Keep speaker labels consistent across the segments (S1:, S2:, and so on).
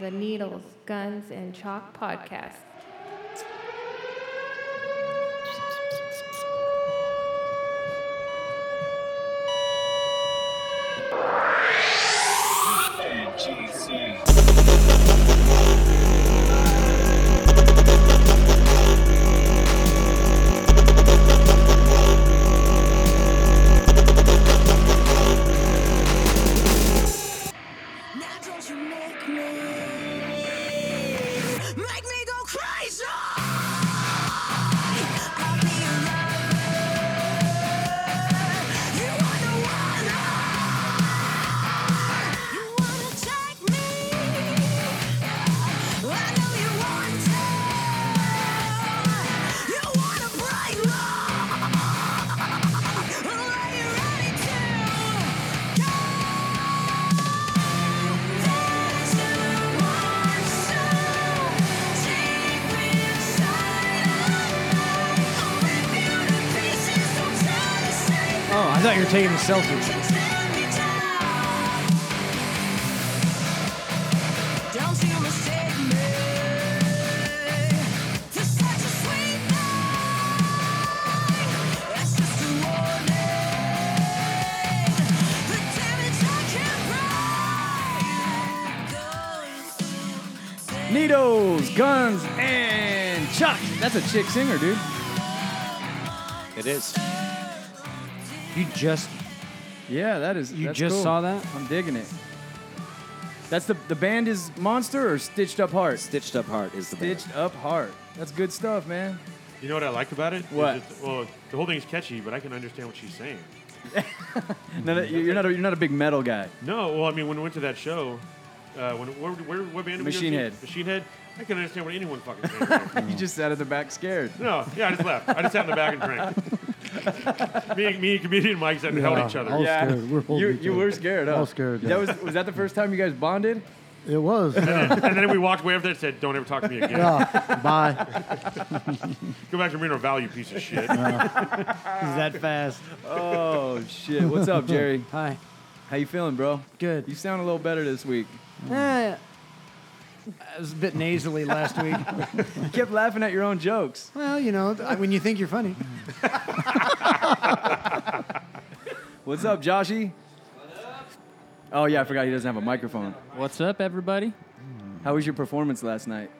S1: the Needles, Guns, and Chalk podcast.
S2: Now don't you make me make me go crazy? I'll be your lover. You are the one. You wanna take me? I know you want to. You wanna break me? Are you ready to go?
S3: Oh, I thought you were taking a selfie.
S2: Don't you mistake me for such a sweet thing. It's just a warning. The damage I can bring goes
S3: Needles, guns, and Chuck. That's a chick singer, dude.
S4: It is.
S5: You just
S3: Yeah, that is.
S5: You
S3: that's
S5: just
S3: cool.
S5: saw that?
S3: I'm digging it. That's the the band is Monster or Stitched Up Heart.
S4: Stitched Up Heart is the band.
S3: Stitched Up Heart. That's good stuff, man.
S6: You know what I like about it? It's
S3: What?
S6: just- well, the whole thing's catchy, but I can understand what she's saying.
S3: No, that- you're not a, you're not a big metal guy.
S6: No, well, I mean, when we went to that show, uh, when where, where, what band? did we go
S3: Machine
S6: see?
S3: Head.
S6: Machine Head. I can understand what anyone fucking saying.
S3: You just sat at the back scared.
S6: no, yeah, I just left. I just sat in the back and drank. me, and- me and comedian Mike sat and held each other.
S7: I was
S3: Yeah.
S7: scared. We're holding
S3: You,
S7: each
S3: you
S7: other.
S3: were scared, huh?
S7: I was scared. yeah.
S3: That was was that the first time you guys bonded?
S7: it was. Yeah.
S6: and then we walked away after that and said, don't ever talk to me again.
S7: Yeah. Bye.
S6: Go back to Reno Valley, you piece of shit.
S5: is that fast.
S3: Oh shit! What's up, Jerry?
S5: Hi.
S3: How you feeling, bro?
S5: Good.
S3: You sound a little better this week.
S5: Eh, I was a bit nasally last week.
S3: You kept laughing at your own jokes.
S5: well, you know, th- when you think you're funny.
S3: What's up, Joshy? Oh yeah, I forgot he doesn't have a microphone.
S8: What's up, everybody?
S3: How was your performance last night?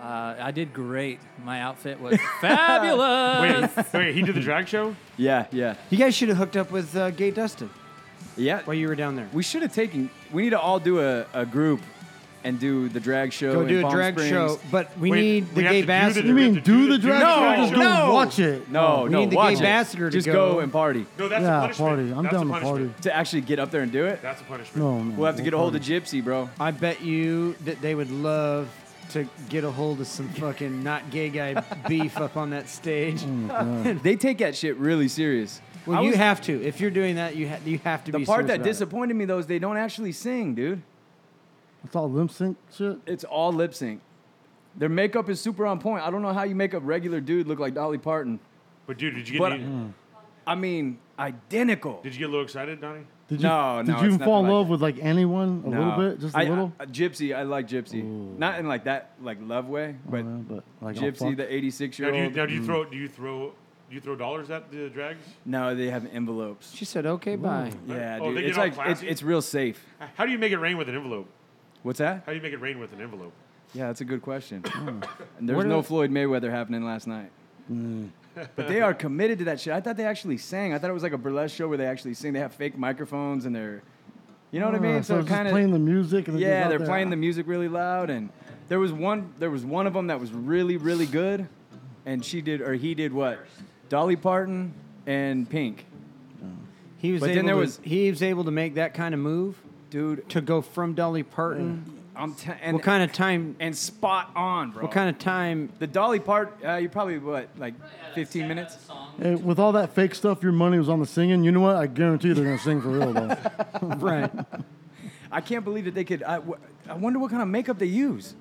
S8: Uh, I did great. My outfit was fabulous.
S6: wait, wait, he did the drag show?
S3: Yeah, yeah,
S5: You guys should have hooked up with uh, Gay Dustin
S3: yeah.
S5: while you were down there.
S3: We should have taken. We need to all do a, a group and do the drag show.
S5: Go
S3: in
S5: do a
S3: Palm
S5: drag
S3: Springs.
S5: show, but we
S6: Wait,
S5: need the
S6: we have
S5: Gay
S6: to do
S5: Bass.
S6: the-
S7: You
S6: we have
S7: mean
S6: to
S7: do the drag
S3: No,
S7: show? or just
S3: no.
S7: Go watch it.
S3: No,
S5: we
S3: no,
S5: need the
S3: watch
S5: gay
S3: it.
S5: ambassador to
S3: Just go.
S5: go.
S3: and party.
S6: No, that's
S7: Yeah,
S6: a punishment.
S7: party. I'm
S6: that's
S7: down
S6: a
S7: to
S6: punishment.
S7: party.
S3: To actually get up there and do it,
S6: That's a punishment.
S7: No, no.
S3: we'll have to get a hold of
S7: party.
S3: Gypsy, bro.
S5: I bet you that they would love to get a hold of some fucking not gay guy beef up on that stage.
S3: Oh They take that shit really serious.
S5: Well,
S3: I
S5: you
S3: was-
S5: have to. If you're doing that, you ha- you have to
S3: the
S5: be
S3: part
S5: serious
S3: that
S5: about it.
S3: disappointed me though is they don't actually sing, dude.
S7: It's all limp sync shit.
S3: It's all lip sync. Their makeup is super on point. I don't know how you make a regular dude look like Dolly Parton.
S6: But dude, did you get
S3: But-
S6: any-
S7: Mm.
S3: I mean, identical.
S6: did you get a little excited, Donnie?
S7: Did you,
S3: No,
S7: did
S3: no,
S7: you
S3: it's
S7: even fall in
S3: nothing like
S7: love with like anyone a
S3: No.
S7: little bit? Just a
S3: I-
S7: little?
S3: I- Gypsy, I like Gypsy. Not in like that like love way, but
S7: Yeah, but like, oh,
S3: Gypsy,
S7: fuck. Mm.
S3: the 86
S6: Now
S3: year
S6: do you,
S3: old.
S6: now, do
S5: Hmm.
S6: you throw? Do you throw? Do you throw dollars at the drags?
S3: No, they have envelopes.
S5: She said, "Okay, bye."
S3: Yeah,
S6: Oh,
S3: dude.
S6: they get
S3: It's
S6: all
S3: like it's,
S6: classy?
S3: it's real safe.
S6: How do you make it rain with an envelope?
S3: What's that?
S6: How do you make it rain with an envelope?
S3: Yeah, that's a good question. and there
S5: What
S3: was
S5: are
S3: no
S5: the-
S3: Floyd Mayweather happening last night.
S7: Hmm.
S3: but they are committed to that shit. I thought they actually sang. I thought it was like a burlesque show where they actually sing. They have fake microphones and they're, you know what I
S7: Ah,
S3: mean?
S7: so
S3: So
S7: it's just
S3: kind
S7: playing
S3: of
S7: the music. And
S3: yeah, they're playing the music really loud. And there was one there was one of them that was really really good, and she did or he did what? Dolly Parton and Pink,
S7: Hmm.
S5: He was
S3: But then
S5: able
S3: there
S5: to,
S3: was-
S5: he was able to make that kind of move
S3: dude.
S5: to go from Dolly Parton.
S3: I'm t- and
S5: What kind of time?
S3: and spot on, bro.
S5: What kind of time?
S3: the Dolly part? Uh, you probably what like 15 minutes.
S7: Hey, with all that fake stuff, your money was on the singing. You know what? I guarantee they're gonna sing for real though.
S5: Right.
S3: I can't believe that they could. I, w- I wonder what kind of makeup they use.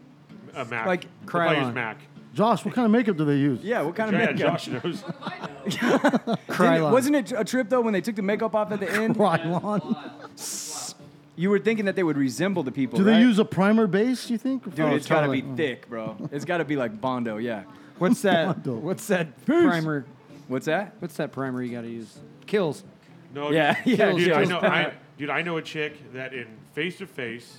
S6: A Mac.
S3: Like
S6: They probably use
S5: Krylon.
S6: Mac.
S7: Josh, what kind of makeup do they use?
S3: Yeah, what kind of
S6: Yeah,
S3: makeup?
S6: Josh knows.
S3: Didn't-
S5: Krylon.
S3: wasn't it a trip though when they took the makeup off at the end?
S7: Krylon.
S3: You were thinking that they would resemble the people.
S7: Do they
S3: right?
S7: use a primer base? You think? Oh,
S3: Dude, it's gotta be
S7: thick.
S3: thick, bro. It's gotta be like Bondo, yeah. What's that?
S7: Bondo.
S5: What's that
S3: Peace.
S5: primer?
S3: What's that?
S5: What's that primer you got to use? Kills.
S6: No,
S3: Yeah,
S6: dude,
S3: yeah,
S6: Dude,
S3: yeah.
S6: I know, I, dude, I know a chick that in face to face,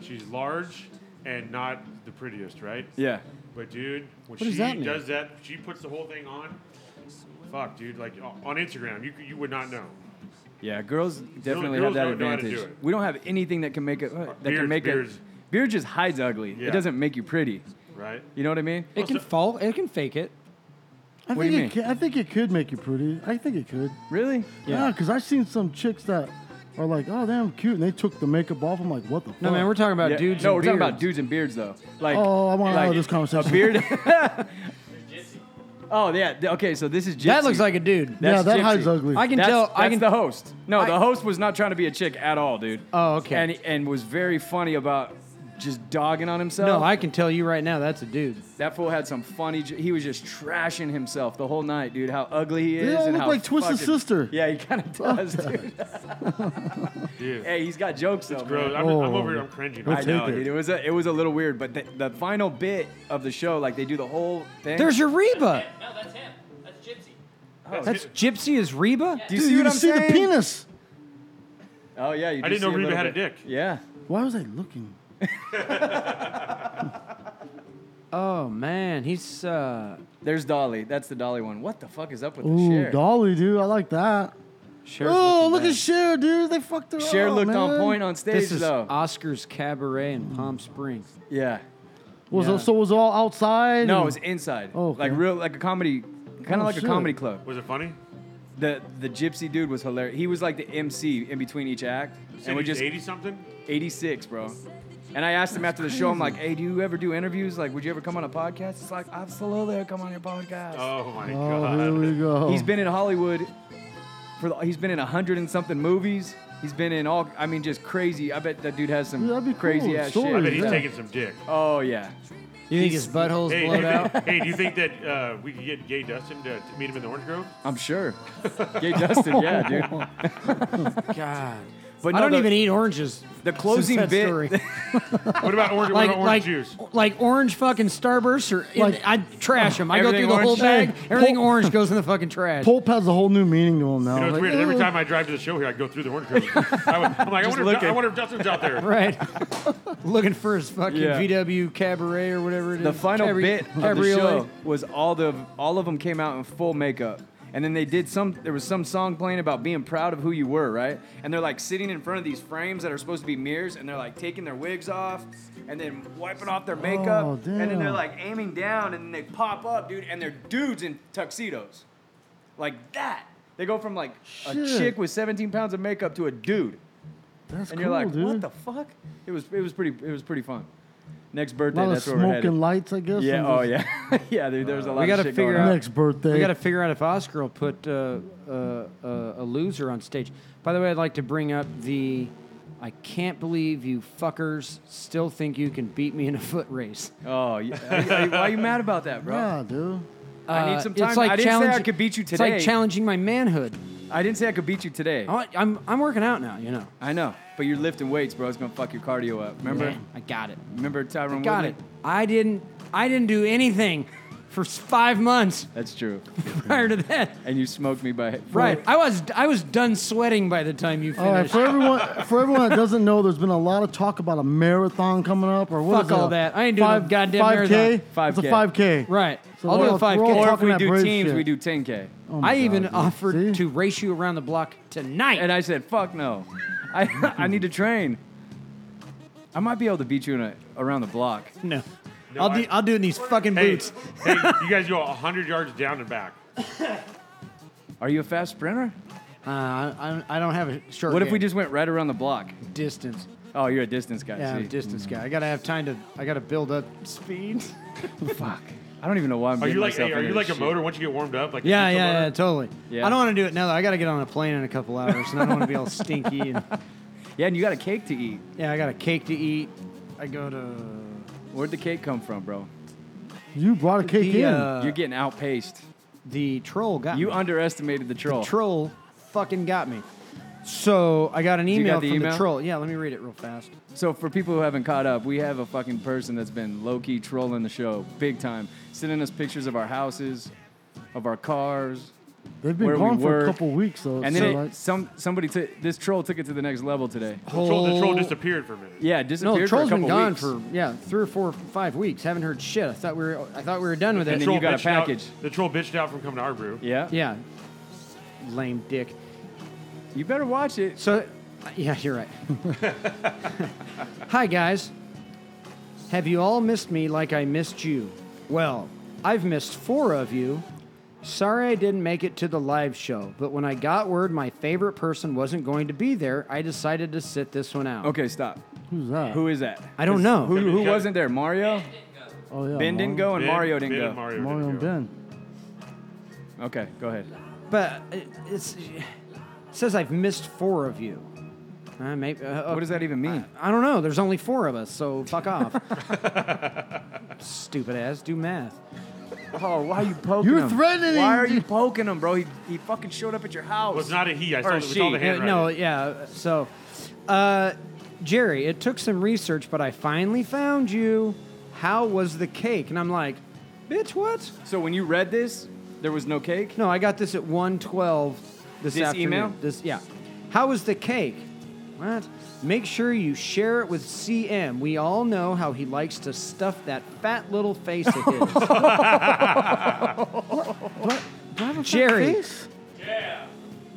S6: she's large and not the prettiest, right?
S3: Yeah.
S6: But dude, when
S5: does
S6: she
S5: that mean?
S6: does that, she puts the whole thing on. Fuck, dude! Like o- on Instagram, you c- you would not know.
S3: Yeah, girls definitely
S6: girls don't
S3: have that
S6: know how to
S3: advantage.
S6: do it.
S3: We don't have anything that can make it. uh, that can
S6: Beards-
S3: make
S6: beards.
S3: it. Beard just hides ugly.
S6: Yeah.
S3: It doesn't make you pretty.
S6: Right?
S3: You know what I mean?
S5: It can fall. It can fake it.
S7: mm. I
S3: What do
S7: think
S3: you
S7: it ca I think it could make you pretty. I think it could.
S3: Really?
S7: Yeah, because I've seen some chicks that are like, oh, damn, I'm cute, and they took the makeup off. I'm like, what the fuck?
S5: No man, we're talking about
S3: Yeah.
S5: dudes.
S3: no,
S5: and
S3: we're talking about
S5: beards.
S3: dudes and beards though. Like,
S7: Oh, I want to
S3: like
S7: have this
S3: a
S7: conversation.
S3: beard. oh yeah. th- Okay, so this is gypsy.
S5: That looks like a dude.
S7: yeah,
S3: That's
S7: that
S3: gypsy.
S7: hides ugly.
S5: I can
S3: That's,
S5: tell. I
S3: that's
S5: can.
S3: the host. No,
S5: I-
S3: the host was not trying to be a chick at all, dude.
S5: Oh, okay.
S3: And and was very funny about just dogging on himself.
S5: no, I can tell you right now. That's a dude.
S3: That fool had some funny. j- He was just trashing himself the whole night, dude. How ugly he is.
S7: all
S3: and
S7: look
S3: how
S7: like Twisted
S3: fucking-
S7: Sister.
S3: Yeah, he kind of does, dude.
S6: Dude,
S3: hey, he's got jokes though.
S6: gross.
S3: man.
S6: I'm, I'm
S7: Oh.
S6: over. I'm cringing.
S3: I
S6: Right
S3: know,
S6: now.
S3: dude. It was a it was a little weird, but the, the final bit of the show, like they do the whole thing.
S5: There's your Reba.
S9: No, that's him. That's Gypsy.
S5: That's Gypsy is Reba.
S3: do you
S7: Dude,
S3: see
S7: you
S3: what
S7: can
S3: I'm
S7: see
S3: saying?
S7: the penis.
S3: Oh yeah, you
S6: I
S3: do
S6: didn't know
S3: see
S6: Reba
S3: little
S6: had a
S3: bit.
S6: dick.
S3: Yeah,
S7: Why was I looking?
S5: Oh man, he's. uh
S3: there's Dolly. That's the Dolly one. What the fuck is up with the
S7: Ooh,
S3: Cher?
S7: Dolly, dude, I like that.
S3: Cher's
S7: oh,
S3: looking
S7: look at
S3: bad.
S7: Cher, dude. They fucked her
S3: Cher
S7: up,
S3: looked on
S7: Oh, man.
S3: point on stage
S5: This is
S3: though.
S5: Oscar's Cabaret in Palm Springs.
S3: yeah.
S7: Was
S5: Yeah.
S7: it, so it was all outside?
S3: No, it
S7: and-
S3: was inside.
S7: Oh, okay.
S3: Like real, like a comedy, kind of
S7: Oh,
S3: like a
S7: shit.
S3: comedy club.
S6: Was it funny?
S3: The the gypsy dude was hilarious. He was like the MC in between each act, and we just
S6: 80 something.
S3: 86, bro. And I asked him after the show, I'm like, hey, do you ever do interviews? Like, would you ever come on a podcast? It's like, absolutely, I'll come on your podcast.
S6: Oh my
S7: Oh,
S6: god.
S7: here we go.
S3: He's been in Hollywood for the, he's been in a hundred and something movies. He's been in all I mean, just crazy. I bet that dude has some
S7: Dude, that'd be cool,
S3: crazy ass
S6: I
S7: stories.
S3: shit.
S6: bet he's
S7: Yeah.
S6: taking some dick.
S3: Oh yeah.
S5: You think his butthole's
S6: Hey, do
S5: blowed
S6: you
S5: out?
S6: think- hey, do you think that uh, we could get Gay Dustin to, to meet him in the Orange Grove?
S3: I'm sure. Gay Dustin, yeah, dude.
S5: God.
S3: But
S5: I
S3: no,
S5: don't
S3: the,
S5: even eat oranges.
S3: the closing
S5: since that
S3: bit-
S5: story.
S6: What about orange, what
S5: like
S6: about orange
S5: like
S6: juice?
S5: like orange fucking Starburst or
S7: Like-
S5: I trash them. I go
S3: Everything
S5: through the whole
S3: orange.
S5: bag.
S7: Hey,
S5: Everything
S7: pulp-
S5: orange goes in the fucking trash.
S7: Pulp has a whole new meaning to him now.
S6: You know, it's
S7: Like,
S6: weird. Every
S7: "Ugh."
S6: time I drive to the show here, I go through the Orange Grove. I would, I'm like, I wonder, if,
S3: looking.
S6: I wonder if Dustin's out there.
S5: Right. Looking for his fucking
S3: Yeah.
S5: VW cabaret or whatever it is.
S3: The final
S5: Cabri-
S3: bit of the
S5: cabriolet.
S3: show was all the all of them came out in full makeup, and then they did some. There was some song playing about being proud of who you were, right? And they're like sitting in front of these frames that are supposed to be mirrors, and they're like taking their wigs off, and then wiping off their makeup,
S7: Oh,
S3: and then they're
S7: damn.
S3: like aiming down, and they pop up, dude, and they're dudes in tuxedos, like that. They go from like a
S7: Shit.
S3: chick with 17 pounds of makeup to a dude,
S7: That's
S3: and you're
S7: cool,
S3: like,
S7: dude.
S3: what the fuck? It was it was pretty it was pretty fun. Next birthday,
S7: a lot of
S3: that's where we're
S7: smoke
S3: headed.
S7: and lights, I guess.
S3: Yeah.
S7: and
S3: Oh
S7: just- Uh,
S3: yeah. yeah. There, there's a lot.
S5: we gotta
S3: of shit
S5: figure
S3: going on.
S5: out-
S7: Next birthday.
S5: We got to figure out if Oscar will put uh, uh, uh, a loser on stage. By the way, I'd like to bring up the. I can't believe you fuckers still think you can beat me in a foot race.
S3: Oh, yeah. Are- are- why are you mad about that, bro?
S7: yeah, dude.
S3: I
S5: Uh,
S3: need some time. I didn't say I could beat you today.
S5: It's like challenging my manhood.
S3: I didn't say I could beat you today.
S5: I, am Oh, I'm working out now, you know.
S3: I know, but you're lifting weights, bro. It's gonna fuck your cardio up. Remember?
S5: I got it.
S3: Remember Tyrone?
S5: Got it.
S3: Woodley?
S5: I didn't. I didn't do anything for s- five months
S3: That's true.
S5: prior to that.
S3: And you smoked me by
S5: Right. I was. I was done sweating by the time you
S7: All right,
S5: finished.
S7: for everyone, for everyone that doesn't know, there's been a lot of talk about a marathon coming up, or what
S5: Fuck
S7: is it,
S5: all
S7: a
S5: that. I ain't doing no goddamn
S7: 5K?
S5: marathon.
S7: It's a
S3: 5K.
S7: 5K.
S5: right.
S7: So
S5: I'll
S7: we're
S5: do
S7: all-
S5: a five
S7: we're all
S3: Or
S5: k.
S3: if we
S7: Talking that
S3: do
S7: brave
S3: teams,
S7: shit.
S3: we do 10k.
S7: Oh my
S5: I even
S7: God, dude.
S5: offered
S7: See?
S5: to race you around the block tonight.
S3: And I said, fuck no. I I need to train. I might be able to beat you in a, around the block.
S5: no.
S6: No,
S5: I'll
S6: I-
S5: do. I'll do it in these fucking
S6: Hey,
S5: boots.
S6: hey, you guys go 100 yards down and back.
S3: Are you a fast sprinter?
S5: Uh, I, I I don't have a short.
S3: What if we
S5: game.
S3: just went right around the block?
S5: distance?
S3: Oh, you're a distance guy.
S5: Yeah, I'm
S3: see. Mm-hmm. Mm.
S5: a distance guy. I gotta have time to. I gotta build up speed.
S3: Fuck. I don't even know why I'm
S6: Are
S3: getting
S6: you like,
S3: myself
S6: hey, are
S3: into
S6: you
S3: this
S6: like a
S3: shit.
S6: motor once you get warmed up? Like a
S5: Yeah,
S6: pizza
S5: yeah, yeah,
S6: motor?
S5: totally.
S3: Yeah.
S5: I don't want to do it now. Though. I got to get on a plane in a couple hours, and I don't want to be all stinky. And,
S3: Yeah, and you got a cake to eat.
S5: yeah, I got a cake to eat. I go to
S3: Where'd the cake come from, bro?
S7: You brought a cake
S5: the
S7: in.
S5: uh,
S3: You're getting outpaced.
S5: the troll got
S3: You
S5: me.
S3: underestimated the troll.
S5: troll fucking got me. So I got an
S3: you
S5: email
S3: got the
S5: from the
S3: email?
S5: troll. Yeah, let me read it real fast.
S3: So for people who haven't caught up, we have a fucking person that's been low key trolling the show big time, sending us pictures of our houses, of our cars,
S7: They've been
S3: where we
S7: gone for
S3: were.
S7: a couple weeks, though.
S3: and
S7: so
S3: then it-
S7: like,
S3: some somebody took this troll took it to the next level today.
S6: The troll, the troll
S5: Whole-
S6: disappeared for a minute.
S3: Yeah, it
S5: No, the
S3: disappeared for a
S5: troll's been
S3: couple
S5: gone
S3: weeks.
S5: for yeah three or four, five weeks. Haven't heard shit. I thought we were, I thought we were done with
S3: And
S5: it.
S3: then you got a
S6: bitched out-
S3: package.
S6: the troll bitched out from coming to our brew.
S3: yeah.
S5: yeah, lame dick.
S3: You better watch it.
S5: So, yeah, you're right. Hi, guys. Have you all missed me like I missed you? Well, I've missed four of you. Sorry I didn't make it to the live show, but when I got word my favorite person wasn't going to be there, I decided to sit this one out.
S3: Okay, stop.
S7: who's that?
S3: Who is that?
S5: I don't know.
S3: Who who
S6: Got it.
S3: wasn't there? Mario?
S7: oh yeah,
S3: Ben didn't go and
S6: Ben-
S3: Mario didn't
S6: Ben
S3: go.
S6: and Mario,
S7: Mario and
S6: didn't go.
S7: Ben.
S3: Okay, go ahead.
S5: But it- it's, it says I've missed four of you. Uh, maybe, uh,
S3: What does that even mean?
S5: I don't know. There's only four of us, so fuck off. Stupid ass. Do math.
S3: Oh, why are you poking
S7: You're
S3: him?
S7: threatening
S3: Why are
S7: to-
S3: you poking him, bro? He, he fucking showed up at your house.
S6: It was not a he. I saw,
S3: Or
S6: the- we saw
S3: she.
S6: the
S3: Uh,
S5: Uh,
S6: handwriting.
S5: no, yeah. So, uh, Jerry, it took some research, but I finally found you. How was the cake? And I'm like, bitch, what?
S3: So when you read this, there was no cake?
S5: No, I got this at 112 this,
S3: This
S5: afternoon.
S3: email?
S5: This yeah. How was the cake? What? Make sure you share it with CM. We all know how he likes to stuff that fat little face of his.
S7: Do I have a fat
S5: Jerry.
S7: face?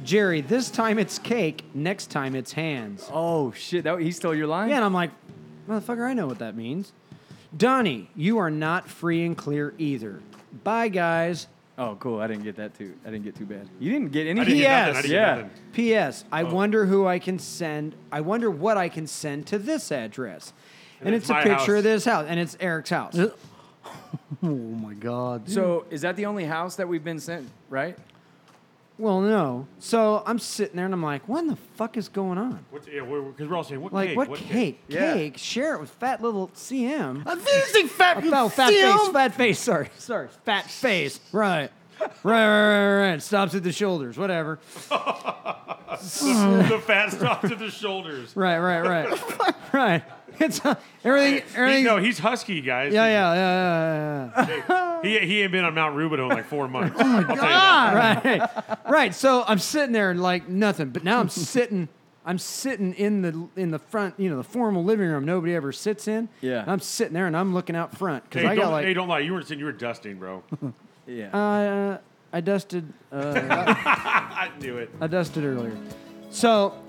S5: Jerry, this time it's cake, next time it's hands.
S3: Oh, shit. That, he stole your line?
S5: Yeah, and I'm like, motherfucker, I know what that means. Donnie, you are not free and clear either. Bye, guys.
S3: Oh, cool. I didn't get that too. I didn't get too bad. You didn't get
S6: I
S3: any.
S6: didn't get nothing, I
S5: P.S.
S6: didn't get
S3: Yeah.
S6: nothing. Oh.
S5: P.S. I wonder who I can send. I wonder what I can send to this address. And,
S6: it's
S5: it's, a
S6: my
S5: picture
S6: house.
S5: of this house, and it's Eric's house.
S7: Oh my god. dude.
S3: So is that the only house that we've been sent? Right?
S5: well, no. So I'm sitting there, and I'm like, what in the fuck is going on?
S6: What's, yeah, we're, because we're all saying, what
S5: Like,
S6: cake?
S5: what,
S6: what
S5: cake?
S3: Yeah.
S5: Cake? Share it with fat little CM.
S7: I'm using fat.
S5: Oh, fat
S7: Seal?
S5: face, fat face. Sorry, sorry, fat face. Right, right, right, right, right. Stops at the shoulders. Whatever.
S6: the fat stuff to the shoulders.
S5: Right, right, right, right. It's uh, everything.
S6: He,
S5: Everything.
S6: no, he's husky, guys.
S5: yeah, yeah, yeah, yeah, yeah,
S6: He, he ain't been on Mount Rubidoux in like four months.
S5: yeah. right, right. So I'm sitting there and like nothing, but now I'm sitting. I'm sitting in the in the front, you know, the formal living room nobody ever sits in.
S3: Yeah.
S5: And I'm sitting there and I'm looking out front because
S6: hey,
S5: I
S6: don't,
S5: got like
S6: hey, don't lie. You weren't sitting. You were dusting, bro.
S3: Yeah.
S5: uh, I dusted. Uh,
S6: I knew it.
S5: I dusted earlier. So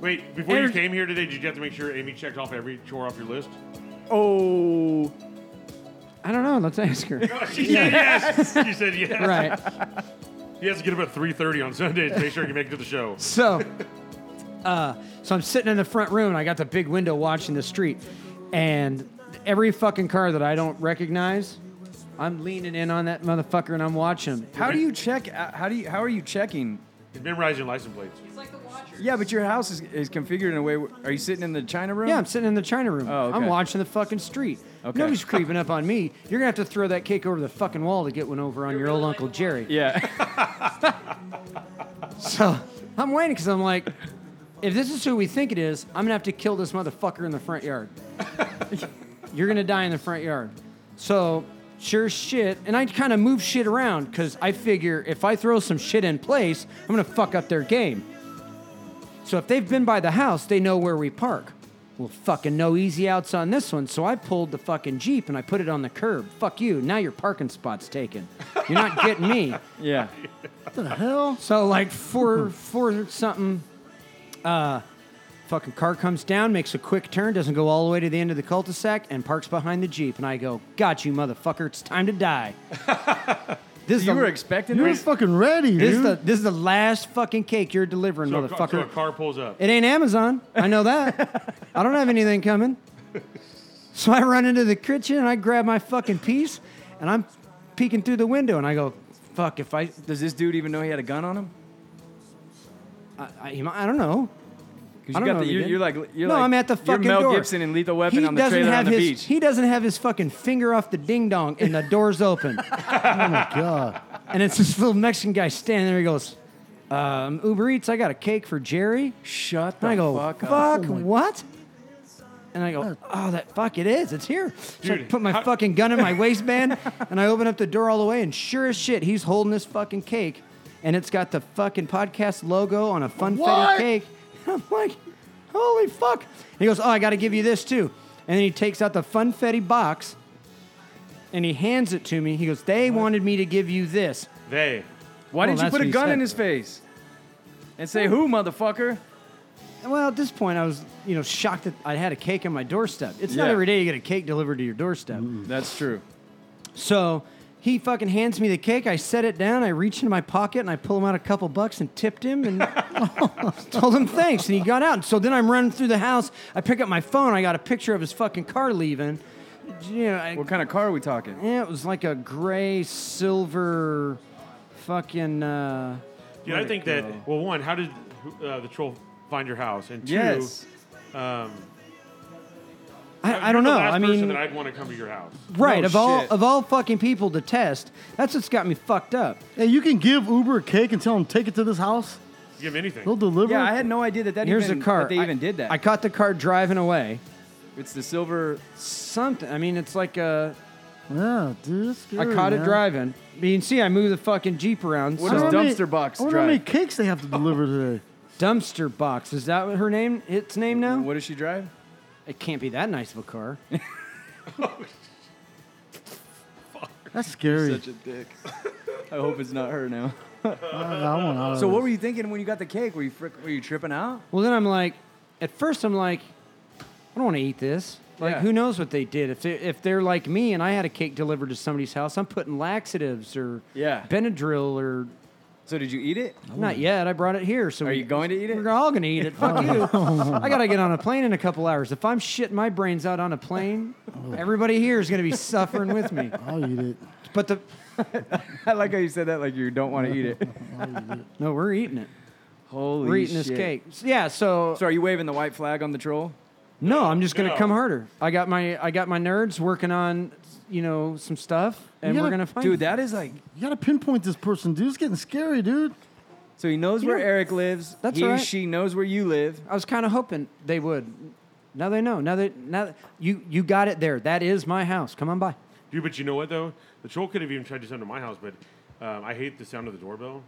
S6: Wait, before you
S5: Energy-
S6: came here today, did you have to make sure Amy checked off every chore off your list?
S3: oh.
S5: I don't know. Let's ask her.
S6: She said yes. She said yes.
S5: right.
S6: He has to get up at 3.30 on Sundays to make sure he can make it to the show.
S5: So, uh, so I'm sitting in the front room and I got the big window watching the street, and every fucking car that I don't recognize, I'm leaning in on that motherfucker and I'm watching. 'em.
S3: How do you check? uh, How do you? How are you checking?
S6: He's memorizing license plates.
S9: He's like the Watcher.
S3: Yeah, but your house is, is configured in a way. Where, are you sitting in the china room?
S5: Yeah, I'm sitting in the china room.
S3: Oh, okay.
S5: I'm watching the fucking street.
S3: Okay.
S5: Nobody's creeping up on me. You're gonna have to throw that cake over the fucking wall to get one over on your old uncle Jerry.
S3: Yeah.
S5: So I'm waiting because I'm like, if this is who we think it is, I'm gonna have to kill this motherfucker in the front yard. You're gonna die in the front yard. So sure as shit, and I kind of move shit around because I figure if I throw some shit in place, I'm gonna fuck up their game. So if they've been by the house, they know where we park. Well, fucking no easy outs on this one. So I pulled the fucking Jeep and I put it on the curb. Fuck you. Now your parking spot's taken. You're not getting me.
S3: yeah.
S7: What the hell?
S5: So like four four something, uh, fucking car comes down, makes a quick turn, doesn't go all the way to the end of the cul-de-sac, and parks behind the jeep. And I go, "Got you, motherfucker! It's time to die." this is
S3: You
S5: the,
S3: were expecting
S7: You were
S3: this.
S7: fucking ready,
S5: this is
S7: dude.
S5: the this is the last fucking cake you're delivering,
S6: So a, car, so
S5: motherfucker.
S6: a car pulls up.
S5: It ain't Amazon. I know that. I don't have anything coming. So I run into the kitchen and I grab my fucking piece, and I'm peeking through the window, and I go, "Fuck! If I
S3: Does this dude even know he had a gun on him?
S5: I, he might- I don't know.
S3: 'Cause
S5: I don't
S3: you got
S5: know
S3: the,
S5: if he
S3: you're,
S5: did.
S3: you're like you're
S5: no,
S3: like,
S5: I'm at the
S3: you're
S5: fucking
S3: Mel
S5: door.
S3: Gibson in Lethal Weapon
S5: he
S3: on the
S5: doesn't
S3: trailer
S5: have
S3: on the
S5: his,
S3: beach.
S5: He doesn't have his fucking finger off the ding dong, and
S3: Oh
S5: the door's open,
S7: God.
S5: and it's this little Mexican guy standing there. He goes, um, Uber Eats, I got a cake for Jerry.
S4: Shut the
S5: And I go,
S4: fuck,
S5: fuck,
S4: up.
S7: Oh my-
S5: what? And I go, oh, that fuck, it is. It's here. So I
S6: Dude,
S5: put my
S6: how-
S5: fucking gun in my waistband and I open up the door all the way, and sure as shit, he's holding this fucking cake and it's got the fucking podcast logo on a funfetti
S7: What?
S5: cake. I'm like, holy fuck. And he goes, oh, I got to give you this too. And then he takes out the funfetti box and he hands it to me. He goes, they wanted me to give you this.
S6: They.
S3: Why
S5: Well,
S3: didn't you
S5: that's
S3: put
S5: what
S3: a
S5: he
S3: gun
S5: said.
S3: in his face and say, "Who, motherfucker?"
S5: Well, at this point, I was, you know, shocked that I had a cake on my doorstep. It's not
S3: Yeah.
S5: every day you get a cake delivered to your doorstep.
S3: That's true.
S5: So he fucking hands me the cake. I set it down. I reach into my pocket and I pull him out a couple bucks and tipped him and told him thanks. And he got out. So then I'm running through the house. I pick up my phone. I got a picture of his fucking car leaving. You know, I,
S3: What kind of car are we talking?
S5: yeah, it was like a gray silver fucking. Uh,
S6: Dude, I think that. Well, one, how did uh, the troll find your house? And two,
S3: Yes.
S6: um,
S5: I, I
S6: you're
S5: don't
S6: the
S5: know.
S6: Last
S5: I
S6: person
S5: mean,
S6: that I'd want to come to your house.
S5: right
S3: No
S5: of all
S3: shit.
S5: of all fucking people to test. That's what's got me fucked up.
S7: Hey, you can give Uber a cake and tell him take it to this house.
S6: Give him anything.
S7: He'll deliver.
S3: Yeah,
S7: it.
S3: I had no idea that that
S5: Here's
S3: even,
S5: the car.
S3: That they
S5: I-
S3: even did that.
S5: I caught the car driving away.
S3: it's the silver.
S5: Something. I mean, it's like a.
S7: yeah, dude. It's
S5: I
S7: scary,
S5: caught
S7: man.
S5: it driving. But you can see I moved the fucking Jeep around.
S3: What
S7: I
S5: so
S3: is
S7: wonder how many-
S3: dumpster box
S7: I wonder how many
S3: drive?
S7: cakes they have to deliver today.
S5: dumpster box. Is that what her name? Its name now?
S3: What does she drive?
S5: It can't be that nice of a car.
S7: That's scary.
S3: a dick. I hope it's not her now.
S7: I, I want out of
S3: So what
S7: this.
S3: were you thinking when you got the cake? Were you frick, were you tripping out?
S5: well, then I'm like, at first I'm like, I don't want to eat this. Like,
S3: Yeah.
S5: who knows what they did? If they, if they're like me and I had a cake delivered to somebody's house, I'm putting laxatives or
S3: Yeah.
S5: Benadryl or
S3: So did you eat it?
S7: Oh
S5: not yet. I brought it here. So
S3: Are
S5: we-
S3: you going to eat it?
S5: We're all gonna eat it. Fuck you.
S7: Oh.
S5: I gotta get on a plane in a couple hours. If I'm shitting my brains out on a plane, everybody here is gonna be suffering with me.
S7: Oh. I'll eat it.
S5: But the
S3: I like how you said that. Like you don't want to eat it.
S5: no, we're eating it.
S3: Holy
S5: We're eating this
S3: shit.
S5: cake. S- Yeah. So
S3: So are you waving the white flag on the troll?
S5: no, I'm just gonna
S6: No.
S5: come harder. I got my I got my nerds working on you know some stuff, and
S7: You
S5: we're
S7: gotta-
S5: gonna find.
S3: Dude, that is like.
S7: You gotta pinpoint this person, dude. It's getting scary, dude.
S3: So he knows where
S5: know-
S3: Eric lives.
S5: That's
S3: he,
S5: all right.
S3: She knows where you live.
S5: I was kind of hoping they would. Now they know. Now that now that- you you got it there. That is my house. Come on by.
S6: Dude, but you know what though? The troll could have even tried to send to my house, but um, I hate the sound of the doorbell,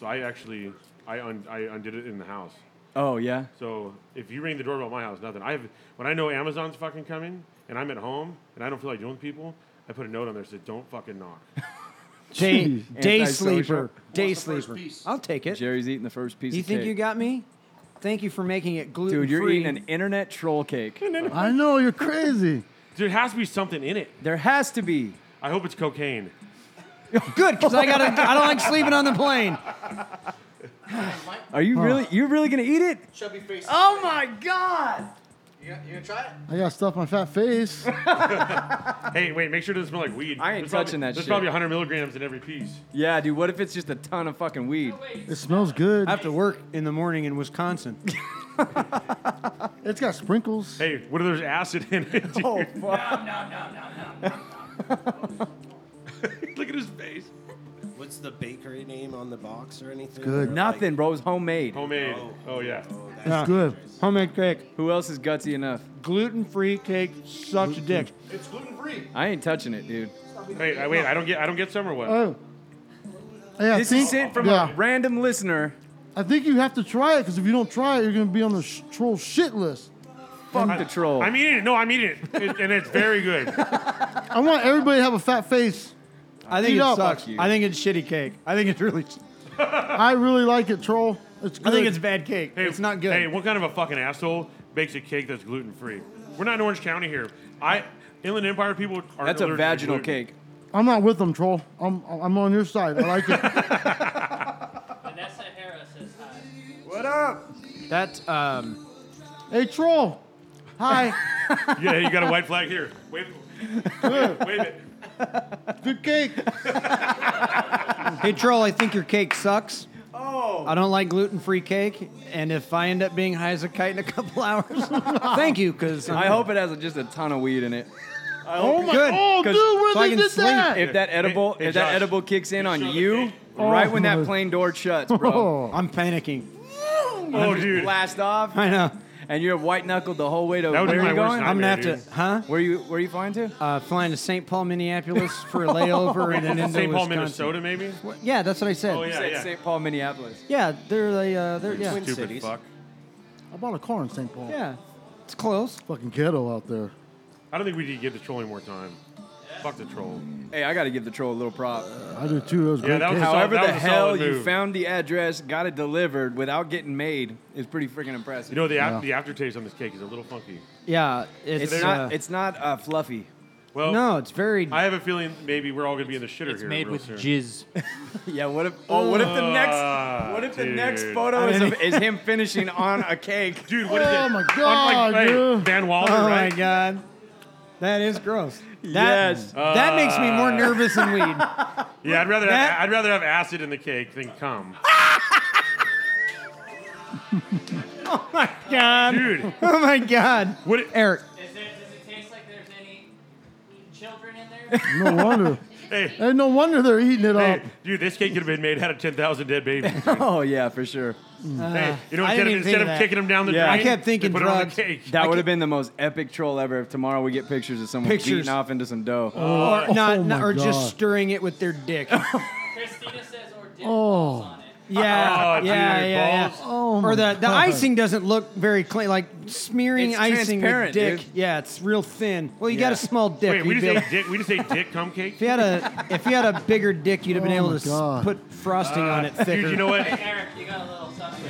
S6: so I actually I un- I undid it in the house.
S3: Oh yeah.
S6: So if you ring the doorbell at my house, nothing. I have when I know Amazon's fucking coming and I'm at home and I don't feel like dealing with people, I put a note on there that said don't fucking knock.
S5: Day
S7: Jeez.
S5: day
S3: Antisocial.
S5: sleeper. Day
S9: What's the first
S5: sleeper.
S9: piece?
S5: I'll take it.
S3: Jerry's eating the first piece.
S5: You
S3: of
S5: think you
S3: cake.
S5: got me? Thank you for making it gluten
S3: Dude, you're
S5: free.
S3: eating an internet troll cake.
S7: I know you're crazy.
S6: there has to be something in it.
S3: there has to be.
S6: I hope it's cocaine.
S5: good because I got I don't like sleeping on the plane.
S3: Are you really? You're really gonna eat it?
S9: Chubby face.
S3: Oh my god!
S9: You, gonna- you gonna try it?
S7: I gotta stuff my fat face.
S6: Hey, wait, make sure it doesn't smell like weed.
S3: I ain't
S6: probably-
S3: touching that
S6: There's
S3: shit.
S6: probably 100 milligrams in every piece.
S3: Yeah, dude. What if it's just a ton of fucking weed?
S7: It smells good.
S5: I have to work in the morning in Wisconsin.
S7: It's got sprinkles.
S6: Hey, what if there's acid in it? dude?
S3: Oh fuck!
S6: Look at his face.
S4: What's the bakery name on the box or anything?
S7: good.
S4: Or,
S3: Nothing, bro. It's homemade.
S6: Homemade. Oh yeah.
S4: oh, that's
S5: Yeah.
S7: Good.
S5: Homemade cake,
S3: Who else is gutsy enough?
S5: gluten free cake, sucks a dick.
S9: It's gluten free.
S3: I ain't touching it, dude.
S6: Wait, I, wait. I don't get. I don't get some or what?
S7: Oh. Hey, I
S3: This
S7: think,
S3: is sent from
S7: yeah,
S3: a random listener.
S7: I think you have to try it because if you don't try it, you're gonna be on the sh- troll shit list.
S3: Fuck the troll.
S6: I'm eating it. No, I'm eating it, It- and it's very good.
S7: I want everybody to have a fat face.
S5: I think
S7: Eat
S5: it
S7: up.
S5: sucks.
S3: Fuck you.
S5: I think it's shitty cake. I think it's really.
S7: I really like it, troll. It's good.
S5: I think it's bad cake. it's not good.
S6: Hey, what kind of a fucking asshole bakes a cake that's gluten free? We're not in Orange County here. I Inland Empire people are.
S3: That's a
S6: allergic to
S3: vaginal
S6: gluten.
S3: cake.
S7: I'm not with them, troll. I'm I'm on your side. I like it.
S9: Vanessa Harris says hi.
S3: What up?
S5: That um,
S7: hey, troll. Hi.
S6: Yeah, you got a white flag here. Wave, wave, wave it.
S7: Good cake.
S5: hey troll, I think your cake sucks. Oh. I don't like gluten free cake, and if I end up being high as a kite in a couple hours, thank you because
S3: I hope it has just a ton of weed in it.
S5: good.
S7: Oh, dude, we're when
S5: so
S7: they
S5: I can
S7: did
S5: sling
S7: that.
S3: If that edible,
S6: hey,
S3: if that
S6: Josh,
S3: edible kicks in
S6: you
S3: on
S6: show the
S3: you,
S6: picture.
S3: right
S7: Oh
S3: when
S7: my-
S3: that plane door shuts, bro,
S7: Oh,
S5: I'm panicking.
S6: Oh, dude.
S3: blast off,
S5: I know.
S3: and you're white knuckled the whole way to
S6: That would
S3: where
S6: be
S3: you
S6: my worst
S3: going?
S5: I'm gonna have
S6: Nightmare,
S5: to, huh?
S3: Where you where you flying to?
S5: Uh, flying to St. Paul, Minneapolis for a layover and then into
S6: St. Paul,
S5: Wisconsin.
S6: Minnesota, maybe?
S5: Yeah, that's what I said.
S6: Oh,
S3: You
S6: yeah,
S3: said
S6: yeah.
S3: St. Paul, Minneapolis.
S5: Yeah, they're the, uh, they're, yeah.
S4: Twin
S6: Stupid
S4: cities.
S6: fuck.
S7: I bought a car in St. Paul.
S5: Yeah, it's close.
S7: Fucking ghetto out there.
S6: I don't think we need to give the troll any more time. Fuck the troll.
S3: Hey, I got to give the troll a little prop.
S7: I do too. That was great.
S6: that was
S7: cake.
S6: a solid-
S3: However the
S6: was
S3: hell
S6: solid
S3: you
S6: move.
S3: found the address, got it delivered without getting made is pretty freaking impressive.
S6: You know, the,
S7: Yeah.
S6: af- the aftertaste on this cake is a little funky.
S5: Yeah, it's,
S3: it's
S5: uh,
S3: not it's not uh, fluffy.
S6: Well,
S5: no, it's very.
S6: I have a feeling maybe we're all going to be in the shitter
S8: It's
S6: here.
S8: made
S6: real
S8: with
S6: soon.
S8: jizz.
S3: Yeah, what if oh what if the next
S6: Ah,
S3: what if the next
S6: dude.
S3: photo is,
S5: mean-
S3: of, is him finishing on a cake?
S6: Dude, what is
S7: Oh
S6: it?
S7: my
S6: On,
S7: God,
S6: like,
S7: dude.
S6: Van Wilder,
S5: oh
S6: right?
S5: my god, that is gross. That,
S3: Yes.
S5: that makes me
S6: Uh.
S5: more nervous than weed.
S6: Yeah, I'd rather
S5: That-
S6: have, I'd rather have acid in the cake than cum.
S5: Oh God.
S6: Dude,
S5: Oh my god,
S6: what? It,
S5: Eric.
S9: Is there, does it taste like there's any children in there?
S7: No wonder.
S6: hey,
S7: Hey, no wonder they're eating it up.
S6: hey, dude, this cake could have been made out of ten thousand dead babies. dude.
S3: Oh yeah, for sure.
S6: hey, you know,
S5: Uh, I
S6: instead of,
S5: didn't even think
S6: instead
S5: of
S6: of,
S5: that.
S6: kicking them down the
S3: Yeah. I
S6: drain,
S5: kept thinking
S6: they put
S5: drugs.
S6: It on the cake.
S3: That would have been the most epic troll ever if tomorrow we get pictures of someone
S5: Pictures.
S3: beating off into some dough.
S5: or not,
S7: oh
S5: not-
S7: my
S5: or just
S7: God.
S5: stirring it with their dick.
S9: Christina says or dip
S7: Oh.
S9: balls on it.
S5: Yeah,
S6: Oh,
S5: yeah,
S6: dude,
S5: yeah,
S6: balls.
S5: yeah.
S7: Oh my
S5: or the, the
S7: God.
S5: icing doesn't look very clean, like smearing
S3: It's
S5: icing with
S3: transparent,
S5: dick.
S3: dude.
S5: Yeah, it's real thin. Well, you got
S3: Yeah.
S5: a small dick.
S6: Wait, we
S5: You'd
S6: just
S5: be able-
S6: ate dick. We just ate dick cum cake.
S5: if you had a if you had a bigger dick, you'd have been
S7: Oh
S5: able
S7: my
S5: to s-
S7: God.
S5: put frosting on
S3: Uh,
S5: it thicker.
S6: Dude, you know what? Is
S9: Eric, you got a little something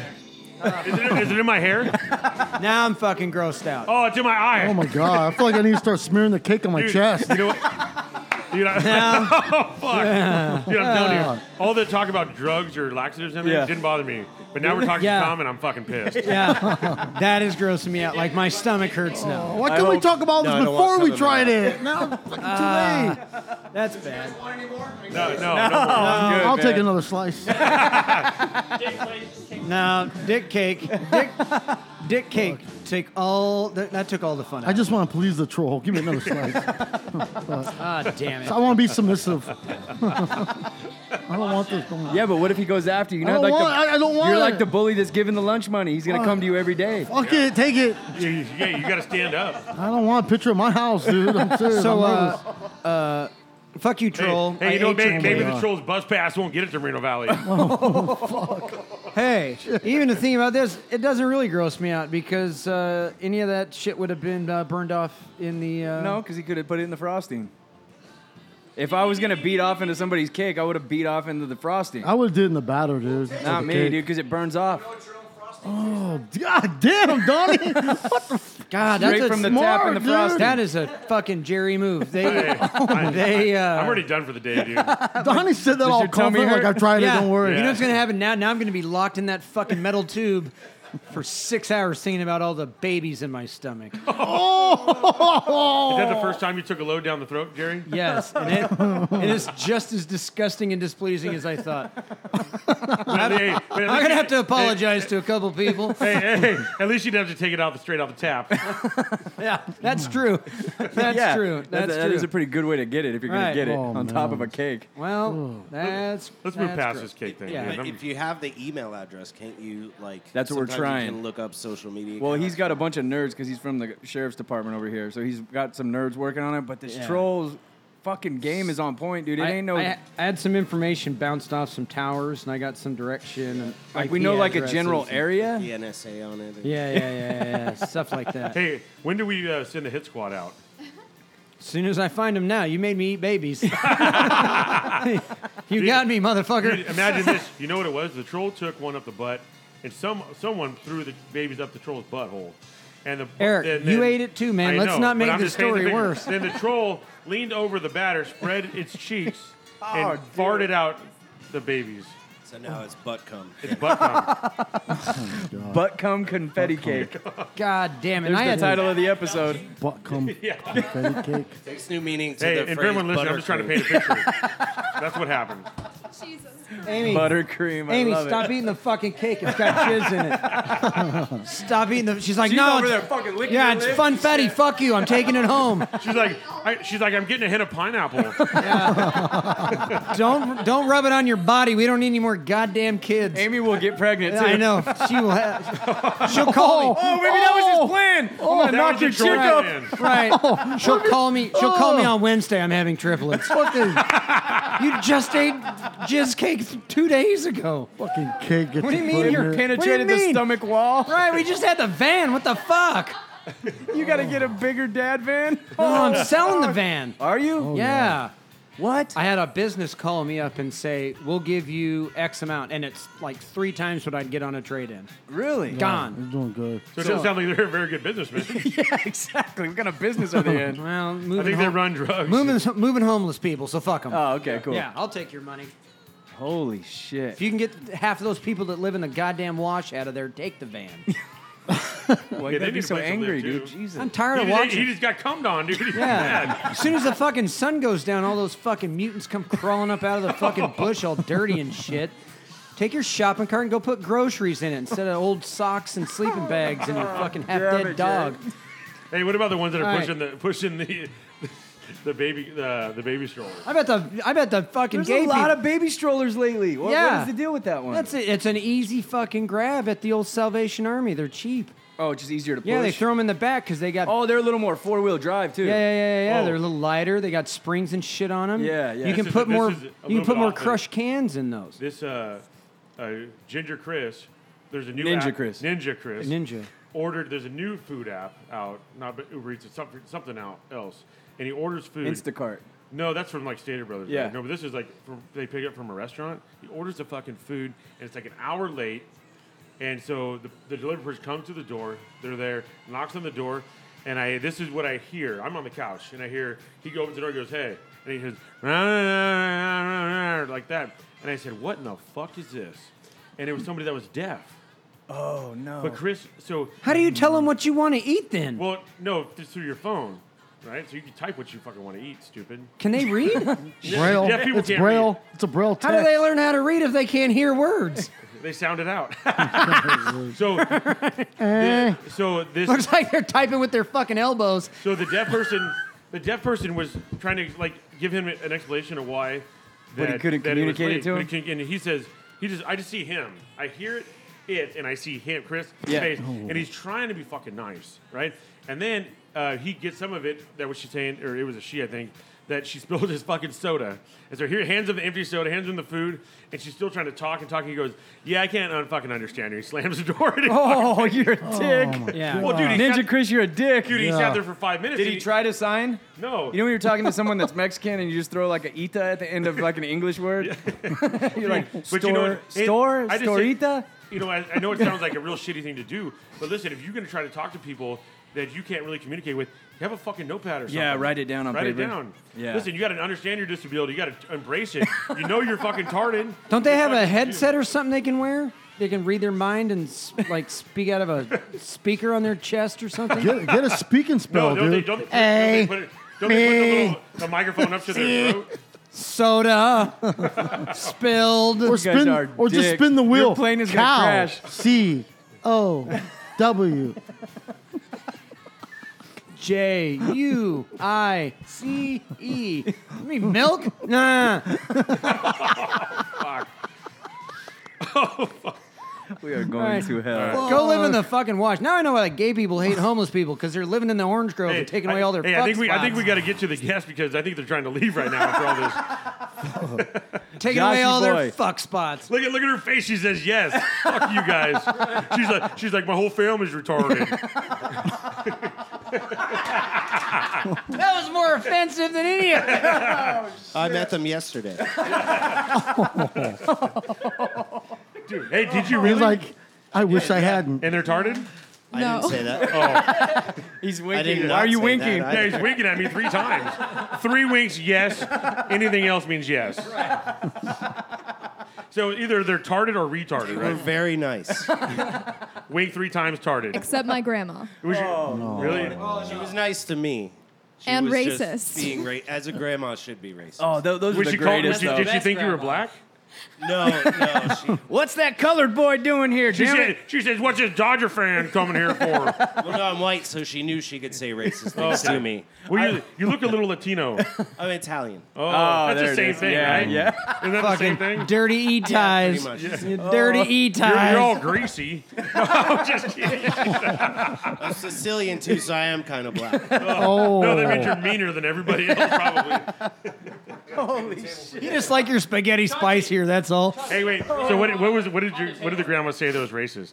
S9: there.
S6: it, is it in my hair?
S5: now I'm fucking grossed out.
S6: Oh, it's in my eye.
S7: Oh my god! I feel like I need to start smearing the cake on my
S6: Dude,
S7: chest.
S6: You know what? Dude, I, oh, fuck. Dude, I'm telling you, all the talk about drugs or laxatives and everything
S3: Yeah.
S6: didn't bother me. But now we're talking
S5: Yeah.
S6: cum, and I'm fucking pissed.
S5: Yeah, that is grossing me out. Like my stomach hurts now.
S7: Why
S3: I
S7: couldn't we
S3: hope-
S7: talk about
S3: No,
S7: this
S3: I don't want
S7: before we
S3: some of
S7: tried
S3: that.
S7: it? Now it's fucking
S5: Uh,
S7: too late.
S5: That's bad.
S6: No, no, no. no.
S3: Good,
S7: I'll take
S3: man.
S7: another slice.
S5: No, dick cake, dick, dick cake. Take all that, that took all the fun. Out.
S7: I just want to please the troll. Give me another slice.
S5: ah damn it.
S7: I want to be submissive. I don't want this. Going on.
S3: Yeah, but what if he goes after you?
S7: I
S3: You're
S7: don't
S3: like
S7: want- I- I
S3: the,
S7: don't want
S3: You're
S7: it. Uh,
S3: like the bully that's giving the lunch money. He's gonna come to you every day.
S7: Fuck it, take it.
S6: You- you- Yeah, you got to stand up.
S7: I don't want a picture of my house, dude. I'm serious.
S5: So,
S7: I'm
S5: uh,
S7: nervous.
S5: fuck you,
S6: Hey,
S5: troll. Oh.
S6: hey,
S5: I
S6: you know,
S5: ate
S6: maybe,
S5: your-
S6: maybe the troll's bus pass won't get it to Reno Valley.
S7: Oh,
S5: Hey, even the thing about this, it doesn't really gross me out because uh, any of that shit would have been uh, burned off in the. Uh,
S3: No, because he could have put it in the frosting. If I was gonna beat off into somebody's cake, I would have beat off into the frosting.
S7: I would have did in the batter, dude.
S3: Not
S7: With the
S3: me,
S7: cake.
S3: dude, because it burns off
S7: Oh, God damn, Donnie.
S5: God, Ah, that's
S3: straight
S5: a
S3: from the
S5: smart-
S3: tap in the
S7: dude.
S3: frosting.
S5: That is a fucking Jerry move. They,
S6: Hey, I,
S5: they. Uh,
S6: am already done for the day, dude.
S7: Donnie said that all
S3: your tummy
S7: confident, like
S3: hurt?
S7: I've tried
S5: yeah,
S7: it. Don't worry.
S5: You
S6: Yeah.
S5: know what's gonna happen now? Now I'm gonna be locked in that fucking metal tube for six hours thinking about all the babies in my stomach.
S7: Oh.
S6: Is that the first time you took a load down the throat, Jerry?
S5: Yes, and it, it is just as disgusting and displeasing as I thought.
S6: But hey, but at
S5: I'm
S6: least
S5: gonna
S6: you-
S5: have to apologize to a couple people.
S6: Hey, hey, hey, at least you didn't have to take it out the straight off the tap.
S5: Yeah, that's true. That's
S3: Yeah,
S5: true.
S3: that-
S5: That's
S3: that
S5: true.
S3: is a pretty good way to get it if you're
S5: Right.
S3: gonna get it
S7: Oh,
S3: on top
S7: man.
S3: of a cake.
S5: Well, that's.
S6: Let's move
S5: that's
S6: past
S5: gross.
S6: this cake thing.
S5: Yeah.
S6: dude.
S4: But
S6: I'm-
S4: if you have the email address, can't you like?
S3: That's what we're
S4: sometimes You
S3: trying.
S4: can look up social media.
S3: Well, he's
S4: accounts.
S3: got a bunch of nerds because he's from the sheriff's department over here, so he's got some nerds working on it. But this
S5: Yeah.
S3: troll's fucking game is on point, dude. It
S5: I,
S3: ain't no.
S5: I, I had some information bounced off some towers, and I got some direction. And
S3: like we
S5: IP
S3: know like a
S5: addresses
S3: general
S5: and-
S3: area.
S4: the NSA on it.
S5: Yeah, yeah, yeah, yeah, yeah. stuff like that.
S6: hey, when do we uh, send the hit squad out?
S5: As soon as I find them now, you made me eat babies. you got me,
S6: Dude,
S5: motherfucker.
S6: imagine this. You know what it was? The troll took one up the butt, and some someone threw the babies up the troll's butthole. And the
S5: Eric,
S6: then-
S5: you
S6: then-
S5: ate it too, man.
S6: I
S5: Let's
S6: know, but
S5: not make
S6: I'm
S5: the
S6: just painting
S5: story
S6: picture.
S5: worse.
S6: Then the troll leaned over the batter, spread its cheeks, and
S3: dude.
S6: farted out the babies.
S4: So now it's butt cum.
S6: It's butt cum.
S3: Butt cum confetti cake.
S5: God damn it!
S3: There's
S5: I
S3: the
S5: had
S3: title of the episode.
S7: Butt cum confetti cake.
S4: Takes new meaning to
S6: hey,
S4: the
S6: and
S4: phrase
S6: everyone listen, I'm just trying to paint a picture. That's what happened.
S10: Jesus
S5: Amy,
S3: Buttercream. I
S5: Amy,
S3: love
S5: stop
S3: it.
S5: eating the fucking cake. It's got chiz in it. stop eating the. She's like,
S3: She's
S5: no.
S3: over
S5: it's-
S3: there fucking licking
S5: yeah,
S3: her
S5: it's
S3: lips
S5: funfetti. Fuck you. I'm taking it home.
S6: She's like, I, she's like, I'm getting a hint of pineapple.
S5: Don't don't rub it on your body. We don't need any more goddamn kids.
S3: Amy will get pregnant too.
S5: I know. She will. Have, she'll call me.
S3: Oh, maybe that was his plan. Oh, I'm
S6: That
S3: gonna knock
S6: was
S3: your
S6: a
S3: chick
S6: Troy
S3: up. Oh,
S6: plan.
S5: Right. She'll call me. She'll call me on Wednesday. I'm having triplets.
S7: fucking
S5: You just ate jizz cake th- two days ago.
S7: fucking cake. Gets
S5: What do you
S7: you
S5: mean you're
S7: pregnant.
S3: Penetrated the
S5: mean?
S3: stomach wall.
S5: Right. We just had the van. What the fuck?
S3: You gotta get a bigger dad van.
S5: Oh, I'm selling the van. Oh,
S3: Are you?
S5: yeah.
S3: What?
S5: I had a business call me up and say, "We'll give you X amount," and it's like three times what I'd get on a trade-in.
S3: Really?
S5: Gone.
S7: You're doing good.
S6: So it doesn't sound like they're a very good businessman.
S3: Yeah, exactly. What kind of business are they in?
S5: Well,
S6: I
S5: moving
S6: think they
S5: home,
S6: run drugs.
S5: moving, moving homeless people. So fuck them.
S3: Oh, okay, cool.
S5: yeah, I'll take your money.
S3: Holy shit.
S5: If you can get half of those people that live in the goddamn wash out of there, take the van.
S3: Why
S6: Yeah,
S3: you
S6: they
S3: gotta be
S6: need a
S3: so
S6: place to
S3: angry,
S6: live, too.
S3: dude? Jesus.
S5: I'm tired
S6: He,
S5: of
S6: just- he
S5: watching.
S6: just got cummed on, dude. He's mad.
S5: Yeah. As soon as the fucking sun goes down, all those fucking mutants come crawling up out of the fucking bush, all dirty and shit. Take your shopping cart and go put groceries in it instead of old socks and sleeping bags and your fucking half
S3: damn it,
S5: dead dog.
S6: Hey, what about the ones that are
S5: All right.
S6: pushing the pushing the the baby uh, the, the baby stroller?
S5: I bet the I bet the fucking
S3: There's
S5: gay
S3: a lot
S5: people-
S3: of baby strollers lately. What,
S5: Yeah.
S3: what is the deal with that one?
S5: That's it. It's an easy fucking grab at the old Salvation Army. They're cheap.
S3: oh, it's just easier to push.
S5: Yeah, they throw them in the back because they got.
S3: Oh, they're a little more four wheel drive too.
S5: Yeah, yeah, yeah, yeah.
S6: Oh.
S5: They're a little lighter. They got springs and shit on them.
S3: Yeah, yeah.
S5: You can
S6: This is-
S5: put
S6: this
S5: more.
S6: is a
S5: You can
S6: little
S5: put
S6: bit
S5: more
S6: off, but-
S5: crushed cans in those.
S6: This uh, uh, Ginger Chris, there's a new
S3: Ninja
S6: app-
S3: Chris.
S6: Ninja Chris,
S5: Ninja.
S6: ordered. There's a new food app out, not but Uber Eats, it's something something out else, and he orders food.
S3: Instacart.
S6: No, that's from like Stater Brothers.
S3: Yeah.
S6: right? No, but this is like from, they pick it up from a restaurant. He orders the fucking food, and it's like an hour late. And so the, the delivery person comes to the door. They're there, knocks on the door, and I this is what I hear. I'm on the couch, and I hear he opens the door, goes hey, and he goes "Rah, rah, rah, rah, rah, rah," like that. And I said, what in the fuck is this? And it was somebody that was deaf.
S3: Oh no.
S6: But Chris, so
S5: How do you tell them what you want to eat then?
S6: well, no, just through your phone, right? So you can type what you fucking want to eat, stupid.
S5: can they read?
S7: Braille.
S6: Deaf people
S7: it's
S6: can't
S7: braille. It's a braille
S5: How
S7: text.
S5: do they learn how to read if they can't hear words?
S6: They sound it out. so, so this
S5: Eh. Looks like they're typing with their fucking elbows.
S6: So the deaf person, the deaf person was trying to like give him an explanation of why that,
S3: he couldn't
S6: that was
S3: communicate it
S6: late.
S3: to
S6: But
S3: him?
S6: he couldn't- And he says, he just, I just see him. I hear it, it, and I see him, Chris,
S3: Yeah. Oh.
S6: face, and he's trying to be fucking nice, right? And then uh, he gets some of it that was she saying, or it was a she, I think. That she spilled his fucking soda. And so here, hands him the empty soda, hands him the food, and she's still trying to talk and talk. And he goes, Yeah, I can't un- fucking understand her. He slams the door. And he
S3: Oh, you're a dick.
S5: Yeah.
S6: well, dude, he
S3: Ninja
S6: sat,
S3: Chris, you're a dick.
S6: dude, he sat there for five minutes.
S3: Did
S6: and
S3: he try to sign?
S6: No.
S3: You know when you're talking to someone that's Mexican and you just throw like a ita at the end of like an English word? you're like store,
S6: But you know what? It-
S3: store,
S6: I just
S3: storita.
S6: think- You know, I, I know it sounds like a real shitty thing to do, but listen, if you're going to try to talk to people that you can't really communicate with, have a fucking notepad or something.
S3: Yeah, write it down on
S6: Write
S3: paper.
S6: it down.
S3: Yeah.
S6: Listen, you got to understand your disability. You got to embrace it. You know you're fucking tartan.
S5: Don't they have a headset or something they can wear? They can read their mind and s- like speak out of a speaker on their chest or something.
S7: Get, get a speaking
S6: No,
S7: spell,
S6: don't they,
S7: dude.
S6: don't, they-
S5: Hey,
S6: don't they put, it, don't they put the, little, the microphone up to their throat?
S5: Eh, Soda spilled.
S7: or
S3: guys
S7: spin,
S3: are
S7: or just
S3: dick.
S7: spin the
S3: Your
S7: wheel.
S3: plane is gonna
S7: Cow.
S3: crash.
S7: C O W.
S5: J U I C E. You mean milk? Nah.
S3: We are going
S5: right.
S3: to hell.
S5: Go live in the fucking wash. Now I know why like gay people hate homeless people because they're living in the orange grove and taking away all their.
S6: hey,
S5: fuck
S6: I think we I think we
S5: spots.
S6: got to get to the guests because I think they're trying to leave right now after all this.
S5: taking away
S3: Joshy
S5: all
S3: boy.
S5: their fuck spots.
S6: Look at look at her face. She says yes. Fuck you guys. She's like she's like my whole family's retarded.
S5: That was more offensive than any of it.
S4: I met them yesterday.
S6: Dude, hey, did you
S7: He's
S6: really?
S7: Oh. like, I wish I hadn't.
S6: and they're tarted?
S4: I didn't say that.
S3: He's
S4: I did
S3: winking.
S4: not
S3: Why are you
S4: say
S3: winking?
S4: that.
S6: Oh. Yeah,
S4: I-
S6: he's winking at me three times. Three winks, yes. Anything else means yes. So either they're tarted or retarded,
S4: We're
S6: right?
S4: very nice.
S6: Wink three times, tarted.
S10: Except my grandma.
S6: Was you- Really?
S4: Oh, She was nice to me. She
S10: And
S4: was just
S10: racist.
S4: Being ra- as a grandma should be racist.
S3: Oh, tho- those
S6: Was
S3: are the
S6: she called, was
S3: greatest
S6: she,
S3: though.
S6: did she
S9: Best
S6: think you were
S9: grandma.
S6: black?
S4: No, no. She,
S3: What's that colored boy doing here,
S6: She
S3: damn
S6: said,
S3: it?
S6: she says, what's this Dodger fan coming here for?
S4: well, no, I'm white, so she knew she could say racist things to me.
S6: Well, you, you look a little Latino. Oh,
S4: I'm Italian.
S5: Oh,
S6: that's
S3: there it
S6: the same
S3: is.
S6: thing,
S3: Yeah,
S6: right?
S3: yeah.
S6: Isn't that the same thing? Oh,
S5: Dirty E ties.
S4: pretty much.
S5: You Dirty E
S6: You're,
S5: ties.
S6: you're all greasy. No, I'm just kidding.
S4: I'm Sicilian too, so I am kind of black.
S5: oh.
S6: No, that means you're meaner than everybody else, probably.
S5: you just like your spaghetti spice here, that's all.
S6: Hey, wait. So what, what was what did your what did the grandma say that was racist?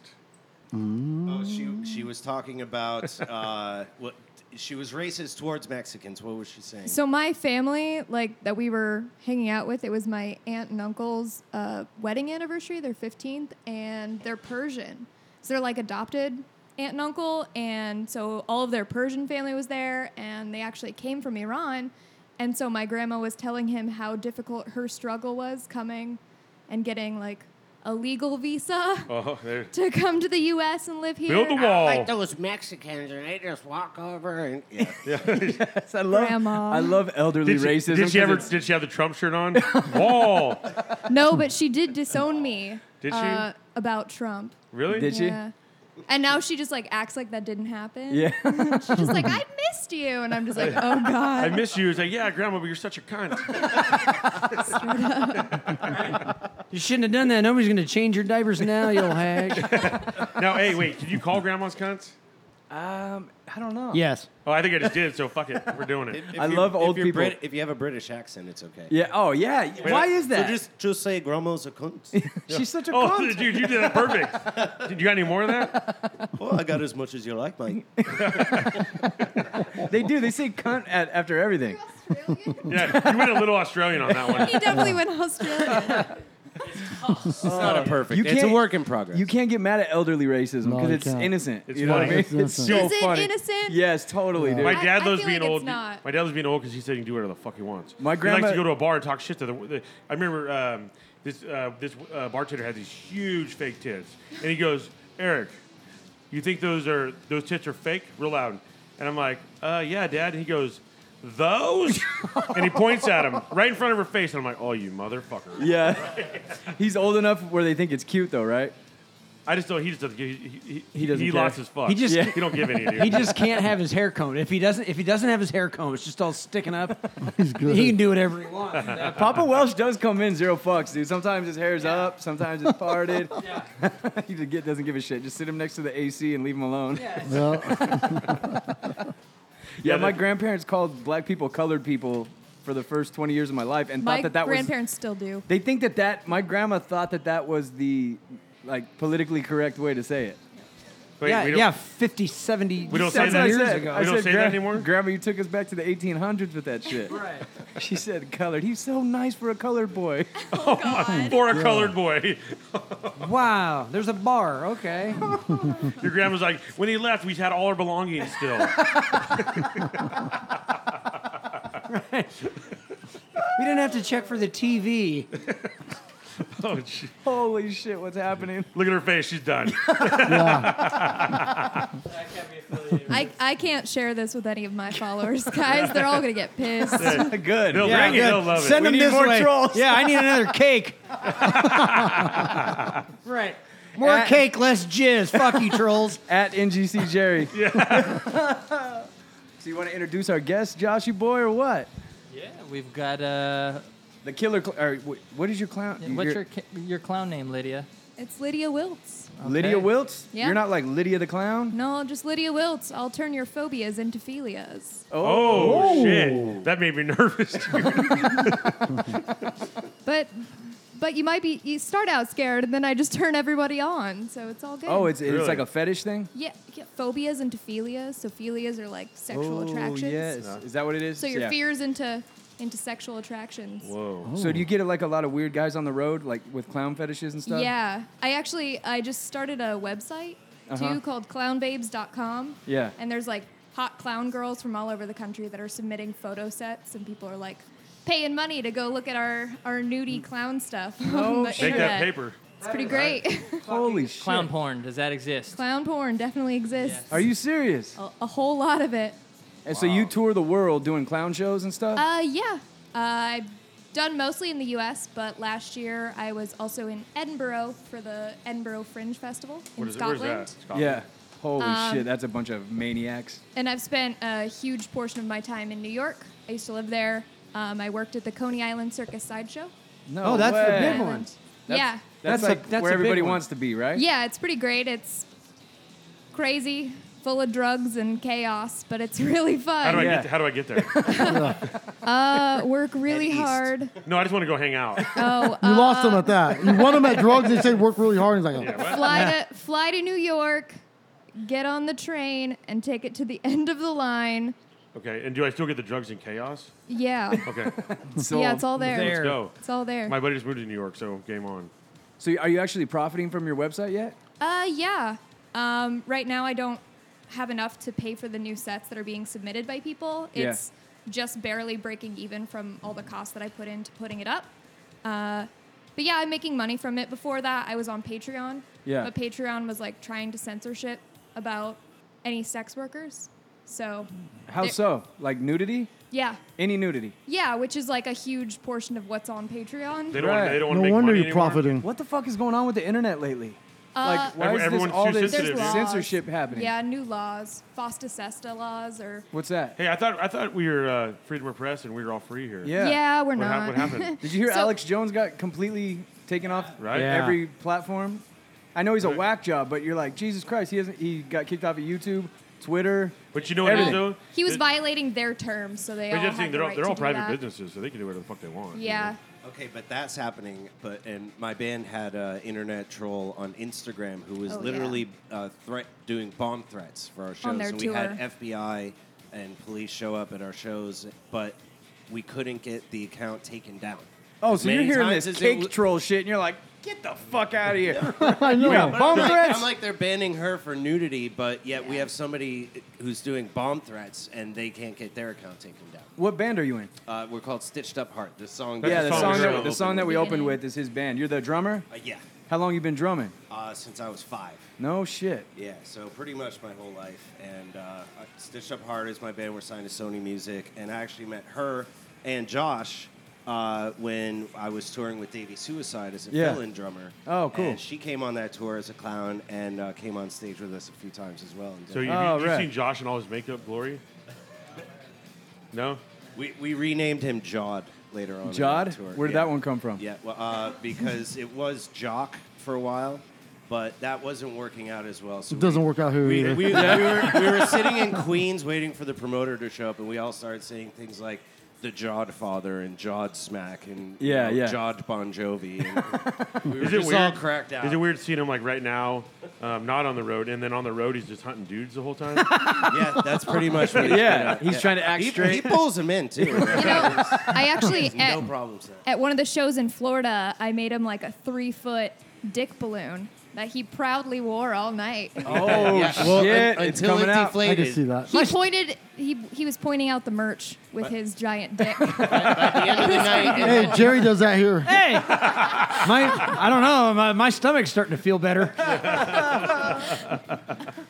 S3: Mm.
S4: Oh, she she was talking about uh, what she was racist towards Mexicans. What was she saying?
S10: So my family, like that we were hanging out with, it was my aunt and uncle's uh, wedding anniversary, their 15th, and they're Persian. So they're like adopted aunt and uncle, and so all of their Persian family was there, and they actually came from Iran. And so my grandma was telling him how difficult her struggle was coming and getting like a legal visa
S6: Oh, there.
S10: to come to the U.S. and live here.
S6: build the wall.
S4: like those Mexicans, and they just walk over and yeah.
S3: I love,
S10: Grandma.
S3: I love elderly
S6: Did she, did
S3: racism.
S6: she
S3: 'cause
S6: ever?
S3: it's-
S6: Did she have the Trump shirt on? Wall.
S10: No, but she did disown me.
S6: Did she?
S10: Uh, about Trump.
S6: Really?
S3: Did she?
S10: Yeah. And now she just like acts like that didn't happen.
S3: Yeah.
S10: She's just like, I missed you. And I'm just like, oh
S6: I
S10: God.
S6: miss you. It's like, yeah, grandma, but you're such a cunt.
S5: You shouldn't have done that. Nobody's going to change your diapers now, you old hag.
S6: now, hey, wait. Can you call grandma's cunts?
S3: Um, I don't know.
S5: yes.
S6: Oh, I think I just did. So fuck it. We're doing it.
S4: If
S3: I
S4: you're-
S3: love
S4: if
S3: old
S4: you're
S3: people.
S4: Brit- if you have a British accent, it's okay.
S3: Yeah. Oh, yeah. Why is
S4: So
S3: that?
S4: just just say grandma's a cunt.
S3: She's such a
S6: Oh,
S3: cunt.
S6: dude, you did that perfect. Did you got any more of that?
S4: well, I got as much as you like, mate.
S3: They do. They say cunt at, after everything.
S10: Australian?
S6: Yeah, you went a little Australian on that one.
S10: He definitely went Australian.
S4: It's not a perfect.
S3: Oh. You
S4: It's a
S3: can't-
S4: work in progress.
S3: You can't get mad at elderly racism
S7: No,
S3: because
S7: you
S3: it's
S7: can't.
S3: innocent.
S6: It's
S3: you know
S6: funny.
S3: what I mean?
S7: It's
S3: It's
S7: innocent.
S3: so
S10: Is it
S3: funny.
S10: innocent?
S3: Yes, totally, dude.
S6: My
S10: I-
S6: dad
S10: I
S6: loves
S10: feel
S6: being
S10: like it's
S6: old.
S10: not.
S6: My dad loves being old because he said he can do whatever the fuck he wants.
S3: My
S6: He likes
S3: grandma-
S6: to go to a bar and talk shit to the. the I remember um, this uh, this uh, bartender had these huge fake tits, and he goes, "Eric, you think those are those tits are fake?" Real loud, and I'm like, "Uh, yeah, Dad." And he goes, "Those," and he points at him right in front of her face, and I'm like, "Oh, you motherfucker!"
S3: Yeah. He's old enough where they think it's cute, though, right?
S6: I just don't. He just doesn't. He, he,
S3: He doesn't
S6: He
S3: care.
S6: lost his fuck.
S5: He just-
S6: He don't give any. Dude.
S5: He just can't have his hair combed. If he doesn't, if he doesn't have his hair combed, it's just all sticking up.
S7: He's good.
S5: He can do whatever he wants.
S3: Papa Welsh does come in zero fucks, dude. Sometimes his hair's up, sometimes it's parted. he just get, doesn't give a shit. Just sit him next to the AC and leave him alone. Yeah,
S7: yeah.
S3: my
S6: that-
S3: grandparents called black people colored people for the first 20 years of my life and
S10: My
S3: thought that that was.
S10: grandparents still do.
S3: They think that that, my grandma thought that that was the like politically correct way to say it.
S6: Wait,
S5: yeah,
S6: we don't-
S5: yeah, 50, 70
S6: We don't say
S3: That's what
S6: that
S3: I
S5: years
S3: said.
S5: ago.
S3: I
S6: We don't
S3: said,
S6: say that anymore?
S3: Grandma, you took us back to the 1800s with that shit.
S5: Right.
S3: She said, colored. He's so nice for a colored boy.
S10: Oh God.
S6: For a colored boy.
S5: Wow, there's a bar. Okay.
S6: Your grandma's like, when he left, we had all our belongings still.
S5: We didn't have to check for the TV.
S6: oh, gee.
S3: Holy shit, what's happening?
S6: Look at her face. She's done.
S10: I, I can't share this with any of my followers, guys. They're all gonna get pissed.
S3: Good.
S6: They'll bring it. They'll love
S5: Send
S6: it.
S5: them
S3: need
S5: this
S3: more
S5: way.
S3: trolls.
S5: Yeah, I need another cake. right. More
S3: Uh,
S5: cake, less jizz. Fuck you, trolls.
S3: At NGC Jerry. Yeah. so you want to introduce our guest, Joshy boy, or what?
S8: Yeah, we've got uh,
S3: The killer. Cl- or wh- what is your clown?
S8: what's your
S3: your-
S8: ca- your clown name, Lydia?
S10: It's Lydia Wilts.
S3: Lydia Wiltz?
S10: Yeah.
S3: You're not like Lydia the clown.
S10: No, just Lydia Wilts. I'll turn your phobias into philias.
S6: Oh, shit. That made me nervous. dude.
S10: But but you might be you start out scared and then I just turn everybody on, so it's all good.
S3: Oh, it's
S6: Really?
S3: it's like a fetish thing.
S10: yeah, yeah, phobias into philias. So philias are like sexual
S3: oh,
S10: attractions.
S3: Yes. Is that what it is?
S10: So your
S3: Yeah.
S10: fears into into sexual attractions.
S6: Whoa.
S3: So do you
S5: Oh.
S3: get like a lot of weird guys on the road, like with clown fetishes and stuff?
S10: Yeah, I actually I just started a website
S3: Uh-huh.
S10: too called clownbabes.com.
S3: Yeah.
S10: And there's like hot clown girls from all over the country that are submitting photo sets and people are like paying money to go look at our our
S3: Hmm.
S10: nudie clown stuff
S5: Oh,
S10: on the
S6: Make
S10: internet.
S6: that paper.
S10: It's pretty great.
S3: Holy shit.
S8: Clown porn. Does that exist?
S10: clown porn definitely exists.
S3: Are you
S5: Oh.
S3: serious?
S10: a, a whole lot of it.
S3: And so you tour the world doing clown shows and stuff?
S10: Uh, yeah. I done mostly in the U.S., but last year I was also in Edinburgh for the Edinburgh Fringe Festival in
S6: What is it? Where's
S10: Scotland.
S6: that? Scotland.
S3: Yeah. Holy
S10: Um,
S3: shit, that's a bunch of maniacs.
S10: And I've spent a huge portion of my time in New York. I used to live there. Um, I worked at the Coney Island Circus Sideshow.
S3: No,
S5: oh, that's
S3: way.
S5: the big one.
S10: Island. yeah.
S5: That's
S3: That's,
S5: a-
S3: like
S5: that's
S3: where
S5: a big
S3: everybody
S5: one.
S3: wants to be, right?
S10: Yeah, it's pretty great. It's crazy, full of drugs and chaos, but it's really
S6: How do I
S10: fun.
S6: get? How do I get there?
S10: Uh, work really
S4: east.
S10: hard.
S6: no, I just want to go hang out.
S10: Oh,
S7: You
S10: uh,
S7: lost him at that. You won him at drugs. They say work really hard. He's like, oh,
S10: fly to fly to New York, get on the train, and take it to the end of the line.
S6: Okay, and do I still get the drugs and chaos?
S10: Yeah,
S6: Okay,
S3: So,
S10: yeah, it's all there.
S6: let's go.
S10: It's all there.
S6: My buddy just moved to New York, so game on.
S3: so are you actually profiting from your website yet?
S10: Uh, yeah. Um, right now I don't have enough to pay for the new sets that are being submitted by people.
S3: Yeah.
S10: It's just barely breaking even from all the costs that I put into putting it up. Uh, but yeah, I'm making money from it. Before that, I was on Patreon.
S3: Yeah.
S10: But Patreon was like trying to censorship about any sex workers. So,
S3: How
S10: There-
S3: so? Like nudity?
S10: yeah.
S3: Any nudity?
S10: Yeah, which is like a huge portion of what's on Patreon.
S6: They don't. wanna-
S3: Right.
S6: They don't want to
S7: no
S6: make
S7: wonder
S6: money
S7: you're
S6: anymore.
S7: profiting.
S3: What the fuck is going on with the internet lately?
S10: Uh,
S3: like, why is this
S6: Everyone's
S3: all
S6: too
S3: this
S10: There's
S6: sensitive.
S10: laws.
S3: censorship happening?
S10: Yeah, new laws, FOSTA SESTA laws, or
S3: What's that?
S6: Hey, I thought I thought we were uh, freedom of press and we were all free here.
S3: Yeah.
S10: we're
S6: What,
S10: not.
S6: hap- what happened?
S3: Did you hear
S10: So-
S3: Alex Jones got completely taken off
S6: Right.
S5: Yeah.
S3: every platform? I know he's a
S6: Right.
S3: whack job, but you're like, Jesus Christ, he hasn't he got kicked off of YouTube, Twitter.
S6: But you know what it is
S3: Everything.
S6: though.
S10: He was
S6: It-
S10: violating their terms, so they
S6: But
S10: all
S6: the
S10: have
S6: other thing,
S10: the
S6: they're all,
S10: right
S6: they're
S10: to
S6: all
S10: do
S6: private
S10: that.
S6: businesses, so they can do whatever the fuck they want. you
S10: Yeah,
S6: know?
S4: Okay, but that's happening. But and my band had an internet troll on Instagram who was
S10: Oh,
S4: literally uh, threat doing bomb threats for our shows.
S10: their
S4: and we
S10: tour.
S4: had FBI and police show up at our shows, but we couldn't get the account taken down.
S3: Oh,
S4: As
S3: so you're
S4: many
S3: hearing
S4: times
S3: this
S4: as it
S3: cake
S4: w-
S3: troll shit, and you're like, get the fuck out of here.
S7: I know.
S4: But
S3: Bomb
S4: I'm
S3: threats?
S4: Like, I'm like they're banning her for nudity, but yet we have somebody who's doing bomb threats and they can't get their account taken down.
S3: what band are you in?
S4: Uh, we're called Stitched Up Heart. The song.
S6: That's
S3: yeah,
S6: the
S3: the
S6: song
S3: song
S6: we
S3: that
S6: opened
S3: the song that we
S10: with.
S3: opened with is his band. You're the drummer.
S4: Uh, yeah.
S3: How long you been drumming?
S4: Uh, since I was five.
S3: No shit.
S4: Yeah, so pretty much my whole life. And uh, Stitched Up Hard is my band. We're signed to Sony Music. And I actually met her and Josh uh, when I was touring with Davey Suicide as a
S3: Yeah.
S4: fill in drummer.
S3: Oh, cool.
S4: And she came on that tour as a clown and uh, came on stage with us a few times as well. And
S6: So you,
S3: Oh,
S6: have you
S3: right.
S6: seen Josh in all his makeup glory? No.
S4: we, we renamed him Jod later on. in
S3: Jod?
S4: that tour.
S3: Where did
S4: Yeah.
S3: that one come from?
S4: Yeah, well, uh, because it was Jock for a while. But that wasn't working out as well. So
S7: It doesn't
S4: we-
S7: work out here
S4: We,
S7: either.
S4: we, we, were, we were sitting in Queens waiting for the promoter to show up, and we all started saying things like the Jawed Father and Jawed Smack and you
S3: Yeah,
S4: know,
S3: yeah.
S4: Jawed Bon Jovi. And we were
S6: Is it
S4: just
S6: weird?
S4: all cracked out.
S6: Is it weird seeing him like right now, um, not on the road, and then on the road he's just hunting dudes the whole time?
S4: Yeah, that's pretty much what he's
S3: Yeah, he's trying to act
S4: He,
S3: straight.
S4: he pulls him in, too.
S10: you know, I actually
S4: no
S10: at,
S4: problems there.
S10: at one of the shows in Florida, I made him like a three foot dick balloon that he proudly wore all night.
S3: Oh shit! it's
S4: until
S3: coming
S4: it
S3: out.
S7: I
S4: deflated.
S7: can see that.
S10: He pointed. He he was pointing out the merch with his giant dick.
S4: At the end of the night, it-
S7: Hey, Jerry does that here.
S5: Hey, my I don't know. My, my stomach's starting to feel better.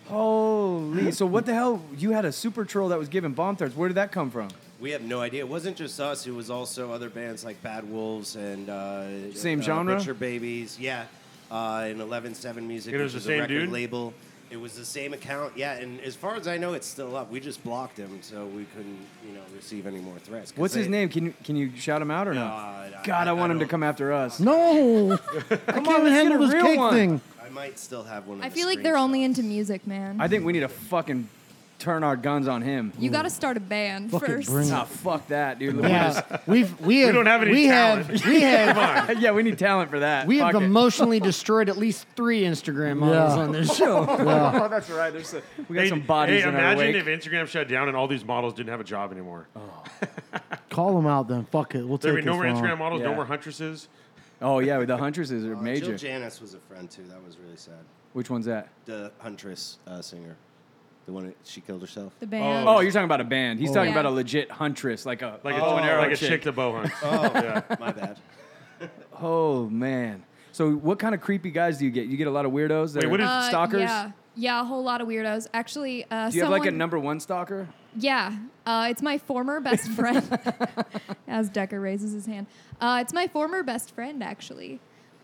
S3: Holy! So what the hell? You had a super troll that was giving bomb threats. Where did that come from?
S4: we have no idea. It wasn't just us. It was also other bands like Bad Wolves and uh,
S3: Same
S4: uh,
S3: genre?
S4: Butcher Babies. Yeah, uh, and Eleven Seven Music.
S6: It was
S4: which
S6: the
S4: is
S6: same
S4: a record
S6: dude?
S4: label. It was the same account. Yeah, and as far as I know, it's still up. We just blocked him, so we couldn't, you know, receive any more threats. 'Cause
S3: What's his
S4: they-
S3: name? Can you can you shout him out or no?
S4: God, I-
S3: God, I,
S4: I
S3: want him to
S4: don't-
S3: come after us.
S7: No. I can't
S3: let's
S7: even
S3: get
S7: handle
S3: a
S7: this
S3: real
S7: cake
S3: one.
S7: thing.
S4: I might still have one. of
S10: I
S4: the
S10: feel like they're
S4: screenshots.
S10: only into music, man.
S3: I think we need to fucking turn our guns on him.
S10: you got to start a band
S7: Fuck it,
S10: first.
S7: bring
S3: Ah, fuck that, dude.
S5: Yeah.
S7: We've we have,
S6: don't have any
S7: we
S6: talent.
S7: have we have
S3: yeah, we need talent for that.
S5: We have
S3: Fuck it.
S5: emotionally destroyed at least three Instagram models
S7: Yeah.
S5: on this show.
S3: Oh, that's right. There's a, we got
S6: Hey,
S3: some bodies
S6: hey,
S3: in our
S6: imagine
S3: wake. Oh.
S6: if Instagram shut down and all these models didn't have a job anymore.
S7: call him out then. Fuck it. We'll
S6: There'd
S7: take
S6: be
S7: it.
S6: no more Instagram models,
S3: Yeah.
S6: no more huntresses.
S3: oh yeah, the Huntresses are
S4: Uh,
S3: major.
S4: Jill Janis was a friend too. That was really sad.
S3: Which one's that?
S4: The Huntress uh, singer, the one that she killed herself.
S10: The band.
S3: Oh, you're talking about a band. He's talking
S10: Yeah.
S3: about a legit huntress, like a
S6: Like,
S3: bow
S6: a,
S3: and
S5: Oh,
S3: arrow
S6: like a chick that bow hunts.
S4: Oh, my bad.
S3: Oh man. So what kind of creepy guys do you get? You get a lot of weirdos that
S6: Wait, what
S3: are
S6: is-
S10: Uh,
S3: stalkers.
S10: Yeah, yeah, a whole lot of weirdos. Actually, uh,
S3: Do you have like a
S10: someone-
S3: number one stalker?
S10: Yeah, uh, it's my former best friend. As Decker raises his hand, uh, it's my former best friend actually,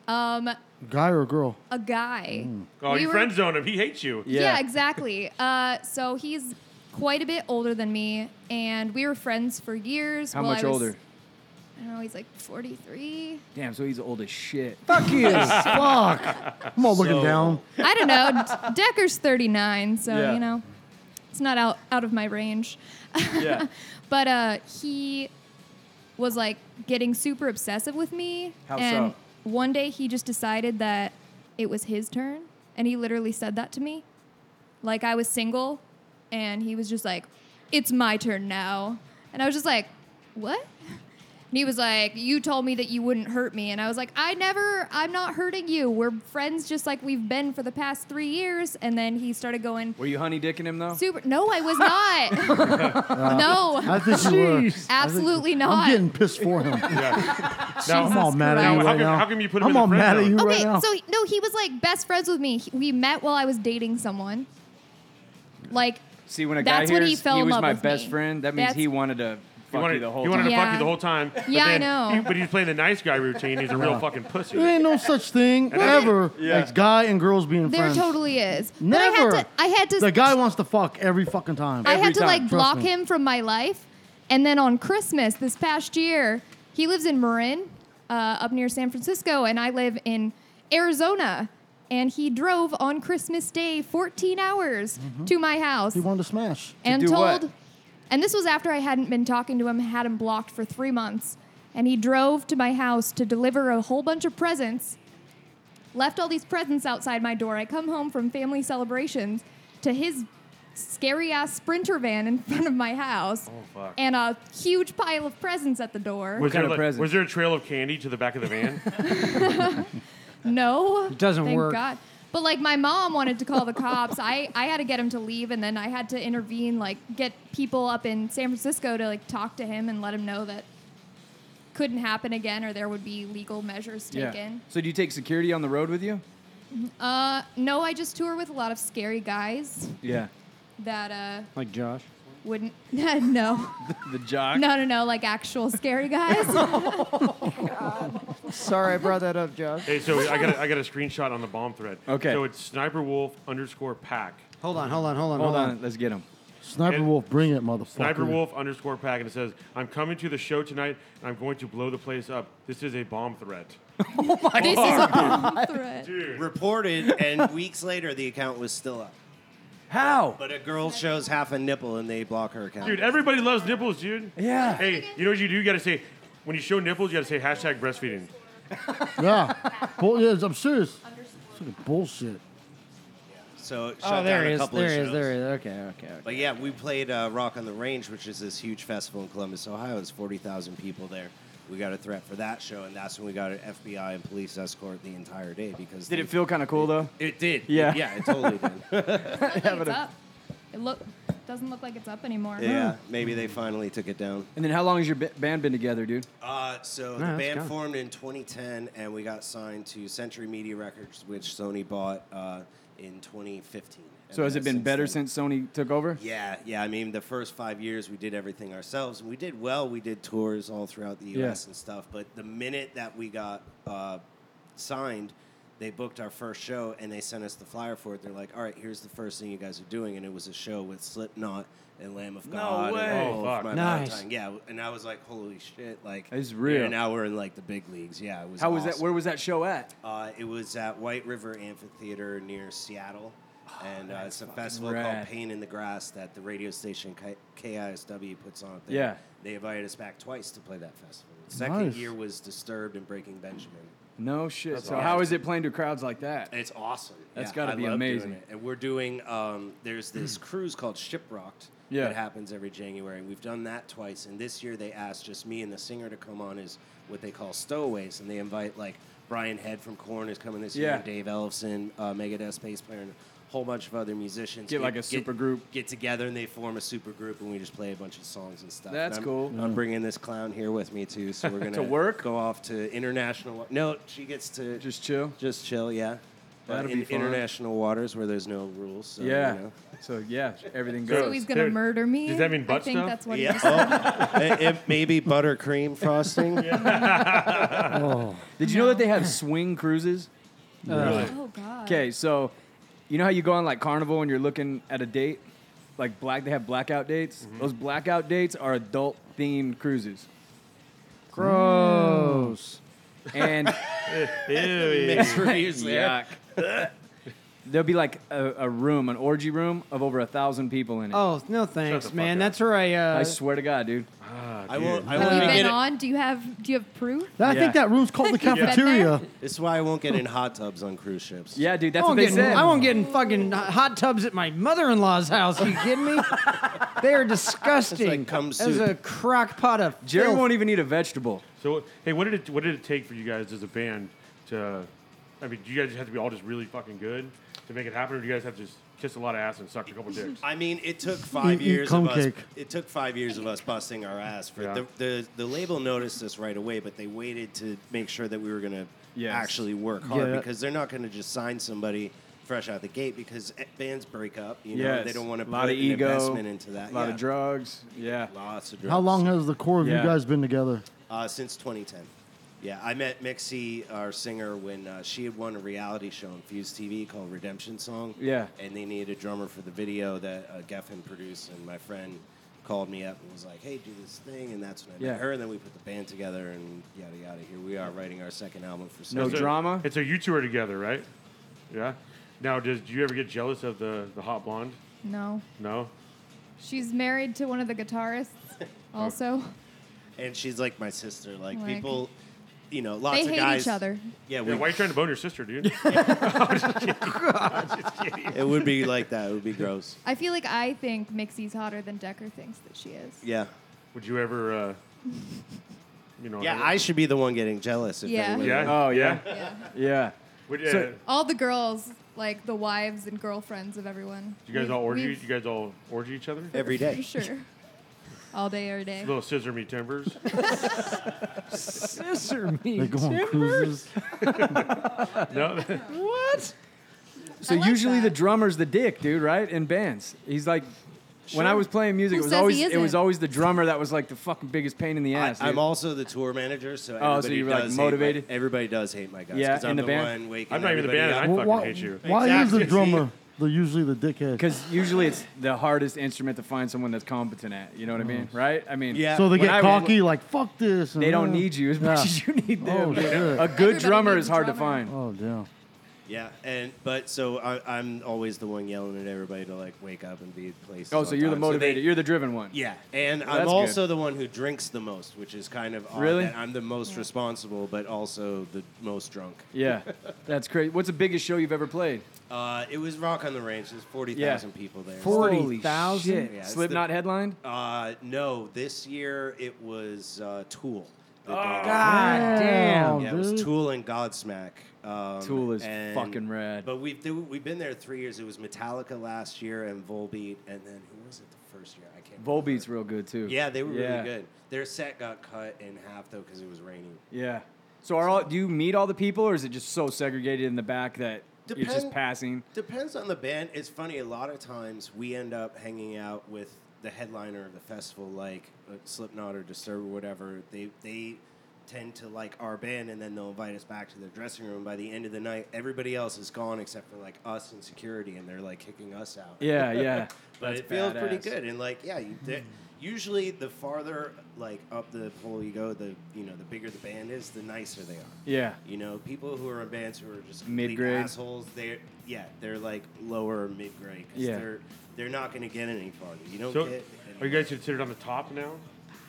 S10: um,
S7: Guy or girl?
S10: a guy.
S3: Mm.
S6: Oh,
S10: We
S6: you
S10: were-
S6: friend zone him. He hates you.
S10: Yeah, exactly. Uh, so he's quite a bit older than me, and we were friends for years.
S3: How
S10: while
S3: much
S10: I was,
S3: older?
S10: I don't know. He's like forty-three.
S3: Damn, so he's old as shit.
S7: Fuck you. Fuck. I'm all looking
S4: So-
S7: down.
S10: I don't know. D- Decker's 39, so
S3: Yeah.
S10: you know, it's not out out of my range.
S3: Yeah.
S10: But uh, he was like getting super obsessive with me,
S3: How
S10: and
S3: so?
S10: one day he just decided that it was his turn, and he literally said that to me, like I was single, and he was just like, "It's my turn now," and I was just like, "What?" And he was like, You told me that you wouldn't hurt me. And I was like, I never, I'm not hurting you. We're friends just like we've been for the past three years. And then he started going,
S3: Were you honey dicking him though?
S10: Super. No, I was not. no,
S7: I think you were.
S10: absolutely
S7: I'm
S10: not.
S7: getting pissed for him.
S6: Now,
S7: I'm all mad at you
S6: Christ.
S7: right
S6: How come-
S7: now.
S6: how come you put him
S7: I'm
S6: in the
S7: all
S6: friend
S7: mad at
S6: zone?
S7: you right
S10: okay,
S7: now.
S10: so no, he was like best friends with me. He- we met while I was dating someone. Like,
S3: See, when a
S10: That's
S3: guy
S10: when
S3: hears
S10: he
S3: he,
S10: fell in
S3: was
S10: love
S3: my
S10: with
S3: best
S10: me.
S3: friend, that means
S10: That's-
S3: he wanted to fuck
S6: He wanted,
S3: you the whole
S6: he wanted to
S3: time.
S10: Yeah.
S6: fuck you the whole time. but
S10: Yeah, I
S6: then-
S10: know.
S6: he- but he's playing the nice guy routine. He's a real fucking pussy.
S7: There ain't no such thing ever as guy and girls being
S10: there
S7: friends.
S10: totally is.
S7: Never.
S10: But I had to, I had to,
S7: the guy wants to fuck every fucking time.
S10: I had
S3: every
S10: to
S3: time,
S10: like
S7: trust
S10: block
S7: me.
S10: him from my life. And then on Christmas this past year, he lives in Marin, uh, up near San Francisco, and I live in Arizona. And he drove on Christmas Day 14 hours to my house
S7: Mm-hmm. he wanted to smash.
S10: and
S3: do
S10: told.
S3: what?
S10: And this was after I hadn't been talking to him, had him blocked for three months. And he drove to my house to deliver a whole bunch of presents, left all these presents outside my door. I come home from family celebrations to his scary ass sprinter van in front of my house
S6: fuck.
S10: and a huge pile of presents at the door.
S6: Was
S3: kind
S6: there,
S3: of
S6: like-
S3: present?
S6: was there a trail of candy to the back of the van?
S10: No. It
S5: doesn't
S10: thank
S5: work.
S10: God. But like my mom wanted to call the cops. I, I had to get him to leave and then I had to intervene, like get people up in San Francisco to like talk to him and let him know that couldn't happen again or there would be legal measures taken.
S3: So do you take security on the road with you?
S10: Uh no, I just tour with a lot of scary guys
S3: Yeah.
S10: that uh
S5: Like Josh.
S10: wouldn't no.
S3: The jock.
S10: No no no, like actual scary guys.
S5: Sorry, I brought that up, Josh.
S6: hey, so I got a, I got a screenshot on the bomb thread.
S3: Okay.
S6: So it's sniper wolf underscore pack.
S5: Hold on, hold on, hold on,
S3: Hold on, let's get him.
S7: Sniper
S6: And-
S7: Wolf, bring it, motherfucker.
S6: Sniper Wolf underscore pack, and it says, "I'm coming to the show tonight, and I'm going to blow the place up. This is a bomb threat."
S3: Oh
S10: this is a bomb threat.
S4: Reported, and weeks later, the account was still up.
S3: How?
S4: But a girl shows half a nipple, and they block her account.
S6: Dude, everybody loves nipples, dude.
S3: Yeah.
S6: Hey, you know what you do? You gotta say, when you show nipples, you gotta say hashtag breastfeeding.
S7: Yeah. Bull- yeah, I'm serious. It's like bullshit.
S4: so it shut
S5: Oh, there
S4: down
S5: he
S4: a
S5: is.
S4: couple
S5: There
S4: of
S5: he
S4: shows.
S5: is. There he is. Okay, okay, okay.
S4: But yeah, we played uh, Rock on the Range, which is this huge festival in Columbus, Ohio. There's 40,000 people there. We got a threat for that show, and that's when we got an FBI and police escort the entire day because
S3: Did
S4: they-
S3: it feel kind of cool though?
S4: It did.
S3: Yeah.
S4: Yeah, it totally did.
S10: Like it's up. It look doesn't look like it's up anymore.
S4: yeah, maybe they finally took it down.
S3: Uh-huh. And then how long has your ba- band been together, dude?
S4: Uh, so
S5: No,
S4: the
S5: it's
S4: band
S5: gone.
S4: formed in 2010, and we got signed to Century Media Records, which Sony bought uh, in 2015. And
S3: So has
S4: then
S3: it been better
S4: then-
S3: since Sony took over?
S4: Yeah, yeah. I mean, the first five years we did everything ourselves, and we did well. We did tours all throughout the U.S. and stuff. But the minute that we got uh, signed, they booked our first show and they sent us the flyer for it. They're like, "All right, here's the first thing you guys are doing," and it was a show with Slipknot and Lamb of God. and
S3: way.
S4: all of
S6: Oh, fuck.
S4: My
S5: Nice.
S4: Valentine. Yeah, and I was like, "Holy shit!" Like,
S3: It's real.
S4: And now we're in like the big leagues. Yeah, it was.
S3: How was that?
S4: awesome.
S3: Where was that show at?
S4: Uh, it was at White River Amphitheater near Seattle. And uh, it's a festival
S3: Ah, rad.
S4: called Pain in the Grass that the radio station K- KISW puts on. They,
S3: Yeah.
S4: They invited us back twice to play that festival. The second
S7: Nice.
S4: year was Disturbed and Breaking Benjamin.
S3: No shit. so
S6: awesome.
S3: how is it playing to crowds like that?
S4: And It's awesome.
S3: That's
S4: That's
S3: gotta be amazing.
S4: And we're doing, um, there's this cruise called Shipwrocked
S3: Yeah.
S4: that happens every January. And we've done that twice. And this year they asked just me and the singer to come on as what they call stowaways. And they invite like Brian Head from Korn is coming this
S3: Yeah.
S4: year, Dave Ellison, uh, Megadeth bass player, and a whole bunch of other musicians.
S3: Get like a super group.
S4: Get together and they form a super group and we just play a bunch of songs and stuff.
S3: That's
S4: And I'm-
S3: cool.
S4: I'm bringing this clown here with me too. So we're going
S3: work?
S4: Go off to international. No, she gets to
S3: Just chill.
S4: just chill, yeah. but
S3: That'll
S4: in
S3: be fun.
S4: international waters where there's no rules. So,
S3: yeah.
S4: You know.
S3: So yeah, everything goes.
S10: So he's gonna
S6: Dude,
S10: murder me.
S6: does that mean butt
S10: I think
S6: stuff?
S10: that's what
S4: Yeah.
S10: he's.
S4: Oh, it, it may be buttercream frosting.
S3: Did you know that they have swing cruises?
S5: Uh,
S10: Oh God.
S3: Okay, so you know how you go on like Carnival and you're looking at a date, like black. They have blackout dates.
S6: Mm-hmm.
S3: Those blackout dates are adult themed cruises. Gross. Mm. And
S4: Mixed reviews there.
S3: there'll be like a, a room, an orgy room of over a thousand people in it.
S5: Oh no, thanks,
S6: fuck up.
S5: man.
S6: Ah,
S5: That's where I. Uh,
S3: I swear to God, dude.
S4: I won't. I
S10: Have you
S4: won't
S10: been
S4: get. it-
S10: on? Do you have Do you have proof?
S7: I
S3: Yeah.
S7: think that room's called the
S10: You've been
S7: cafeteria.
S4: This is why I won't get in hot tubs on cruise ships.
S3: Yeah, dude, that's
S5: I
S3: what
S5: won't,
S3: they
S5: get in,
S3: said.
S5: I won't get in fucking hot tubs at my mother-in-law's house. Are you kidding me? they are disgusting.
S4: cum
S5: As
S4: soup.
S5: a crock pot of
S3: Jerry
S5: filth.
S3: won't even eat a vegetable.
S6: So hey, what did it what did it take for you guys as a band to? I mean, do you guys have to be all just really fucking good to make it happen, or do you guys have to just kiss a lot of ass and suck a couple dicks?
S4: I mean, it took five
S7: eat
S4: years
S7: cum
S4: of us.
S7: cake.
S4: It took five years of us busting our ass for
S6: Yeah.
S4: the, the the label noticed this right away, but they waited to make sure that we were gonna
S3: Yes.
S4: actually work hard
S7: Yeah.
S4: because they're not gonna just sign somebody fresh out the gate because eh, bands break up. You know,
S3: Yeah,
S4: they don't want to
S3: a
S4: put
S3: lot of
S4: an
S3: ego,
S4: investment into that.
S3: A lot
S4: Yeah.
S3: of drugs. Yeah.
S4: Lots of drugs.
S7: How long has the core of
S3: Yeah.
S7: you guys been together?
S4: Uh, since 2010. Yeah, I met Mixie, our singer, when uh, she had won a reality show on Fuse TV called Redemption Song.
S3: Yeah.
S4: And they needed a drummer for the video that uh, Geffen produced, and my friend called me up and was like, hey, do this thing, and that's when I
S3: Yeah.
S4: met her, and then we put the band together, and yada, yada. Here we are writing our second album for
S3: No
S4: Sony.
S6: So-
S3: drama?
S6: And so you two are together, right? Yeah. Now, does do you ever get jealous of the the hot blonde?
S10: No.
S6: No.
S10: She's married to one of the guitarists.
S6: Oh.
S10: Also,
S4: And she's like my sister. Like,
S10: Like-
S4: people, you know, lots
S10: they
S4: of
S10: hate
S4: guys.
S10: each other.
S4: Yeah,
S6: Yeah,
S4: we,
S6: why are you trying to bone your sister, dude?
S4: it would be like that. It would be gross.
S10: I feel like I think Mixie's hotter than Decker thinks that she is.
S4: Yeah.
S6: Would you ever, uh, you know?
S4: Yeah,
S6: ever-
S4: I should be the one getting jealous. If
S10: Yeah.
S4: anyone-
S6: Yeah.
S3: Oh, yeah.
S10: Yeah.
S3: Yeah.
S6: Would, uh,
S3: So-
S10: All the girls, like the wives and girlfriends of everyone.
S6: you guys all orgy?
S10: We've-
S6: You guys all orgy each other?
S4: Every
S10: For
S4: day.
S10: sure. All day, every day.
S6: Little scissor me timbers.
S5: scissor me.
S7: They go on
S5: Tim.
S7: cruises.
S6: no.
S5: What?
S3: So
S10: I like
S3: usually the
S10: that.
S3: drummer's the dick, dude, right? In bands, he's like. When I was playing music,
S10: Who
S3: it was
S10: says
S3: always
S10: he
S3: it was
S10: isn't?
S3: always the drummer that was like the fucking biggest pain in the ass.
S4: I,
S3: dude.
S4: am also the tour manager, so everybody
S3: Oh, so you're, like,
S4: does hate
S3: motivated?
S4: my- everybody does hate my guys.
S3: Yeah,
S4: 'cause I'm
S3: in the band?
S4: One waking
S6: I'm not even the
S4: everybody
S6: band. I
S4: up.
S6: fucking
S7: why
S6: hate you.
S10: Oh,
S7: why
S4: Exactly.
S7: is the drummer the usually the dickhead?
S3: Because usually it's the hardest instrument to find someone that's competent at. You know what I mean, right? I mean,
S4: Mm. Yeah.
S7: so they
S3: when
S7: get
S3: I was-
S7: cocky, like fuck this. and,
S3: They don't
S7: uh,
S3: need you as much as you need them.
S7: Oh, shit.
S3: a good
S10: Everybody
S3: drummer
S10: needs
S3: is hard
S10: a
S3: to
S10: drummer.
S3: find.
S7: Oh damn.
S4: Yeah, and but so I, I'm always the one yelling at everybody to like wake up and be placed.
S3: Oh, so you're the motivated. you're the driven one.
S4: yeah, and I'm
S3: that's
S4: also the one who drinks the most, which is kind of odd
S3: Really?
S4: that I'm the most responsible, but also the most drunk.
S3: Yeah, that's crazy. What's the biggest show you've ever played?
S4: Uh, it was Rock on the Range. There's forty thousand
S3: Yeah.
S4: people there.
S3: Forty
S5: 40,000?
S3: thousand.
S4: Yeah, it's the-
S3: Slipknot headlined.
S4: Uh, no, this year it was uh, Tool. that did it.
S5: Oh, God damn.
S4: Yeah, it was
S7: dude.
S4: Tool and Godsmack. Um,
S3: Tool is
S4: and-
S3: fucking rad.
S4: But we've do- we've been there three years. It was Metallica last year and Volbeat, and then who was it the first year? I can't. remember.
S3: Volbeat's real good too.
S4: Yeah, they were
S3: Yeah.
S4: really good. Their set got cut in half though because it was raining.
S3: Yeah. So are all do you meet all the people, or is it just so segregated in the back that you're just
S4: Depend-
S3: passing?
S4: Depends on the band. It's funny. A lot of times we end up hanging out with the headliner of the festival, like uh, Slipknot or Disturbed or whatever. They they tend to like our band, and then they'll invite us back to their dressing room. By the end of the night, everybody else is gone except for like us and security, and they're like kicking us out.
S3: Yeah, yeah.
S4: but
S3: That's
S4: it feels pretty
S3: badass.
S4: good. And like, yeah, you, the- usually the farther like up the pole you go, the you know the bigger the band is, the nicer they are.
S3: Yeah.
S4: You know, people who are in bands who are just complete
S3: Mid-grade.
S4: assholes. They're yeah, they're like lower mid grade.
S3: Yeah.
S4: they're they're not going to get any farther. You don't
S6: So,
S4: get.
S6: are you guys considered on the top now?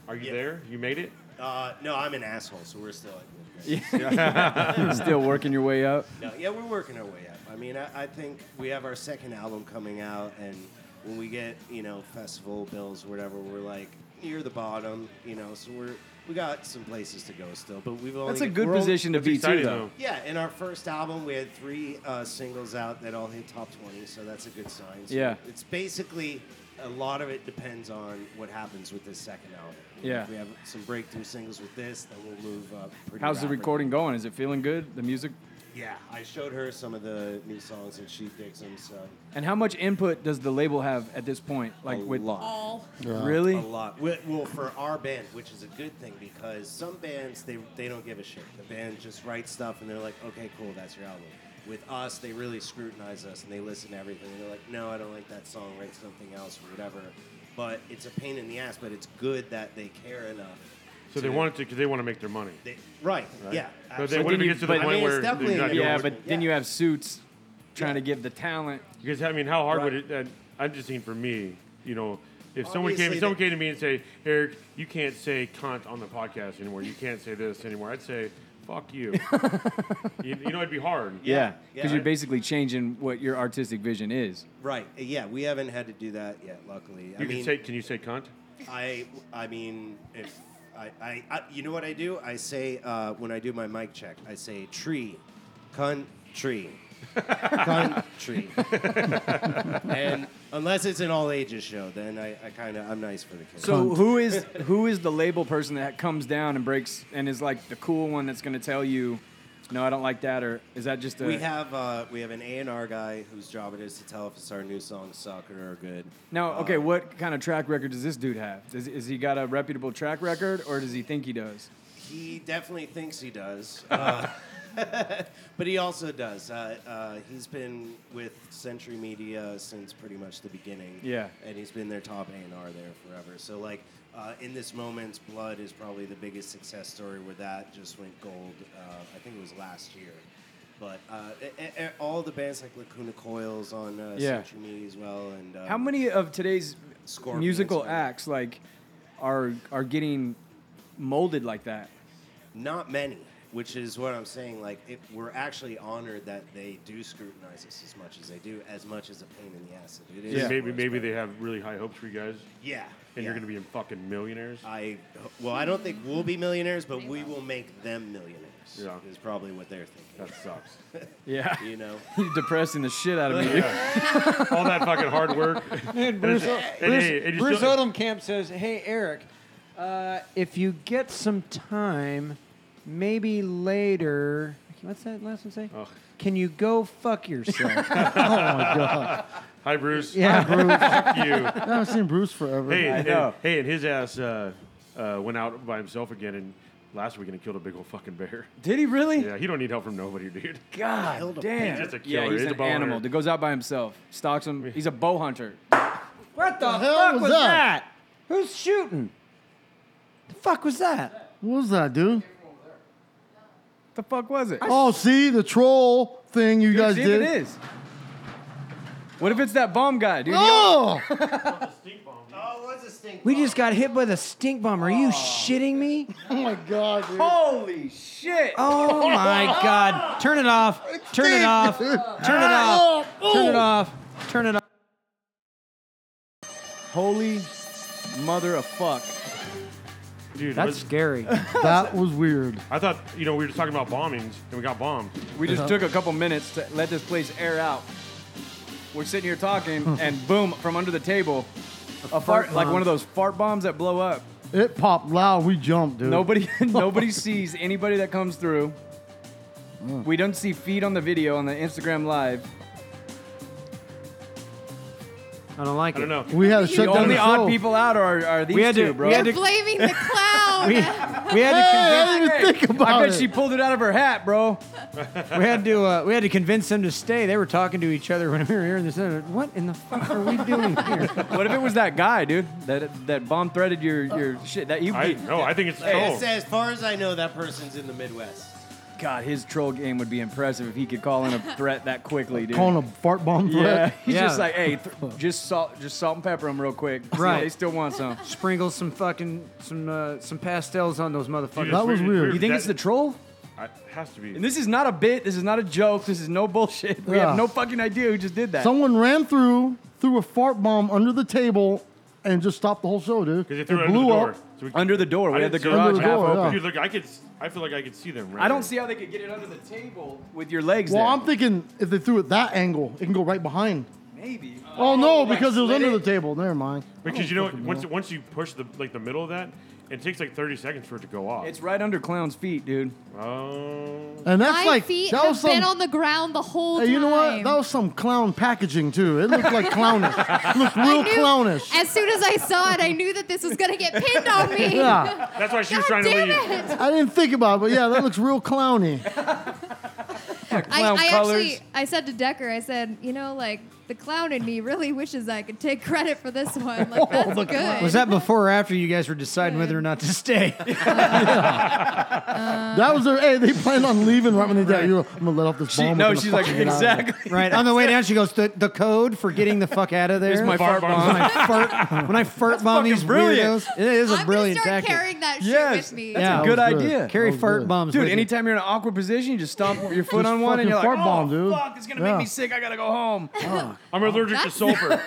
S6: Are you
S4: Yeah.
S6: there? You made it.
S4: Uh, no, I'm an asshole, so we're still at mid grade.
S3: Still working your way up.
S4: No, yeah, we're working our way up. I mean, I, I think we have our second album coming out, and when we get you know festival bills, or whatever, we're like near the bottom. You know, so we're we got some places to go still, but we've only
S3: That's a good
S4: we're only-
S3: position to
S6: That's
S3: be too,
S6: exciting,
S3: though.
S4: Yeah, in our first album, we had three uh, singles out that all hit top 20, so that's a good sign. So
S3: Yeah.
S4: It's basically a lot of it depends on what happens with this second album. You know,
S3: Yeah.
S4: If we have some breakthrough singles with this, then we'll move up pretty
S3: How's the
S4: rapidly.
S3: recording going? Is it feeling good? The music
S4: Yeah, I showed her some of the new songs and she digs them. So
S3: And how much input does the label have at this point? Like
S4: a
S3: with
S4: lot,
S3: really?
S4: a lot. We- Well, for our band, which is a good thing because some bands they they don't give a shit. The band just writes stuff and they're like, okay, cool, that's your album. With us, they really scrutinize us and they listen to everything. And they're like, no, I don't like that song. Write something else or whatever. But it's a pain in the ass. But it's good that they care enough.
S6: So they wanted to because they want to make their money.
S4: They, right, Yeah.
S6: But they
S4: absolutely.
S6: wanted to get to the
S3: but-
S6: point
S3: I
S4: mean, it's
S6: where they're
S4: definitely-
S6: not doing
S3: Yeah,
S6: it.
S3: but then
S4: Yeah.
S3: you have suits trying to give the talent.
S6: Because I mean, how hard
S4: Right.
S6: would it? And I'm just seeing for me, you know, if someone came,
S4: Obviously
S6: if someone
S4: they-
S6: came to me and say, Eric, you can't say cunt on the podcast anymore. You can't say this anymore. I'd say, fuck you. you, you know, it'd be hard.
S3: Yeah,
S4: yeah.
S3: because you're basically changing what your artistic vision is.
S4: Right. uh, Yeah, we haven't had to do that yet, luckily. I
S6: You
S4: mean,
S6: can say, can you say cunt?
S4: I, I mean, if I, I, I, you know what I do? I say uh, when I do my mic check, I say tree, country, country. and unless it's an all ages show, then I, I kind of I'm nice for the kids.
S3: So who is who is the label person that comes down and breaks and is like the cool one that's going to tell you, no, I don't like that, or is that just a?
S4: we have uh, we have an A and R guy whose job it is to tell if it's our new song suck or good.
S5: uh,
S4: Uh,
S3: now, okay, what kind of track record does this dude have? Does, is he got a reputable track record, or does he think he does?
S4: He definitely thinks he does. Uh, but he also does. Uh, uh, he's been with Century Media since pretty much the beginning.
S3: Yeah.
S4: And he's been their top A&R there forever. So, like, uh, In This Moment's Blood is probably the biggest success story where that just went gold. Uh, I think it was last year. But uh, e- e- all the bands like Lacuna Coils on uh,
S3: Yeah.
S4: Century Media as well. And uh,
S3: How many of today's
S4: Scorpions,
S3: musical
S4: right?
S3: acts like are are getting molded like that?
S4: Not many, which is what I'm saying. Like, it, we're actually honored that they do scrutinize us as much as they do, as much as a pain in the ass. It is
S6: And Maybe
S4: worse,
S6: maybe
S4: but-
S6: they have really high hopes for you guys,
S4: Yeah.
S6: and you're
S4: yeah.
S6: going to be in fucking millionaires.
S4: I well, I don't think we'll be millionaires, but we will make them millionaires.
S6: Yeah.
S4: Is probably what they're thinking.
S6: that sucks.
S3: Yeah,
S4: You know.
S3: you're depressing the shit out of me. dude.
S6: All that fucking hard work.
S5: And
S6: Bruce-
S5: Bruce,
S6: and hey, and you
S5: Bruce
S6: still-
S5: Odom Camp says, "Hey Eric, uh, if you get some time, maybe later. What's that last one say?
S6: Oh.
S5: Can you go fuck yourself?
S3: Oh
S6: Hi, Bruce.
S5: yeah, Bruce.
S6: Fuck you.
S7: I haven't seen Bruce forever.
S6: Hey,
S3: I
S6: and,
S3: know.
S6: hey, and his ass uh, uh, went out by himself again, and last weekend he killed a big old fucking bear.
S3: Did he really?
S6: Yeah, he don't need help from nobody, dude.
S3: God damn.
S6: He's just a
S3: yeah,
S6: killer.
S3: he's,
S6: He's a
S3: an
S6: bow
S3: animal
S6: hunter.
S3: that goes out by himself, stalks him. He's a bow hunter.
S5: what the,
S7: hell
S5: fuck
S7: was
S5: was,
S7: that?
S5: that? Who's shooting? The fuck was that?
S7: What was that, dude?
S3: The fuck was it?
S7: Oh, see the troll thing you
S3: Dude,
S7: guys
S3: see if
S7: did.
S3: it is. What if it's that bomb guy, dude? He-
S7: Oh,
S4: Oh, what's a stink?
S5: We just got hit by the stink bomb. Are you shitting me?
S7: oh my god, dude.
S3: Holy shit!
S5: Oh my god! Turn it off! Turn it off! Turn it off! Turn
S7: Oh.
S5: it off! Turn it off!
S3: Holy mother of fuck!
S6: Dude,
S5: That's
S6: was-
S5: scary.
S7: that was weird.
S6: I thought you know we were just talking about bombings, and we got bombed.
S3: We
S7: Uh-huh.
S3: just took a couple minutes to let this place air out. We're sitting here talking, and boom, from under the table, a fart like one of those fart bombs that blow up.
S7: It popped loud. We jumped, dude.
S3: Nobody, nobody sees anybody that comes through. We don't see feet on the video on the Instagram live.
S5: I don't like
S6: I
S5: it.
S6: don't know.
S7: We had to
S3: The
S7: shut down
S3: only
S7: the
S3: odd
S7: show.
S3: people out are, are these
S5: We had to-
S3: two, bro.
S5: we
S10: You're
S5: had to-
S10: blaming the cloud.
S5: We, we had to
S7: Hey,
S5: convince.
S7: I didn't even think about
S3: I bet
S7: it.
S3: she pulled it out of her hat, bro.
S5: We had to uh, we had to convince them to stay. They were talking to each other when we were here. And they said, "What in the fuck are we doing here?"
S3: What if it was that guy, dude? That that bomb threaded your
S5: Oh.
S3: your shit. That you
S6: I no, I think it's
S4: Hey,
S6: troll.
S4: it's- as far as I know, that person's in the Midwest.
S3: God, his troll game would be impressive if he could call in a threat that quickly, dude.
S7: calling a fart bomb
S3: yeah,
S7: threat.
S3: he's
S5: Yeah.
S3: just like, hey, th- just salt, just salt and pepper them real quick. See if
S5: Right.
S3: they still want some.
S5: Sprinkle some fucking some uh, some pastels on those motherfuckers.
S7: That was weird.
S3: You think it's the troll?
S6: I- has to be.
S3: And this is not a bit. This is not a joke. This is no bullshit. We
S7: Yeah.
S3: have no fucking idea who just did that.
S7: Someone ran through, threw a fart bomb under the table, and just stopped the whole show, dude.
S6: because they threw it, under
S7: blew
S6: the door.
S7: up.
S6: So we-
S3: under the door.
S6: I
S3: We had the
S6: didn't see
S3: garage
S7: Under the
S3: half
S7: door,
S3: open.
S7: yeah.
S6: Dude, look, I could. s- I feel like I could see them. Right
S3: I don't see how they could get it under the table with your legs.
S7: Well,
S3: there.
S7: I'm thinking if they threw it that angle, it can go right behind.
S3: maybe.
S7: Oh, no,
S3: like
S7: because it was
S3: split
S7: under
S3: it?
S7: the table. Never mind.
S6: because you know what, once once you push the like the middle of that, It takes like 30 seconds for it to go off.
S3: It's right under clown's feet, dude.
S6: oh.
S7: And that's
S10: My
S7: like
S10: feet
S7: that
S10: have
S7: was some.
S10: been on the ground the whole
S7: hey,
S10: time.
S7: you know what? That was some clown packaging too. It looked like clownish. It looked
S10: I
S7: real
S10: knew-
S7: clownish.
S10: As soon as I saw it, I knew that this was gonna get pinned on me.
S7: Yeah,
S6: That's why she was
S10: God
S6: trying to
S10: damn
S6: leave.
S10: it!
S7: I didn't think about it, but yeah, that looks real clowny.
S10: I,
S3: Clown
S10: I
S3: colors.
S10: actually, I said to Decker, I said, you know, like the clown in me really wishes I could take credit for this one. Like that's good.
S5: Was that before or after you guys were deciding whether or not to stay?
S7: That was their. Hey, they planned on leaving right when they died. You were, I'm gonna let off this
S3: She,
S7: bomb.
S3: no,
S7: we're gonna
S3: she's like,
S7: fucking get out of here."
S3: exactly.
S5: right. On the way down, she goes, the, the code for getting the fuck out of there.
S3: Here's my fart
S5: when
S3: bomb.
S5: I fart, when I fart bomb
S3: fucking
S5: these
S3: brilliant.
S5: weirdos. It is a
S10: I'm
S5: brilliant
S10: gonna start
S5: tactic.
S10: carrying that shit
S3: Yes,
S10: with me.
S3: that's
S5: Yeah.
S7: That
S3: a
S7: was
S3: good idea.
S5: Carry
S7: That was
S5: fart
S7: good.
S5: bombs,
S3: Dude,
S5: with you.
S3: anytime you're in an awkward position, you just stomp your foot
S7: Just
S3: on one and
S7: fucking
S3: you're like,
S7: fart bomb,
S3: oh,
S7: dude."
S3: fuck, it's going to
S7: Yeah.
S3: make me sick. I got to go home.
S6: I'm allergic to
S10: That's-
S6: sulfur.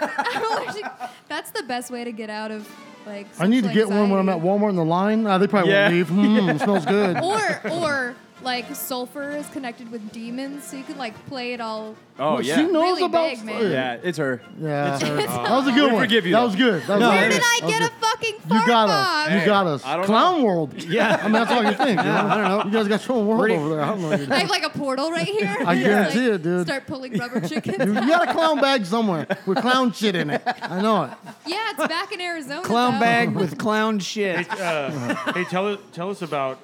S10: That's the best way to get out of like.
S7: I need to
S10: social
S7: get one when I'm at
S10: anxiety.
S7: Walmart in the line. Ah, they probably
S3: Yeah.
S7: won't leave. Hmm, smells good.
S10: Or or like sulfur is connected with demons, so you can like play it all.
S3: Oh,
S7: Well,
S3: yeah.
S7: She knows
S10: Really
S7: about.
S10: big, man.
S3: yeah, it's her.
S7: Yeah. that was a good
S3: We
S7: one.
S3: forgive you,
S7: That
S3: though.
S7: was good. That was
S5: No,
S7: good.
S10: Where
S5: it
S10: did
S5: is.
S10: I
S7: That was
S10: get
S7: good.
S10: a fucking fart
S7: You got us.
S10: bomb?
S3: Hey,
S7: You got us.
S3: I don't
S7: Clown World.
S5: Yeah.
S7: I mean, that's all I can think.
S5: Yeah, I don't know.
S7: You guys got your own world
S5: Where do you-
S7: over there. I don't know. what you're
S10: I
S7: doing.
S10: have like a portal right here.
S7: I
S10: Just,
S7: guarantee
S10: like,
S7: it, dude.
S10: Start pulling rubber
S7: You,
S10: chickens.
S7: you got a clown bag somewhere with clown shit in it. I know it.
S10: yeah, it's back in Arizona.
S5: Clown
S10: though.
S5: bag with clown shit.
S6: uh, hey, tell us, tell us about.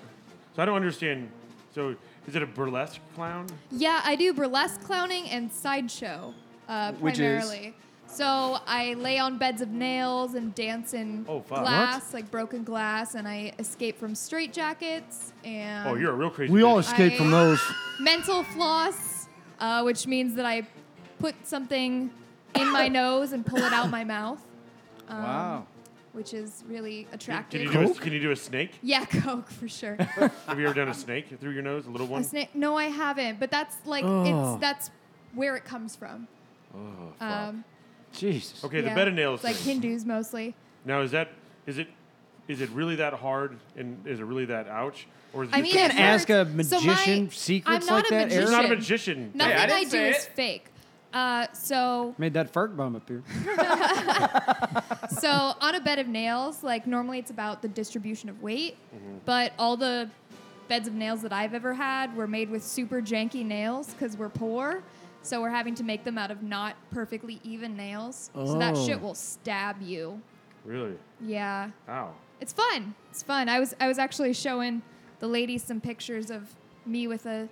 S6: So I don't understand. So is it a burlesque clown?
S10: Yeah, I do burlesque clowning and sideshow uh,
S3: Which is?
S10: primarily. So I lay on beds of nails and dance in
S6: Oh, fuck.
S10: glass, like broken glass, and I escape from straitjackets and
S6: Oh, you're a real crazy.
S7: We all
S6: bitch.
S7: escaped from
S10: I- uh,
S7: those.
S10: mental floss, uh, which means that I put something in my nose and pull it out my mouth, um,
S3: Wow.
S10: which is really
S6: Can
S10: attractive.
S6: you, do a, can you do a snake?
S10: yeah, coke for sure.
S6: Have you ever done a snake through your nose, a little one?
S10: A snake? No, I haven't. But that's like
S7: Ugh.
S10: it's that's where it comes from. Oh, um,
S5: Jesus.
S6: Okay, the
S10: yeah.
S6: bed of nails.
S10: It's like
S6: thing.
S10: Hindus mostly.
S6: Now is that is it is it really that hard and is it really that ouch? Or is it
S10: I
S6: you
S10: mean,
S6: think-
S5: can't
S10: it hurts.
S5: ask a
S10: So my-
S5: magician secrets
S10: I'm not
S5: like
S10: a
S5: that, Eric?
S10: magician.
S6: you're not a magician.
S10: Nothing
S3: I
S10: I,
S3: didn't
S10: do
S3: say
S10: is
S3: it.
S10: fake. Uh, so
S5: Made that fart bomb appear.
S10: so on a bed of nails, like normally it's about the distribution of weight,
S6: Mm-hmm.
S10: but all the beds of nails that I've ever had were made with super janky nails because we're poor. So we're having to make them out of not perfectly even nails. So that
S7: Oh.
S10: shit will stab you.
S6: Really?
S10: Yeah.
S6: Ow.
S10: It's fun. It's fun. I was I was actually showing the ladies some pictures of me with a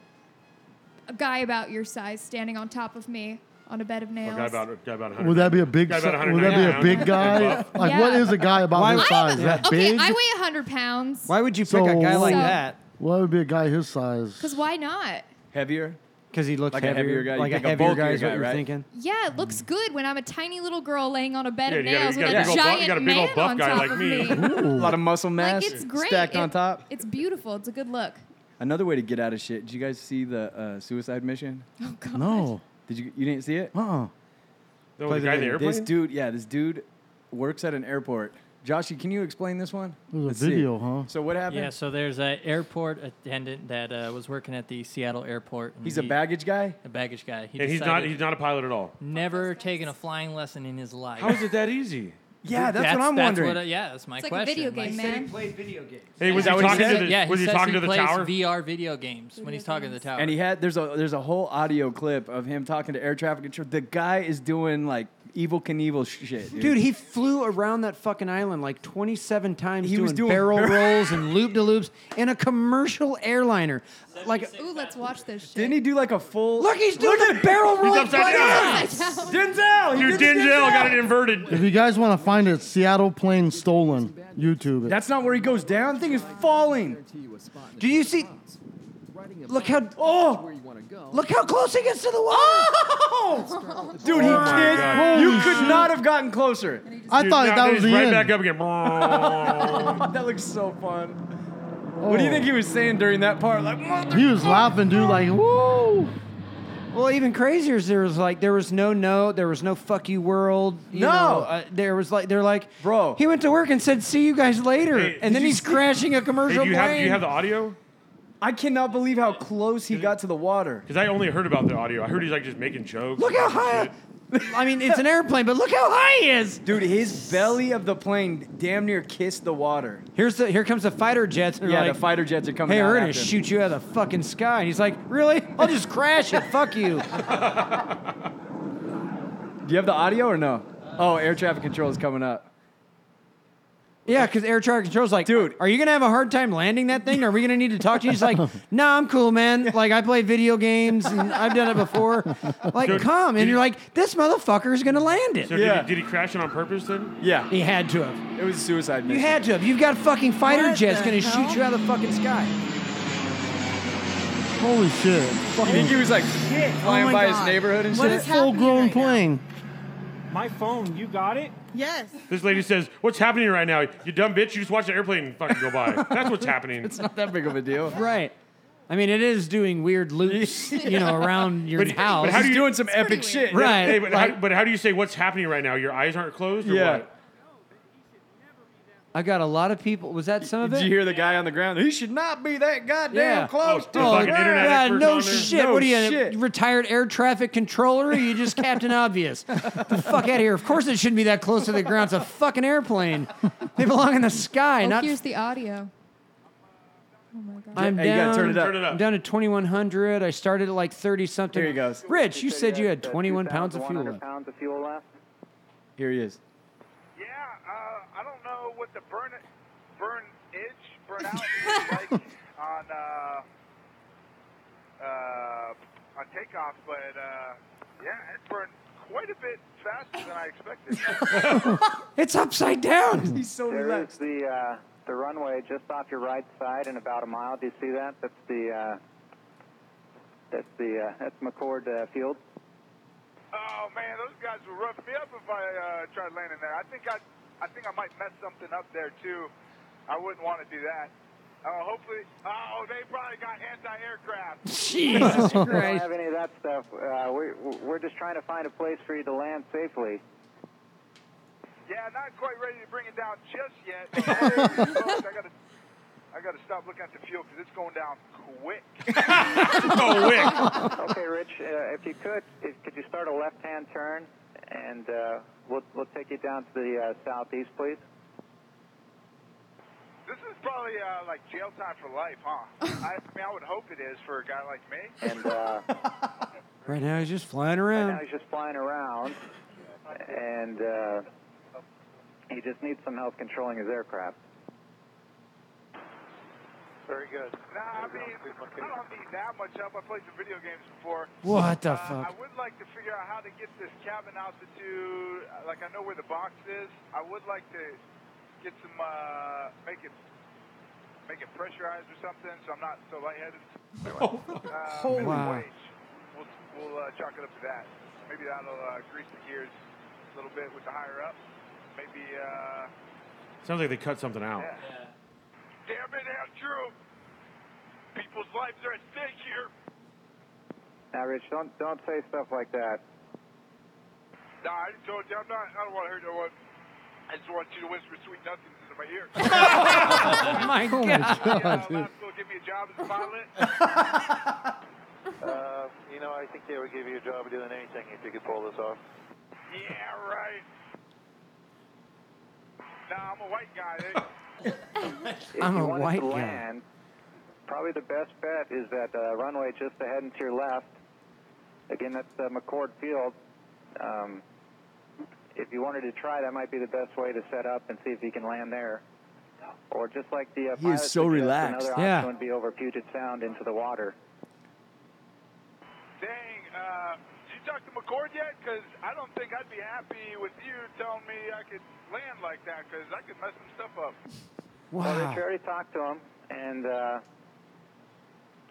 S10: a guy about your size standing on top of me on a bed of
S6: A
S10: nails.
S6: guy about a guy about 100.
S7: Would that be a big?
S6: Guy
S7: si-
S6: about
S7: Would that be
S6: 190
S7: a big
S6: pounds.
S7: guy?
S6: Big buff.
S7: Like,
S10: Yeah.
S7: what is a guy about
S5: Why
S7: his
S5: would-
S7: size? Is that
S10: okay,
S7: big?
S10: I weigh hundred pounds.
S5: Why would you pick a guy
S7: So-
S5: like
S10: So-
S5: that?
S7: What would be a guy his size?
S10: Because why not?
S3: Heavier?
S5: Because he looks
S3: Like a
S5: heavier,
S3: heavier guy. You
S5: Like a
S3: pick a
S5: heavier guy
S3: bulkier
S5: is what
S3: guy,
S5: you're
S3: right?
S5: thinking.
S10: Yeah, it looks good when I'm a tiny little girl laying on a bed
S6: Yeah,
S10: of
S6: you gotta-
S10: nails
S6: you gotta big
S10: with a
S6: old bu- you
S10: giant
S6: got a big
S10: man
S6: old buff
S10: on
S6: guy
S10: top
S6: like
S10: of
S6: me.
S3: A lot of muscle mass
S10: like it's great.
S3: stacked on
S10: It-
S3: top.
S10: It's beautiful. It's a good look.
S3: Another way to get out of shit. Did you guys see the uh, suicide mission?
S10: Oh god.
S7: no.
S3: Did you? You didn't see it?
S7: Uh. uh
S6: That was a
S5: Play the
S6: guy in the
S5: video.
S6: airplane.
S3: This dude, yeah, this dude works at an airport. Joshy, can you explain this one?
S7: It was a
S3: Let's see.
S7: video, huh?
S3: So what happened?
S8: Yeah, so there's an airport attendant that uh, was working at the Seattle airport. and
S3: He's a
S8: he-
S3: baggage guy.
S8: a baggage guy. He
S6: and he's not he's not a pilot at all.
S8: never taken a flying lesson in his life.
S6: How is it that easy?
S3: Yeah, that's, what I'm
S8: that's
S3: wondering.
S8: I- yeah, that's my
S10: It's like a
S8: question.
S10: video game, man.
S5: played video games.
S6: Hey, was
S3: that
S6: he
S3: what he
S6: talking to
S3: said?
S6: the
S8: yeah, he
S6: was he
S8: says
S6: talking
S8: he
S6: to the
S8: plays
S6: tower?
S8: VR video games when he's talking to the tower.
S3: and he had there's a there's a whole audio clip of him talking to air traffic control. The guy is doing like evil Knievel sh- shit, dude.
S5: Dude, he flew around that fucking island like 27 times
S3: He
S5: doing,
S3: was doing
S5: barrel
S3: barrel-
S5: rolls and loop de loops in a commercial airliner. Like,
S10: Ooh, let's watch this shit.
S3: Didn't he do like a full?
S5: look, he's doing a barrel roll.
S6: upside down.
S3: Denzel. He
S6: Dude,
S3: did the
S6: Denzel got it inverted.
S7: If you guys want to find it, Seattle plane stolen. YouTube it.
S3: That's not where he goes down. Thing is falling.
S5: Do you see? Look how
S3: Oh,
S5: look how close he gets to the wall. Oh!
S3: dude, he
S6: God.
S3: can't. You could not have gotten closer.
S7: I
S6: Dude,
S7: thought
S6: now
S7: that
S6: it
S7: was
S6: is
S7: the
S6: right
S7: end.
S6: back up again.
S3: That looks so fun. What do you think he was saying during that part? Like, mother.
S7: He was laughing, dude. Like, woo.
S5: Well, even crazier is there was like there was no no, there was no fuck you world. You
S3: No.
S5: know, uh, there was like they're like
S3: Bro.
S5: He went to work and said, "See you guys later,"
S6: Hey,
S5: and then
S3: you
S5: he's
S3: see-
S5: crashing a
S6: Hey,
S5: commercial
S6: do you
S5: plane.
S6: have do you have the audio?
S3: I cannot believe how close he got to the water.
S6: Because I only heard about the audio. I heard he's like just making jokes.
S5: Look
S6: and
S5: how high.
S6: shit.
S5: I mean, it's an airplane, but look how high he is.
S3: Dude, his belly of the plane damn near kissed the water.
S5: Here's the here comes the fighter jets. And
S3: Yeah,
S5: like,
S3: the fighter jets are coming
S5: Hey,
S3: out
S5: we're gonna
S3: after him.
S5: shoot you out of the fucking sky. And he's like, really? I'll just crash it. Fuck you.
S3: Do you have the audio or no? Oh, air traffic control is coming up.
S5: Yeah, because air traffic control's like,
S3: Dude.
S5: are you gonna have a hard time landing that thing? Are we gonna need to talk to you? He's like, nah, I'm cool, man. Like I play video games and I've done it before. Like,
S6: So,
S5: come.
S6: did
S5: And
S6: you-
S5: you're like, this motherfucker's gonna land
S6: So
S5: it.
S6: did,
S3: Yeah.
S6: he, did he crash it on purpose then?
S3: Yeah,
S5: He had to have.
S3: it was a suicide
S5: You
S3: mission.
S5: had to have. You've got fucking fighter
S4: What
S5: jets
S4: the
S5: gonna
S4: hell?
S5: shoot you out of the fucking sky.
S7: Holy shit.
S3: you think he was like flying
S11: my
S3: by
S11: God.
S3: his neighborhood and
S11: What
S3: shit?
S11: is
S7: Full
S11: happening
S7: grown
S11: right now?
S7: plane.
S11: My phone, you got it? Yes.
S6: This lady says, "What's happening right now? You dumb bitch! You just watched an airplane fucking go by. That's what's happening."
S3: It's not that big of a deal.
S5: Right. I mean, it is doing weird loops, you know, around your
S6: But- but
S5: house.
S6: How do
S3: He's
S6: you-
S3: doing some epic
S10: pretty
S3: shit.
S5: weird. Right.
S6: Hey, but,
S5: like-
S6: how, but how do you say what's happening right now? Your eyes aren't closed or
S3: Yeah.
S6: what?
S5: I got a lot of people. Was that some of it?
S3: Did you hear the guy on the ground? He should not be that goddamn close.
S6: Oh,
S3: to
S6: fucking
S3: the ground."
S6: internet
S5: yeah,
S6: expert
S5: no
S6: on there.
S5: shit.
S3: No
S5: what are you,
S3: shit.
S5: a retired air traffic controller? Or are you just Captain Obvious? the fuck out of here. Of course it shouldn't be that close to the ground. It's a fucking airplane. They belong in the sky,
S10: Oh,
S5: not.
S10: here's the audio. Oh my god.
S5: I'm
S3: Hey, you
S5: down.
S3: gotta turn it up.
S6: Turn it
S5: I'm
S6: up.
S5: down to 2100. I started at like 30 something.
S3: Here he goes.
S5: Rich, you said you had 21 pounds of fuel left.
S12: Pounds of fuel left.
S3: Here he is.
S12: Yeah, uh, I don't know what the burn burn itch burn out is like on uh, uh, on takeoff, but uh, yeah, it burned quite a bit faster than I expected.
S5: It's upside down.
S3: He's so
S12: there is
S3: relaxed.
S12: the uh, the runway just off your right side in about a mile. Do you see that? That's the uh, that's the uh, that's McCord uh, Field.
S11: Oh man, those guys would rough me up if I uh, tried landing there. I think I, I think I might mess something up there too. I wouldn't want to do that. Uh, hopefully, oh, they probably got anti-aircraft.
S5: Jesus
S12: We don't
S5: Christ.
S12: have any of that stuff. Uh, we, we're just trying to find a place for you to land safely.
S11: Yeah, not quite ready to bring it down just yet. but holy smokes, I gotta, I gotta stop looking at the fuel because it's going down quick.
S6: Oh, wick.
S12: Okay, Rich, uh, if you could, if, could you start a left-hand turn, and uh, we'll we'll take you down to the uh, southeast, please.
S11: This is probably uh, like jail time for life, huh? I, I mean, I would hope it is for a guy like me.
S12: And uh,
S5: Right now he's just flying
S12: right now
S5: around.
S12: he's just flying around, and uh, he just needs some help controlling his aircraft.
S11: Very good. Nah, I mean, I don't need that much help. I played some video games before.
S5: What the
S11: Uh, I
S5: fuck?
S11: would like to figure out how to get this cabin altitude. uh, Like, I know where the box is. I would like to get some, uh, make it, make it pressurized or something, so I'm not so lightheaded.
S6: Oh,
S11: Uh, minimum
S5: Wow.
S11: wage. We'll, we'll uh, chalk it up to that. Maybe that'll uh, grease the gears a little bit with the higher up. Maybe, uh,
S6: Sounds like they cut something out.
S11: yeah. Damn it, Andrew! People's lives are at stake here.
S12: Now, Rich, don't don't say stuff like that.
S11: Nah, I told you I'm not. I don't want to hurt no one. I just want you to whisper sweet nothings into my ear.
S5: Oh my God.
S11: yeah, Lasco, give me a job as a pilot.
S12: Uh, you know, I think they would give you a job doing anything if you could pull this off.
S11: yeah, right. Nah, I'm a white guy. eh?
S12: If
S5: I'm
S12: you
S5: a
S12: wanted
S5: white
S12: to
S5: guy.
S12: land, probably the best bet is that uh, runway just ahead and to your left. Again, that's uh, McCord Field. Um, if you wanted to try, that might be the best way to set up and see if you can land there. Or just like the uh,
S3: He is
S12: pilot
S3: so
S12: suggests,
S3: relaxed.
S12: Another
S5: Yeah.
S12: option would be over Puget Sound into the water.
S11: Dang. Uh, did you talk to McCord yet? Because I don't think I'd be happy with you telling me I could land like that. Because I could mess some stuff up.
S12: Well, Rich
S5: Wow.
S12: already talked to him, and uh,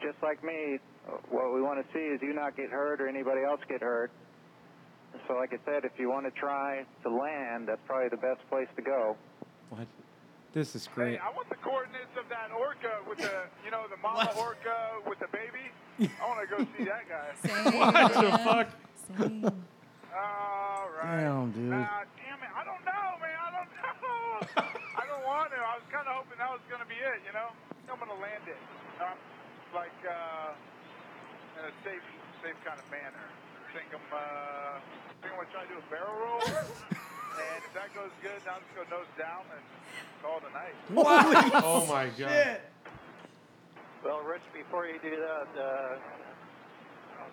S12: just like me, what we want to see is you not get hurt or anybody else get hurt. So, like I said, if you want to try to land, that's probably the best place to go.
S5: This is
S11: Hey,
S5: great.
S11: I want the coordinates of that orca with the, you know, the mama orca with the baby. I want to go see that guy.
S6: What the fuck?
S10: Same.
S11: All right.
S7: Damn, dude.
S11: Nah, damn it. I don't know, man. I don't know. I don't want to. I was kind of hoping that was going to be it, you know? I'm going to land it. Um, like, uh, in a safe, safe kind of manner. think I'm, uh, I think I'm gonna try to do a barrel roll. and if that goes good, now I'm just gonna nose down and call it a night.
S6: oh my god.
S12: Well, Rich, before you do that, uh,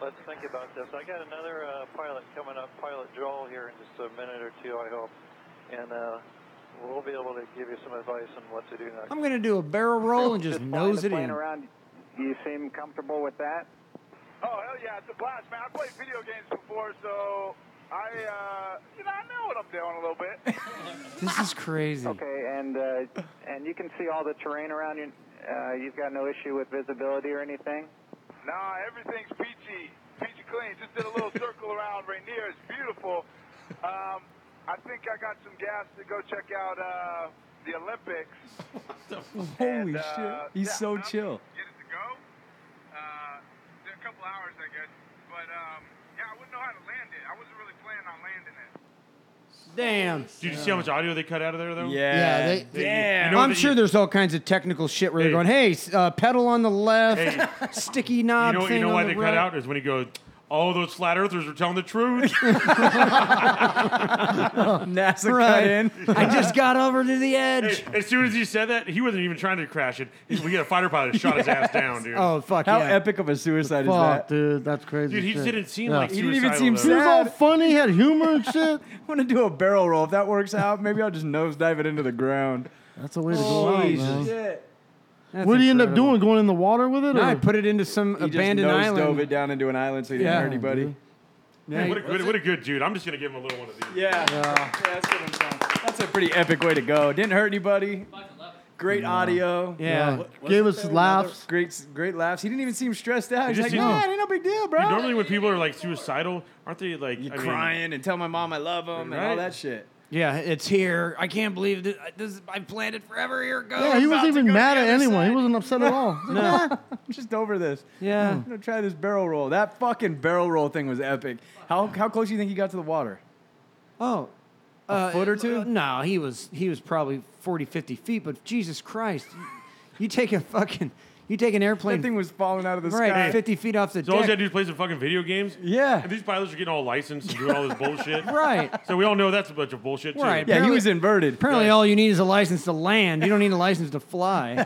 S12: let's think about this. I got another uh, pilot coming up, Pilot Joel, here in just a minute or two, I hope, and uh, we'll be able to give you some advice on what to do next.
S5: I'm gonna do a barrel roll and just nose it in.
S12: around. You seem comfortable with that.
S11: Oh hell yeah, it's a blast, man. I played video games before, so I, uh, you know, I know what I'm doing a little bit.
S5: This is crazy.
S12: Okay, and uh, and you can see all the terrain around you. Uh, you've got no issue with visibility or anything.
S11: nah, everything's peachy, peachy clean. Just did a little circle around Rainier. It's beautiful. Um, I think I got some gas to go check out uh, the Olympics.
S3: Holy
S11: And, uh,
S3: shit. He's
S11: yeah,
S3: so
S11: I'm
S3: chill.
S11: Get it to go. Uh, they're a couple hours, I guess. But um, yeah, I wouldn't know how to land it. I wasn't really planning on landing it.
S5: Damn.
S6: Did you see how much audio they cut out of there though?
S5: Yeah. they-
S6: You know
S5: I'm
S6: that
S5: sure there's all kinds of technical shit where they're going, hey, s- uh, pedal on the left,
S6: Hey.
S5: sticky knob.
S6: you know,
S5: thing
S6: you know
S5: on
S6: why
S5: the
S6: they
S5: right.
S6: cut out is when he goes, "All those flat earthers are telling the truth."
S3: NASA
S5: Right. I just got over to the edge.
S6: Hey, as soon as he said that, he wasn't even trying to crash it. He- We got a fighter pilot that shot his ass down, dude.
S5: Oh,
S7: How
S3: epic of a suicide that?
S7: fuck, dude? That's crazy.
S6: Dude, he
S7: shit.
S6: didn't seem like
S3: He didn't even
S6: suicidal,
S3: seem
S6: though.
S7: He was all
S3: sad.
S7: funny, had humor and shit.
S3: I want to do a barrel roll. If that works out, maybe I'll just nose dive it into the ground.
S7: That's a way to go out, man.
S3: That's
S7: what do you end up
S3: incredible.
S7: doing? Going in the water with it?
S3: No,
S7: or?
S3: I
S5: put it into some
S3: He just
S5: abandoned
S3: nose
S5: island.
S3: dove it down into an island so he didn't
S5: Yeah.
S3: hurt anybody.
S6: Man, what, a, what, a- what a good dude. I'm just gonna give him a little one of these.
S3: Yeah. that's what I'm saying. That's a pretty epic way to go. Didn't hurt anybody. Great audio.
S7: Yeah.
S3: What-
S7: Gave
S3: wasn't
S7: us
S3: there
S7: laughs.
S3: another- Great, great laughs. He didn't even seem stressed out.
S6: He
S3: He's
S6: just
S3: like,
S6: seemed-
S3: yeah, it ain't no big deal, bro.
S6: Dude, normally when people are like suicidal, aren't they like I mean-
S3: crying and tell my mom I love him and all
S6: Right.
S3: that shit.
S5: Yeah, it's here. I can't believe that I- this. I've planned it forever. Here it goes.
S7: Yeah, he
S5: I'm
S7: wasn't
S5: about to
S7: even
S5: go
S7: mad
S5: to the
S7: at
S5: other
S7: anyone.
S5: side.
S7: He wasn't upset at all. He's like, "Ah,
S3: No.
S7: "Nah."
S3: I'm just over this.
S5: Yeah.
S3: I'm gonna try this barrel roll. That fucking barrel roll thing was epic. How how close do you think he got to the water?
S5: Oh. A
S3: foot or two?
S5: no, he was he was probably 40, 50 feet. But Jesus Christ, you, you take a fucking you take an airplane
S3: That thing was falling out of the
S5: right
S3: sky.
S5: 50 feet off the
S6: So all you gotta
S5: deck.
S6: do is play some fucking video games.
S3: Yeah.
S6: And these pilots are getting all licensed and doing all this bullshit.
S5: Right.
S6: So we all know that's a bunch of bullshit too.
S5: Right.
S3: Yeah, he was inverted.
S5: Apparently, all you need is a license to land. You don't need a license to fly.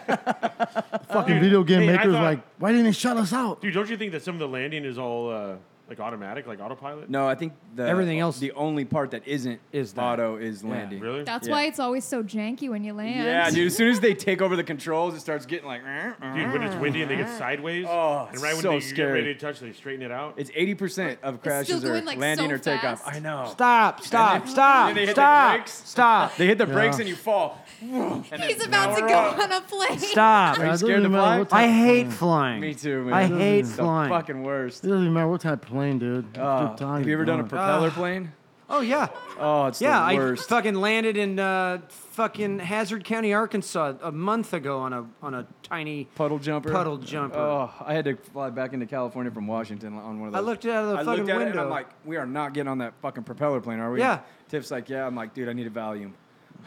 S7: Fucking video game
S6: uh, Hey, I
S7: makers
S6: thought-
S7: like, why didn't they shut us out?
S6: Dude, don't you think that some of the landing is all uh, like automatic, like autopilot?
S3: No, I think the,
S5: Everything else-
S3: The only part that isn't is
S5: that.
S3: auto is landing.
S6: Really?
S10: That's
S3: Yeah.
S10: why it's always so janky when you land.
S3: Yeah, dude. As soon as they take over the controls, it starts getting like.
S6: Dude, when it's windy and they get sideways,
S3: Oh,
S6: and right when
S3: so
S6: they
S3: scary.
S6: get ready to touch, they straighten it out.
S3: It's eighty percent of crashes are
S10: going, like,
S3: landing
S10: so
S3: or takeoff.
S10: fast.
S3: I know.
S5: Stop! Stop! Stop!
S3: and they hit the
S5: Stop!
S3: brakes.
S5: Stop!
S3: They hit the brakes and you fall. And then
S10: He's about to
S3: power
S10: go
S3: up.
S10: on a plane.
S7: Yeah, it
S5: Stop!
S7: doesn't
S3: scared to
S7: even matter
S3: fly?
S7: what type
S5: I
S7: of
S5: hate
S7: plane.
S5: flying.
S3: Me too, man.
S5: I hate
S3: It's
S5: flying.
S3: The fucking worst.
S7: It doesn't even matter what type of plane, dude.
S3: Oh, have you ever done a propeller plane?
S5: Oh yeah,
S3: Oh, it's
S5: yeah.
S3: the
S5: I
S3: worst.
S5: fucking landed in uh, fucking Hazard County, Arkansas, a month ago on a on a tiny.
S3: puddle jumper.
S5: Puddle jumper.
S3: Oh, I had to fly back into California from Washington on one of
S5: I
S3: those.
S5: looked out of the
S3: I
S5: fucking
S3: looked at it and
S5: window.
S3: I'm like, we are not getting on that fucking propeller plane, are we?
S5: Yeah.
S3: Tiff's like, yeah. I'm like, dude, I need a Valium.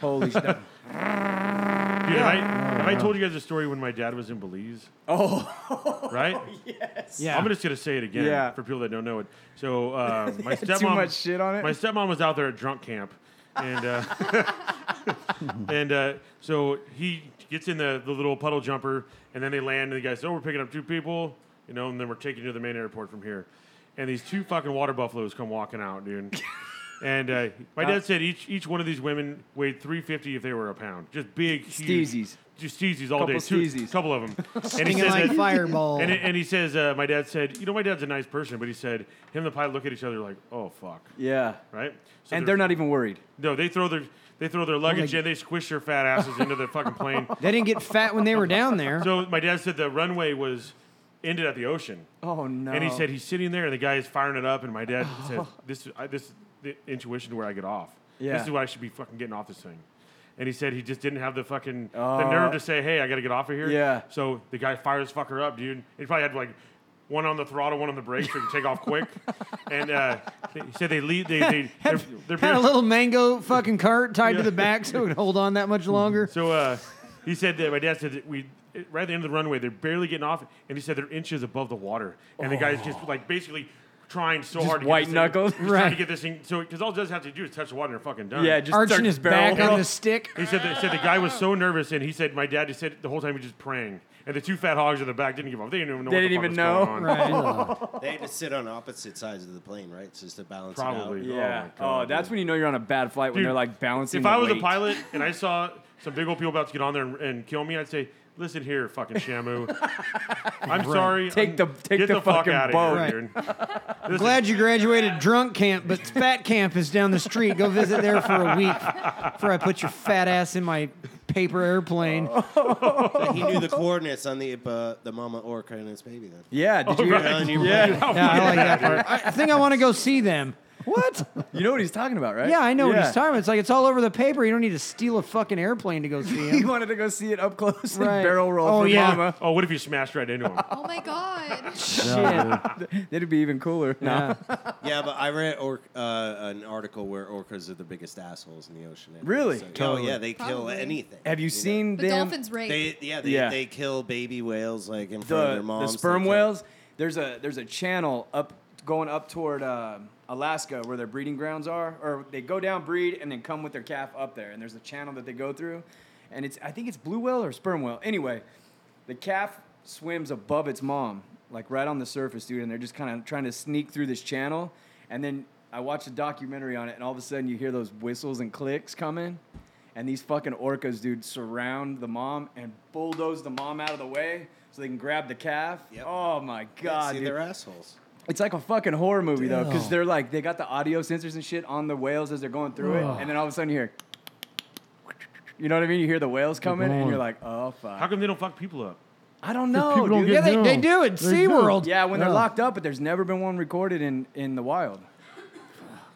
S3: Holy shit.
S6: Dude, have, I, have I told you guys a story when my dad was in Belize?
S3: Oh.
S6: Right?
S5: yeah.
S6: I'm just gonna say it again
S3: Yeah.
S6: for people that don't know it. So uh, my
S3: Too
S6: stepmom
S3: much shit on it?
S6: My stepmom was out there at drunk camp, and uh, and uh, so he gets in the, the little puddle jumper, and then they land, and the guy says, "Oh, we're picking up two people, you know, and then we're taking you to the main airport from here." And these two fucking water buffaloes come walking out, dude. And uh, my dad said each each one of these women weighed 350 if they were a pound, just big, huge,
S3: Steezies.
S6: just steezies all
S3: Couple
S6: day, Two-
S3: steezies.
S6: couple of them. and
S5: Stinging like fireball.
S6: and, it- and he says, uh, my dad said, you know, my dad's a nice person, but he said, him and the pilot look at each other like, oh fuck,
S3: yeah.
S6: right? So
S3: And they're not even worried.
S6: No, they throw their they throw their luggage in, they squish their fat asses into the fucking plane.
S5: Oh they didn't get fat when they were down there.
S6: So my dad said the runway was ended at the ocean,
S3: Oh no.
S6: and he said he's sitting there, and the guy is firing it up, and my dad
S5: Oh.
S6: said, this is I, this is the intuition to where I get off.
S3: Yeah.
S6: This is what I should be fucking getting off this thing. And he said he just didn't have the fucking the
S3: Oh.
S6: nerve to say, "Hey, I got to get off of here."
S3: Yeah.
S6: So the guy fires fucker up, dude. He probably had like one on the throttle, one on the brakes, so he can take off quick. And uh, he said they lead. They they they're, they're
S5: Had a little mango fucking cart tied to the back so it would hold on that much longer.
S6: so uh, he said that my dad said that we right at the end of the runway, they're barely getting off, and he said they're inches above the water, and the guys just like basically trying so
S3: Just
S6: hard to
S3: white
S6: get this
S3: knuckles?
S6: thing, just trying to
S3: Right.
S6: get this thing. So because all it does have to do is touch the water and they're fucking done.
S3: Yeah, just Arching touch his barrel. back on the
S5: stick.
S6: He said that, said the guy was so nervous and he said my dad just said the whole time he was just praying. And the two fat hogs in the back didn't give up. They didn't even know.
S3: They
S6: what the
S3: didn't
S6: fuck
S3: even
S6: was
S3: know.
S6: Going on.
S4: they had to sit on opposite sides of the plane, right? Just to balance
S6: Probably.
S4: it out.
S3: Yeah. Oh, that's when you know you're on a bad flight when
S6: Dude,
S3: they're like balancing.
S6: If
S3: the
S6: I was
S3: weight.
S6: a pilot and I saw some big old people about to get on there and, and kill me, I'd say, "Listen here, fucking Shamu. I'm
S5: Right.
S6: sorry.
S5: Take
S6: I'm-
S5: the- take
S6: get
S5: the
S6: the, fuck
S5: fucking
S6: out
S5: boat."
S6: of here, dude.
S5: I'm glad you graduated drunk camp, but fat camp is down the street. Go visit there for a week before I put your fat ass in my paper airplane.
S4: So he knew the coordinates on the uh, the mama orca and its baby then.
S3: Yeah, did
S5: Oh,
S3: you?
S4: You're on your
S3: yeah,
S4: way.
S5: Yeah, I like that part. I, I think I want to go see them. What?
S3: You know what he's talking about, right?
S5: Yeah, I know what
S3: Yeah.
S5: he's talking about. It's like it's all over the paper. You don't need to steal a fucking airplane to go see
S3: He
S5: him.
S3: wanted to go see it up close
S5: Right.
S3: and barrel roll
S5: Oh,
S3: for
S5: yeah.
S3: mama.
S6: Oh, what if you smashed right into him?
S10: Oh my god.
S3: Shit. That'd be even cooler. No.
S4: yeah, but I read or, uh, an article where orcas are the biggest assholes in the ocean.
S3: Really?
S4: So,
S3: Totally.
S4: Oh yeah, they kill
S10: Probably.
S4: anything.
S3: Have you seen
S10: But
S3: them?
S10: dolphins rape.
S4: They yeah they,
S3: Yeah.
S4: they kill baby whales like in front of
S3: the,
S4: their moms.
S3: the
S4: They
S3: sperm
S4: kill-
S3: whales. There's a there's a channel up going up toward uh, Alaska where their breeding grounds are, or they go down breed and then come with their calf up there. And there's a channel that they go through, and it's I think it's blue whale or sperm whale. Anyway, the calf swims above its mom, like right on the surface, dude. And they're just kind of trying to sneak through this channel, and then. I watched a documentary on it, and all of a sudden you hear those whistles and clicks coming, and these fucking orcas, dude, surround the mom and bulldoze the mom out of the way so they can grab the calf. Oh my
S4: Yeah,
S3: god,
S4: see,
S3: dude.
S4: they're assholes.
S3: It's like a fucking horror movie though, because
S4: Damn.
S3: they're like they got the audio sensors and shit on the whales as they're going through
S6: Ugh.
S3: it, and then all of a sudden you hear, you know what I mean? You hear the whales coming, and you're
S6: going.
S3: like, oh fuck.
S6: How come they don't fuck people up?
S3: I don't
S6: Because
S3: know.
S6: people don't
S3: dude.
S6: get Yeah, they- they
S5: do at They do. SeaWorld.
S3: Yeah, when
S5: Yeah.
S3: they're locked up, but there's never been one recorded in in the wild.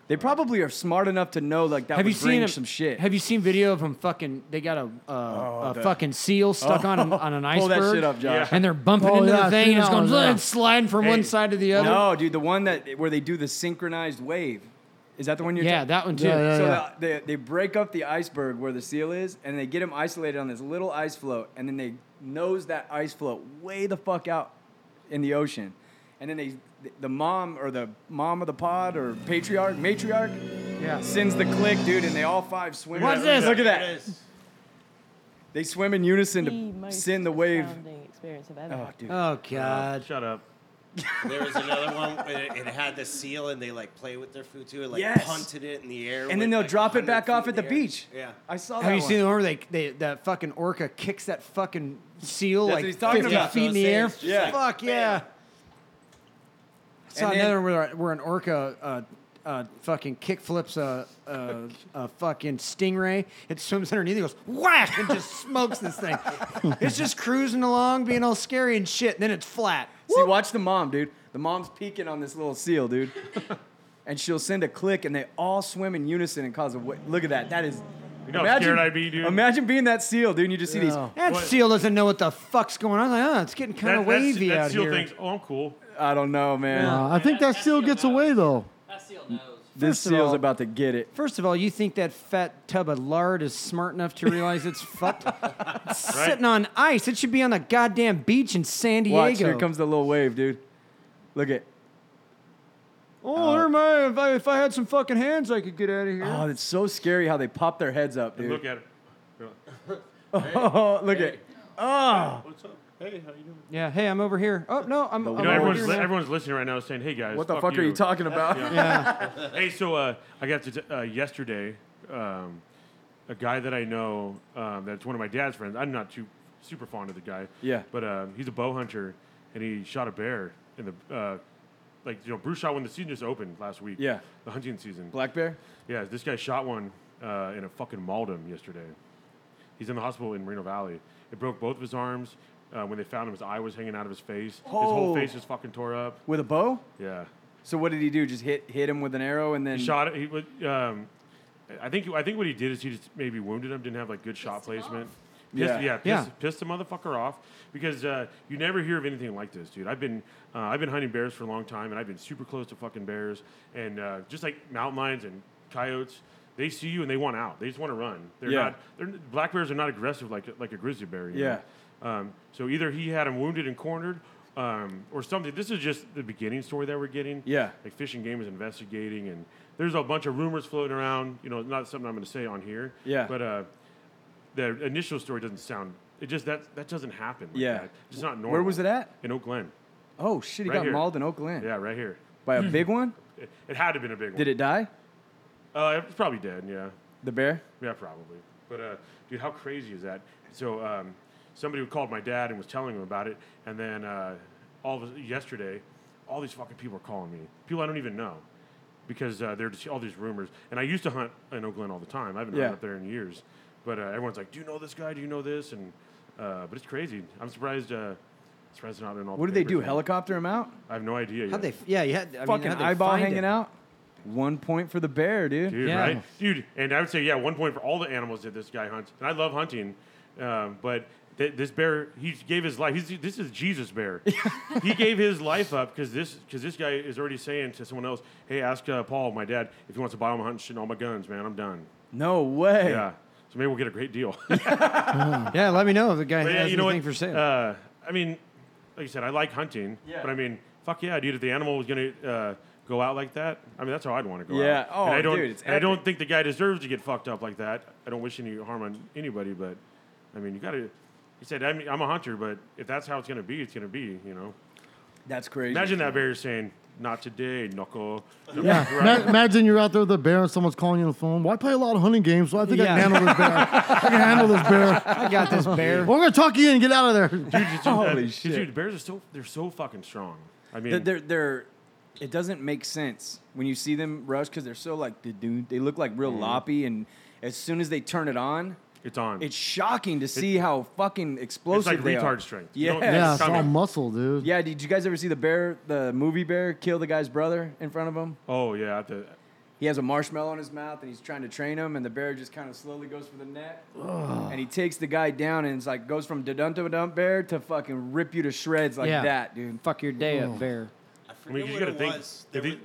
S3: They probably are smart enough to know like that.
S5: have
S3: would
S5: you seen
S3: bring
S5: him-
S3: some shit?
S5: Have you seen video of them fucking? They got a uh, a
S3: the-
S5: fucking seal stuck on an,
S3: Oh.
S5: on an
S3: Pull
S5: iceberg.
S3: that shit up, Josh.
S5: And they're bumping
S3: Oh,
S5: into
S3: yeah,
S5: the
S3: I've
S5: thing,
S3: seen
S5: and it's
S3: that
S5: going
S3: one, yeah.
S5: "It's sliding from one
S3: Hey,
S5: side to the other.
S3: No, dude, the one that where they do the synchronized wave. Is that the one you're?
S5: Yeah,
S3: talking-
S5: that one, too. Yeah, yeah,
S3: so
S5: yeah.
S3: the- they they break up the iceberg where the seal is, and they get him isolated on this little ice float, and then they nose that ice float way the fuck out in the ocean, and then they the mom or the mom of the pod or patriarch matriarch.
S5: Yeah.
S3: Sends the click, dude, and they all five swim.
S5: What's this?
S3: Look at that. They swim in unison to send the wave.
S13: experience of
S3: Oh, dude.
S5: Oh, God.
S6: Shut up.
S4: There was another one. Where it had the seal, and they like play with their food too. It, like
S3: Yes.
S4: punted it in the air,
S3: And
S4: with,
S3: then they'll
S4: like,
S3: drop it
S4: 100
S3: back off
S4: feet
S3: at the
S4: in air.
S3: beach.
S4: Yeah.
S3: I saw that.
S5: Have you
S3: one.
S5: seen the one where they, they that fucking orca kicks that fucking seal
S3: That's
S5: like
S3: what he's talking
S5: 50
S3: about.
S5: feet in the
S3: Yeah.
S5: air?
S3: Yeah.
S5: Fuck yeah. I saw
S3: And then-
S5: another one where, where an orca uh, uh, fucking kick flips a, a, a fucking stingray. It swims underneath. It goes whack and just smokes this thing. it's just cruising along, being all scary and shit. And then it's flat.
S3: See, watch the mom, dude. The mom's peeking on this little seal, dude. and she'll send a click, and they all swim in unison and cause a wa- look at that. That is.
S6: You know how scared I'd be, dude?
S3: Imagine being that seal, dude. And you just see these.
S5: That seal doesn't know what the fuck's going on. Like, oh, it's getting kind of wavy
S6: that
S5: out
S6: seal
S5: here.
S6: thinks, oh, I'm cool.
S3: I don't know, man.
S7: Uh, I think that seal gets away though.
S3: This
S5: First of
S3: seal's
S5: all-
S3: about to get it.
S5: First of all, you think that fat tub of lard is smart enough to realize it's fucked? It's Sitting on ice, it should be on the goddamn beach in San Diego.
S3: Watch, here comes the little wave, dude. Look at. Uh,
S5: oh, there my, if, I, if I had some fucking hands, I could get out of here.
S3: Oh, it's so scary how they pop their heads up, dude.
S6: Look at it. They're like,
S3: Oh, look at. Oh.
S6: What's up? Hey, how you doing?
S5: yeah, hey, I'm over here. Oh no, I'm.
S6: You
S5: I'm
S6: know,
S5: over
S6: everyone's,
S5: here
S6: li-
S5: now.
S6: everyone's listening right now saying, hey, guys.
S3: What the fuck are you talking about?
S5: Yeah.
S6: hey, so uh, I got to, t- uh, yesterday, um, a guy that I know um, that's one of my dad's friends. I'm not too super fond of the guy.
S3: Yeah.
S6: But um, he's a bow hunter, and he shot a bear in the, uh, like, you know, Bruce shot when the season just opened last week.
S3: Yeah.
S6: The hunting season.
S3: Black bear?
S6: Yeah, this guy shot one uh, in a fucking Maldon yesterday. He's in the hospital in Reno Valley. It broke both of his arms. Uh, when they found him, his eye was hanging out of his face. His
S3: Oh.
S6: whole face was fucking tore up.
S3: With a bow?
S6: Yeah.
S3: So what did he do? Just hit hit him with an arrow and then
S6: He shot it. He would. Um, I think. I think what he did is he just maybe wounded him. Didn't have like good shot placement. Pissed,
S3: Yeah.
S6: yeah,
S3: Yeah.
S6: pissed, pissed the motherfucker off because uh, you never hear of anything like this, dude. I've been uh, I've been hunting bears for a long time, and I've been super close to fucking bears, and uh, just like mountain lions and coyotes, they see you and they want out. They just want to run. They're
S3: Yeah.
S6: not. They're, black bears are not aggressive like like a grizzly bear. you know?
S3: Yeah.
S6: Um, so either he had him wounded and cornered, um, or something. This is just the beginning story that we're getting.
S3: Yeah.
S6: Like Fish and Game is investigating, and there's a bunch of rumors floating around. You know, not something I'm going to say on here.
S3: Yeah.
S6: But uh, the initial story doesn't sound. It just that that doesn't happen. Like
S3: Yeah.
S6: That. It's just not normal.
S3: Where was it at?
S6: In Oak Glen.
S3: Oh shit! He
S6: Right
S3: got
S6: here.
S3: mauled in Oakland.
S6: Yeah, right here.
S3: By a big one?
S6: It, it had to have been a big one.
S3: Did it die?
S6: Uh, it's probably dead. Yeah.
S3: The bear?
S6: Yeah, probably. But uh, dude, how crazy is that? So um, somebody called my dad and was telling him about it, and then uh, all of a- yesterday, all these fucking people are calling me. People I don't even know, because uh, they're just all these rumors. And I used to hunt in Oakland all the time. I haven't
S3: Yeah.
S6: hunted up there in years. But uh, everyone's like, "Do you know this guy? Do you know this?" And uh, but it's crazy. I'm surprised. Uh, surprised it's not in all.
S3: What
S6: the
S3: did they do?
S6: papers yet.
S3: Helicopter him out?
S6: I have no idea.
S3: How'd
S6: yet.
S3: they f- yeah, you had- I mean, Fucking how'd they eyeball find hanging it? out? One point for the bear, dude.
S6: dude, right? Dude, and I would say, yeah, one point for all the animals that this guy hunts. And I love hunting, um, but th- this bear, he gave his life. He's, this is Jesus bear. he gave his life up because this because this guy is already saying to someone else, hey, ask uh, Paul, my dad, if he wants to buy him a hunt and shit and all my guns, man, I'm done.
S3: No way.
S6: Yeah. So maybe we'll get a great deal.
S5: yeah, let me know if the guy
S6: But
S5: has
S6: yeah, you know
S5: anything
S6: what?
S5: for sale.
S6: Uh, I mean, like you said, I like hunting,
S3: Yeah.
S6: but I mean, fuck yeah, dude! If the animal was gonna uh, go out like that, I mean, that's how I'd want to go
S3: Yeah.
S6: out.
S3: Oh,
S6: and I don't,
S3: dude, it's
S6: and I don't think the guy deserves to get fucked up like that. I don't wish any harm on anybody, but I mean, you gotta. You said I mean, I'm a hunter, but if that's how it's gonna be, it's gonna be. You know.
S3: That's crazy.
S6: Imagine that bear saying, "Not today, knuckle."
S7: Yeah.
S6: Right?
S7: Ma- imagine you're out there with a bear and someone's calling you on the phone. Well, I play a lot of hunting games, so I think I
S6: Yeah.
S7: can handle this bear. I can handle this bear.
S6: I got this bear.
S7: Well, we're gonna talk you in. Get out of there. Dude,
S6: Uh, Dude, bears are so they're so fucking strong. I mean,
S3: They're, they're, they're- it doesn't make sense when you see them rush because they're so like, "Da-doo." they look like real
S6: Mhm.
S3: loppy. And as soon as they turn it on,
S6: it's on.
S3: It's shocking to see how fucking explosive they are.
S6: retard strength. You
S3: Yeah.
S6: don't-
S7: yeah, it's all muscle, dude.
S3: Yeah, did you guys ever see the bear, the movie bear, kill the guy's brother in front of him?
S6: oh yeah, at the,
S3: He has a marshmallow in his mouth and he's trying to train him, and the bear just kind of slowly goes for the neck. And he takes the guy down and it's like goes from da dum to dump bear to fucking rip you to shreds like
S5: Yeah.
S3: that, dude.
S5: Fuck your day up, bear.
S4: I
S6: I mean,
S4: forget
S6: you
S4: what
S6: gotta
S4: it
S6: think.
S4: was.
S6: if
S4: There,
S6: he-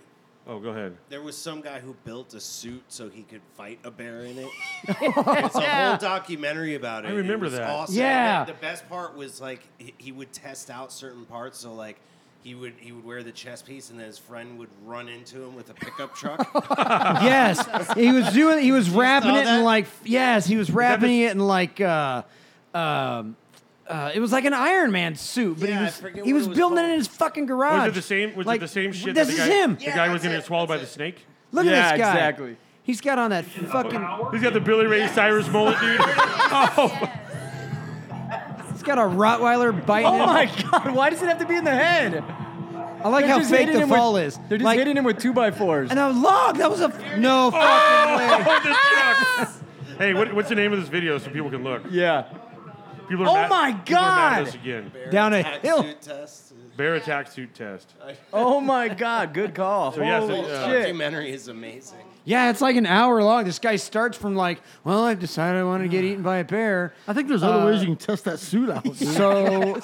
S6: oh, go ahead.
S4: there was some guy who built a suit so he could fight a bear in it. it's a whole documentary about it.
S6: I remember
S4: It was
S6: that.
S4: Awesome.
S6: Yeah.
S4: The, the best part was like he, he would test out certain parts. So like he would he would wear the chest piece, and then his friend would run into him with a pickup truck.
S5: yes, he was doing. He was wrapping
S4: saw
S5: it in
S4: that?
S5: like. Yes, he was wrapping it in like. Uh, um, uh, it was like an Iron Man suit, but
S4: Yeah,
S5: he
S4: I
S5: was
S4: forget
S5: he
S4: what
S5: was
S4: it was
S5: building it
S4: called.
S5: in his fucking garage.
S6: Was Oh, it the same? Was
S5: Like,
S6: it the same shit?
S5: This
S6: that
S5: is
S6: the guy,
S5: him.
S6: The guy was getting swallowed by the snake.
S5: Look at
S3: Yeah,
S5: this guy.
S3: exactly.
S5: He's got on that fucking.
S6: He's got the Billy Ray Cyrus mullet, dude. oh,
S5: He's got a Rottweiler biting.
S3: Oh
S5: him.
S3: my god, why does it have to be in the head?
S5: I like how fake the fall
S3: with,
S5: is.
S3: They're just
S5: Like-
S3: hitting him with two by fours.
S5: And I was log. That was a no fucking way.
S6: oh, the truck. Hey, what, what's the name of this video so people can look?
S3: Yeah.
S6: People are
S5: Oh
S6: mad,
S5: my
S6: people are mad at
S5: God.
S6: us again.
S5: Down a
S4: Tack
S5: hill.
S4: suit test.
S6: Bear attack suit test.
S3: Oh my god, good call.
S6: So yeah, so,
S3: Holy
S6: uh,
S3: shit.
S4: documentary is amazing.
S5: Yeah, it's like an hour long. This guy starts from like, well, I've decided I want to get eaten by a bear. Uh,
S7: I think there's other ways you can test that suit out. Dude.
S5: So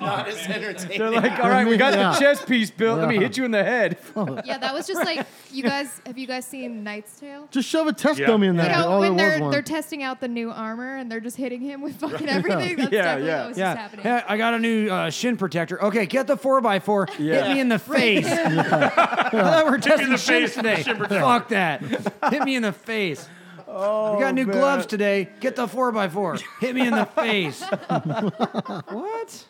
S4: Not as entertaining.
S3: They're like, all right, we got
S7: Yeah.
S3: the chest piece built. Let me
S7: Yeah.
S3: hit you in the head.
S10: Yeah, that was just like you guys. Have you guys seen Knight's Tale?
S7: just shove a test
S6: Yeah.
S7: dummy in
S10: You
S7: there.
S10: know,
S7: oh, there
S10: when
S7: was
S10: they're
S7: one.
S10: they're testing out the new armor and they're just hitting him with fucking everything. That's
S3: Yeah,
S10: definitely
S3: yeah.
S10: what was
S5: yeah,
S10: just happening.
S5: yeah, I got a new uh, shin protector. Okay, get the four x four. Hit
S3: Yeah.
S5: me in the face. I thought we were
S6: me in
S5: testing
S6: the
S5: shins
S6: face with the
S5: today.
S6: shin protector.
S5: Fuck that. Hit me in the face.
S3: Oh,
S5: We got new
S3: man.
S5: gloves today. Get the four x four. Hit me in the face. what?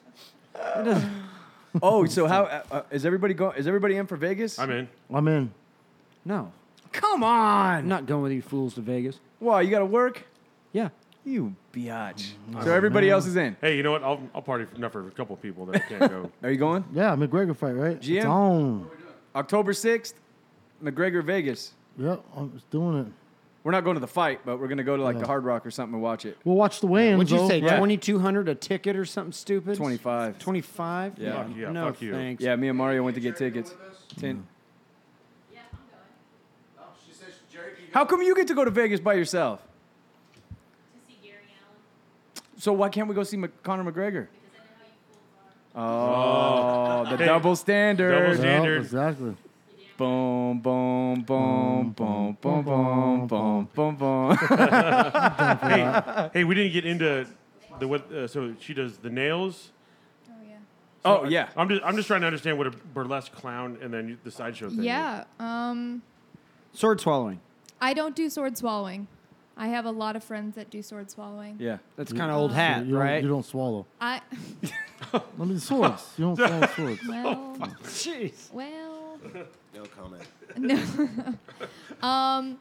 S3: Oh, so how uh, uh, is everybody going? Is everybody in for Vegas?
S6: I'm in.
S7: I'm in.
S5: No,
S3: Come on.
S5: I'm not going with you fools to Vegas.
S3: Why you got to work?
S5: Yeah.
S3: You biatch.
S4: Mm,
S3: So everybody else is in.
S6: Hey, you know what? I'll, I'll party for, enough for a couple people that I can't go.
S3: Are you going?
S7: Yeah, McGregor fight, right?
S3: GM?
S7: It's on.
S3: October sixth, McGregor Vegas.
S7: Yep, I'm just doing it.
S3: We're not going to the fight, but we're gonna go to like the Hard Rock or something and watch it.
S7: We'll watch the weigh-ins.
S5: What'd you
S7: though.
S5: say?
S3: Yeah.
S5: Twenty two hundred a ticket or something stupid?
S3: Twenty five.
S5: Twenty five?
S3: Yeah.
S6: Fuck yeah,
S5: no
S6: fuck you.
S5: thanks.
S3: Yeah, me and Mario went to get tickets. Ten. How come you get to go to Vegas by yourself? So why can't we go see Mc- Conor McGregor? Oh, the
S6: Hey,
S3: double standard.
S6: double
S7: Yep,
S6: Standard.
S7: exactly.
S3: Boom, boom, boom, boom, boom, boom, boom, boom, boom.
S6: hey, hey, we didn't get into the what. Uh, so she does the nails,
S10: Oh yeah.
S3: Oh,
S6: I-
S3: yeah.
S6: I'm just I'm just trying to understand what a burlesque clown and then the sideshow thing.
S10: Yeah. Um,
S5: Sword swallowing.
S10: I don't do sword swallowing. I have a lot of friends that do sword swallowing.
S5: Yeah, that's
S7: You-
S5: kind of old
S7: so
S5: hat,
S7: you don't-
S5: right?
S7: You don't swallow.
S10: I
S7: I mean, swords. You don't swallow swords.
S10: well,
S5: jeez.
S10: Well,
S4: No comment.
S10: no. um,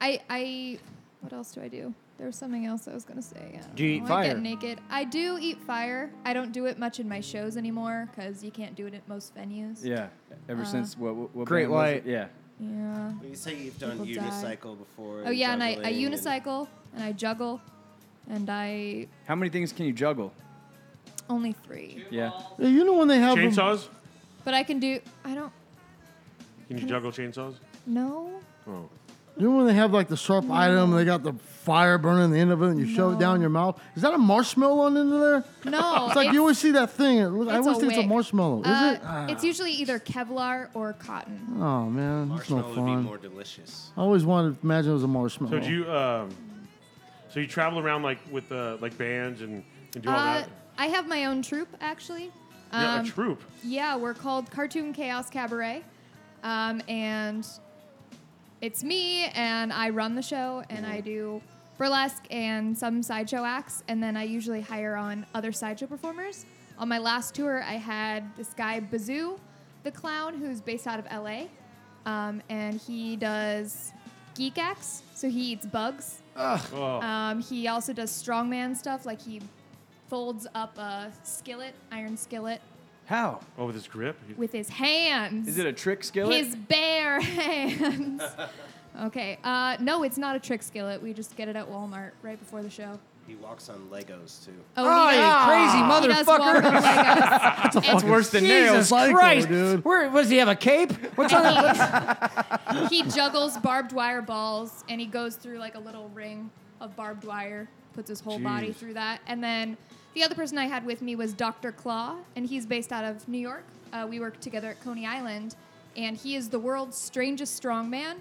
S10: I I what else do I do? There was something else I was gonna say. I don't
S5: Do you eat
S10: know. I
S5: fire?
S10: get naked. I do eat fire. I don't do it much in my shows anymore because you can't do it at most venues.
S3: Yeah. Ever
S10: Uh,
S3: since what? what, what
S5: Great
S3: band was it?
S5: White.
S3: Yeah.
S10: Yeah.
S4: When you say you've done
S10: People die.
S4: unicycle before.
S10: Oh yeah, and I, I
S4: juggling and-
S10: unicycle and I juggle, and I
S3: How many things can you juggle?
S10: only three.
S3: Yeah.
S7: Yeah, you know when they have them-
S6: Chainsaws?
S10: But I can do. I don't
S6: Can you juggle chainsaws?
S10: know.
S6: Oh.
S7: You know when they have like the sharp item, they got the fire burning in the end of it, and you shove it down your mouth. Is that a marshmallow on into there?
S10: No,
S7: It's like
S10: it's-
S7: you always see that thing. It look- I
S10: it's
S7: always
S10: a
S7: think it's a
S10: wick.
S7: marshmallow. Is
S10: Uh,
S7: it? Ah.
S10: It's usually either Kevlar or cotton.
S7: Oh man, that's
S4: Marshmallow
S7: not
S4: would be
S7: fun.
S4: more delicious.
S7: I always wanted to imagine it was a marshmallow.
S6: So do you um, so you travel around like with uh, like bands and, and do all
S10: Uh,
S6: that?
S10: I have my own troupe, actually.
S6: Yeah, a
S10: Um,
S6: troupe.
S10: Yeah, we're called Cartoon Chaos Cabaret, um, and it's me, and I run the show, and I do burlesque and some sideshow acts, and then I usually hire on other sideshow performers. On my last tour, I had this guy Bazoo, the clown, who's based out of LA, um, and he does geek acts, so he eats bugs.
S6: Oh.
S10: Um, he also does strongman stuff, like he folds up a skillet, iron skillet,
S3: How?
S6: Oh, with his grip. He-
S10: with his hands.
S3: Is it a trick skillet?
S10: His bare hands. okay. Uh, no, it's not a trick skillet. We just get it at Walmart right before the show. Oh,
S4: He walks on Legos too.
S10: he
S5: Oh, you
S10: does-
S5: crazy
S6: Ah.
S10: he does walk
S5: motherfucker.
S10: on Legos.
S3: That's worse than
S5: Jesus
S3: nails.
S5: Christ, Where what, does he have a cape? What's on that?
S10: he juggles barbed wire balls and he goes through like a little ring of barbed wire, puts his whole body
S3: Jeez.
S10: through that. And then the other person I had with me was Dr. Claw, and he's based out of New York. Uh, we work together at Coney Island, and he is the world's strangest strongman.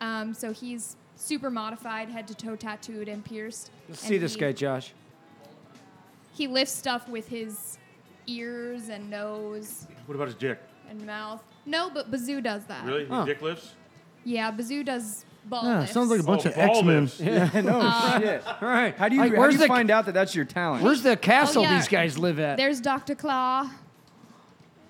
S10: Um, so he's super modified, head to toe tattooed and pierced.
S5: Let's
S10: And
S5: see this
S10: he-
S5: guy, Josh.
S10: He lifts stuff with his ears and nose
S6: What about his dick?
S10: and mouth. No, but Bazoo does that.
S6: Really? His
S5: Huh.
S6: dick lifts?
S10: Yeah, Bazoo does ball
S7: Yeah,
S10: lifts.
S7: sounds like a bunch
S6: Oh,
S7: of
S6: ball
S7: X Men.
S6: lifts.
S5: Yeah.
S3: no
S10: Uh,
S3: shit.
S5: All right.
S3: How do you,
S5: Like,
S3: how
S5: where's
S3: do you
S5: the
S3: find out that that's your talent?
S5: Where's the castle
S10: Oh, yeah.
S5: these guys live at?
S10: There's Dr. Claw.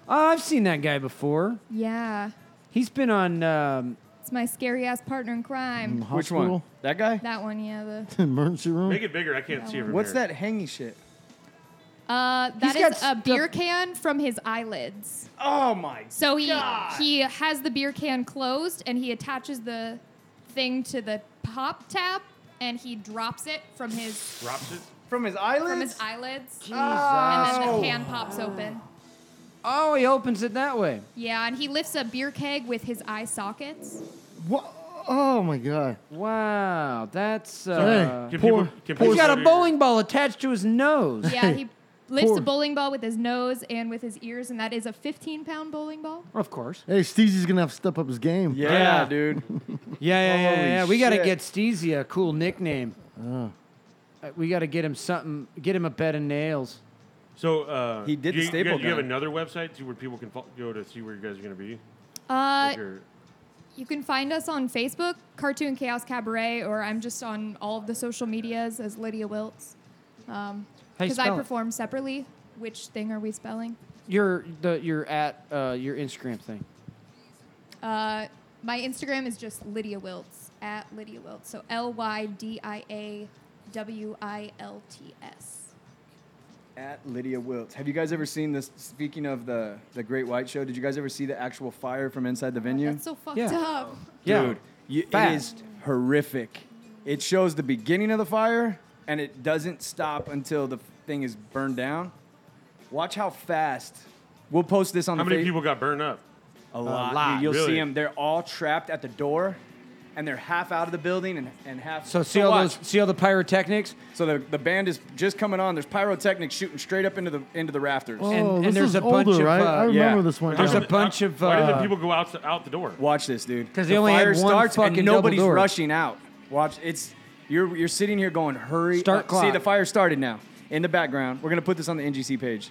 S5: Oh, I've seen that guy before.
S10: Yeah.
S5: He's been on. Um,
S10: It's my scary ass partner in
S5: Mm,
S10: crime.
S3: Which one? That guy?
S10: That one, yeah. The
S7: Emergency room.
S6: Make it bigger. I can't see it from
S3: What's
S6: here.
S3: that hangy shit?
S10: uh,
S5: He's
S10: that
S5: got
S10: is a
S5: stuff-
S10: beer can from his eyelids.
S3: Oh my.
S10: So he he has the beer can closed and he attaches the thing to the pop tap and he drops it from his
S6: Drops it.
S3: From his eyelids?
S10: from his eyelids.
S5: Oh. Jesus.
S10: And then the can pops open.
S5: Oh, he opens it that way.
S10: Yeah, and he lifts a beer keg with his eye sockets.
S7: Wha- Oh my god.
S5: Wow, that's. Uh,
S6: Can
S7: Poor-
S6: people, can
S5: he's
S6: people
S5: got a
S6: sit
S5: bowling ball attached to his nose.
S10: Yeah, he lifts
S7: Poor-
S10: a bowling ball with his nose and with his ears, and that is a 15 pound bowling ball.
S5: Of course.
S7: Hey, Steezy's gonna have to step up his game.
S3: yeah,
S5: Yeah.
S3: dude.
S5: Yeah, yeah, yeah.
S3: Holy
S5: yeah. We got to
S3: shit. Mm.
S5: get Steezy a cool nickname. Uh, we got to get him something. Get him a bed of nails.
S6: So uh,
S3: He did
S6: you,
S3: the staple
S6: You, guys, you have
S3: gun.
S6: another website to where people can fo- go to see where you guys are going to be.
S10: Uh,
S6: Like your-
S10: You can find us on Facebook, Cartoon Chaos Cabaret, or I'm just on all of the social medias as Lydia Wiltz. Because
S5: How you
S10: I
S5: spell it?
S10: perform separately. Which thing are we spelling?
S5: Your the your at uh, your Instagram thing.
S10: Uh, my Instagram is just Lydia Wiltz, at Lydia Wiltz. So L Y D I A W I L T S.
S3: At Lydia Wiltz. Have you guys ever seen this? Speaking of the the Great White Show, did you guys ever see the actual fire from inside the venue?
S10: That's so fucked
S5: Yeah.
S10: up.
S3: Dude, you, it is
S5: Fast.
S3: horrific. It shows the beginning of the fire and it doesn't stop until the thing is burned down. Watch how fast. We'll post this on
S6: how
S3: the
S6: many
S3: fa-
S6: people got burned up?
S3: A lot.
S5: lot,
S3: dude. You'll
S6: really.
S3: see them. They're all trapped at the door and they're half out of the building and, and half.
S5: So see all
S3: watch.
S5: those see all the pyrotechnics,
S3: So the, the band is just coming on. There's pyrotechnics shooting straight up into the into the rafters.
S7: Oh,
S5: and- and
S7: this
S5: there's
S7: is
S5: a bunch
S7: older,
S5: of,
S7: right?
S5: uh,
S7: I remember
S3: yeah.
S7: this one.
S5: There's
S6: How
S5: a
S6: did-
S5: bunch
S6: how-
S5: of,
S6: Why did
S5: uh,
S6: the people go out the- out the door?
S3: Watch this, dude.
S5: 'Cause they
S3: the
S5: only had
S3: fire
S5: one
S3: starts
S5: fucking
S3: and
S5: double
S3: nobody's
S5: door.
S3: rushing out. Watch, it's you're you're sitting here going, hurry.
S5: Start
S3: up. See,
S5: clock.
S3: the fire started now. In the background, we're gonna put this on the NGC page.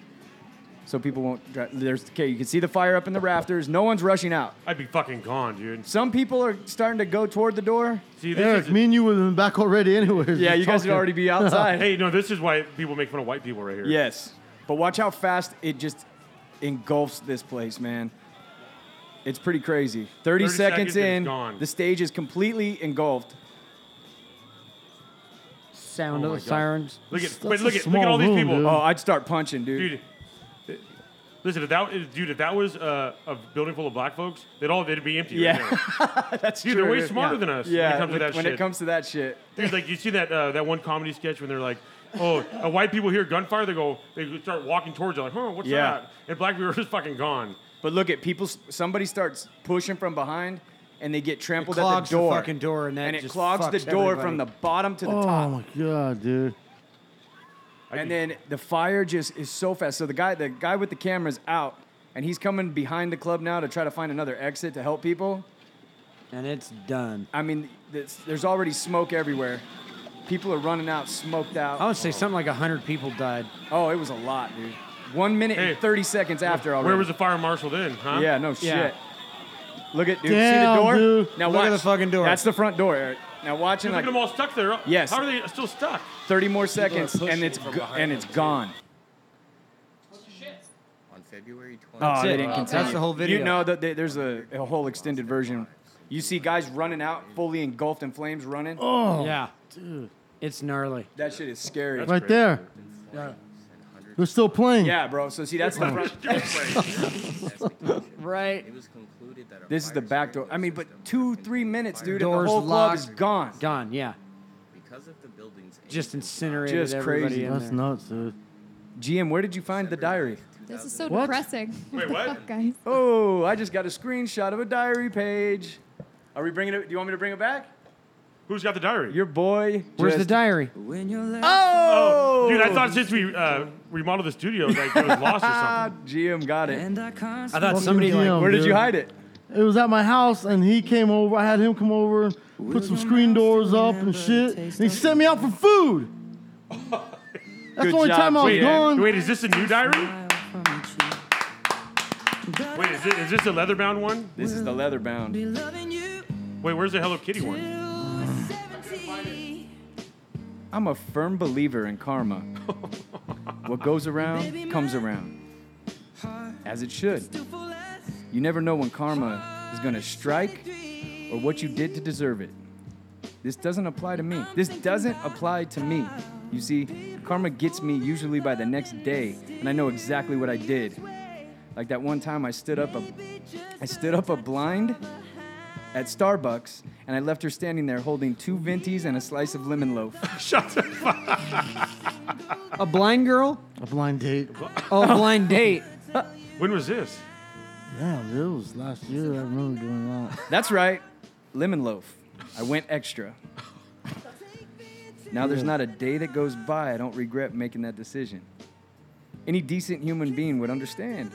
S3: so people won't. Dri- there's okay. You can see the fire up in the rafters. No one's rushing out.
S6: I'd be fucking gone, dude.
S3: Some people are starting to go toward the door.
S6: See,
S7: Eric, me and you would have been back already, anyways.
S3: Yeah, you guys would already be outside.
S6: hey, no, this is why people make fun of white people right here.
S3: Yes, but watch how fast it just engulfs this place, man. It's pretty crazy. Thirty,
S6: 30
S3: seconds,
S6: seconds and it's
S3: in,
S6: gone.
S3: the stage is completely engulfed.
S5: Sound
S3: Oh
S5: of
S3: my
S5: the
S3: God.
S5: sirens.
S6: Look at-
S5: That's
S6: wait,
S5: a
S6: look at- look at
S5: small
S6: all these
S5: room,
S6: people.
S5: dude.
S3: Oh, I'd start punching, dude.
S6: dude. th- Listen, if that if- dude, if that was uh, a building full of black folks, they'd all they'd be empty.
S3: Yeah.
S6: right now.
S3: That's
S6: dude,
S3: true.
S6: they're way smarter
S3: Yeah.
S6: than us
S3: Yeah,
S6: when it comes to that
S3: when
S6: shit.
S3: it comes to that shit.
S6: dude, like you see that uh, that one comedy sketch when they're like, "Oh, uh, white people hear gunfire, they go, they start walking towards you, like, huh, what's
S3: Yeah.
S6: that?" And black people are just fucking gone.
S3: But look at people. Somebody starts pushing from behind, and they get trampled
S5: clogs
S3: at
S5: the
S3: the door.
S5: fucking door, and that
S3: it
S5: just
S3: clogs the
S5: fucks
S3: door
S5: everybody.
S3: from the bottom to the
S7: oh
S3: top.
S7: my god, dude.
S3: And then the fire just is so fast. So the guy, the guy with the camera's out, and he's coming behind the club now to try to find another exit to help people.
S5: And it's done.
S3: I mean, it's, there's already smoke everywhere. People are running out, smoked out.
S5: I would say something like hundred people died.
S3: Oh, it was a lot, dude. One minute
S6: Hey,
S3: and thirty seconds after already.
S6: Where was the fire marshal then? Huh?
S3: Yeah, no shit. Look at dude. See
S5: Damn,
S3: the door?
S5: dude.
S3: Now
S5: Look at
S3: watch.
S5: the fucking door.
S3: That's the front door, Eric. Now watching
S6: Dude, look
S3: like
S6: at them all stuck there.
S3: Yes.
S6: How are they still stuck?
S3: 30
S6: People
S3: more
S6: are
S3: seconds
S6: pushing
S3: and it's
S6: from
S3: go-
S6: behind
S3: and it's gone.
S13: On February 20th.
S3: Oh, they didn't continue.
S5: That's the whole video.
S3: You know that they- there's a, a whole extended version. You see guys running out, fully engulfed in flames, running.
S7: Oh,
S5: yeah,
S7: dude.
S5: it's gnarly.
S3: That shit is scary.
S7: right there. They're still playing.
S3: Yeah, bro. So see, that's the front.
S5: right.
S13: It was concluded that
S3: This is the back door. I mean, but two, three minutes, dude, and
S5: Doors
S3: the whole club is
S5: locked.
S3: gone.
S5: Gone. Yeah.
S13: because of the building's
S5: Just incinerated
S3: Just
S5: everybody
S3: crazy.
S5: in
S3: That's
S5: there.
S7: nuts, dude.
S3: GM, where did you find the diary?
S10: This is so
S3: What?
S10: depressing.
S6: Wait,
S10: the
S6: what?
S10: fuck, guys?
S3: Oh, I just got a screenshot of a diary page. Are we bringing it? Do you want me to bring it back?
S6: Who's got the diary?
S3: Your boy.
S5: Where's the
S3: just-
S5: diary?
S3: Oh,
S6: dude, I thought since we uh, remodeled the studio, like it was lost or something.
S3: GM got it.
S5: I
S7: Fucking
S5: thought somebody like
S7: GM,
S3: Where did
S7: dude.
S3: you hide it?
S7: It was at my house, and he came over. I had him come over and put some screen doors up and shit. And he sent me out for food. That's
S3: Good
S7: the only
S3: job,
S7: time I was
S6: Wait,
S7: gone.
S6: wait, is this a new diary? Wait, is this, is this a leather bound one?
S3: This is the leather bound.
S6: Wait, where's the Hello Kitty one?
S3: I'm a firm believer in karma. what goes around comes around, as it should. You never know when karma is going to strike or what you did to deserve it. This doesn't apply to me. This doesn't apply to me. You see, karma gets me usually by the next day, and I know exactly what I did. Like that one time I stood up a I stood up a blind at Starbucks and I left her standing there holding two ventis and a slice of lemon loaf.
S5: a blind girl.
S7: A blind date.
S5: Oh, a blind date.
S6: When was this?
S7: Yeah, dude, it was last year. I remember doing that.
S3: That's right, lemon loaf. I went extra. Now there's not a day that goes by I don't regret making that decision. Any decent human being would understand.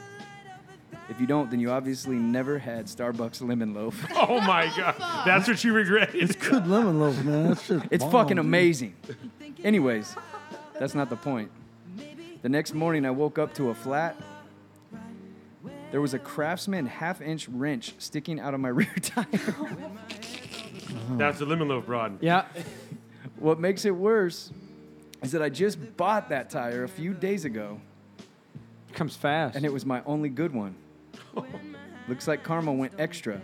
S3: If you don't, then you obviously never had Starbucks lemon loaf.
S6: Oh my god, that's what you regret. It's
S7: Good lemon loaf, man. That's just
S3: It's
S7: bomb,
S3: fucking
S7: dude.
S3: amazing. Anyways, that's not the point. The next morning, I woke up to a flat. There was a craftsman half inch wrench sticking out of my rear tire.
S6: That's the lemon loaf broad.
S5: Yeah.
S3: what makes it worse is that I just bought that tire a few days ago,
S5: Comes fast.
S3: and it was my only good one. Looks like karma went extra.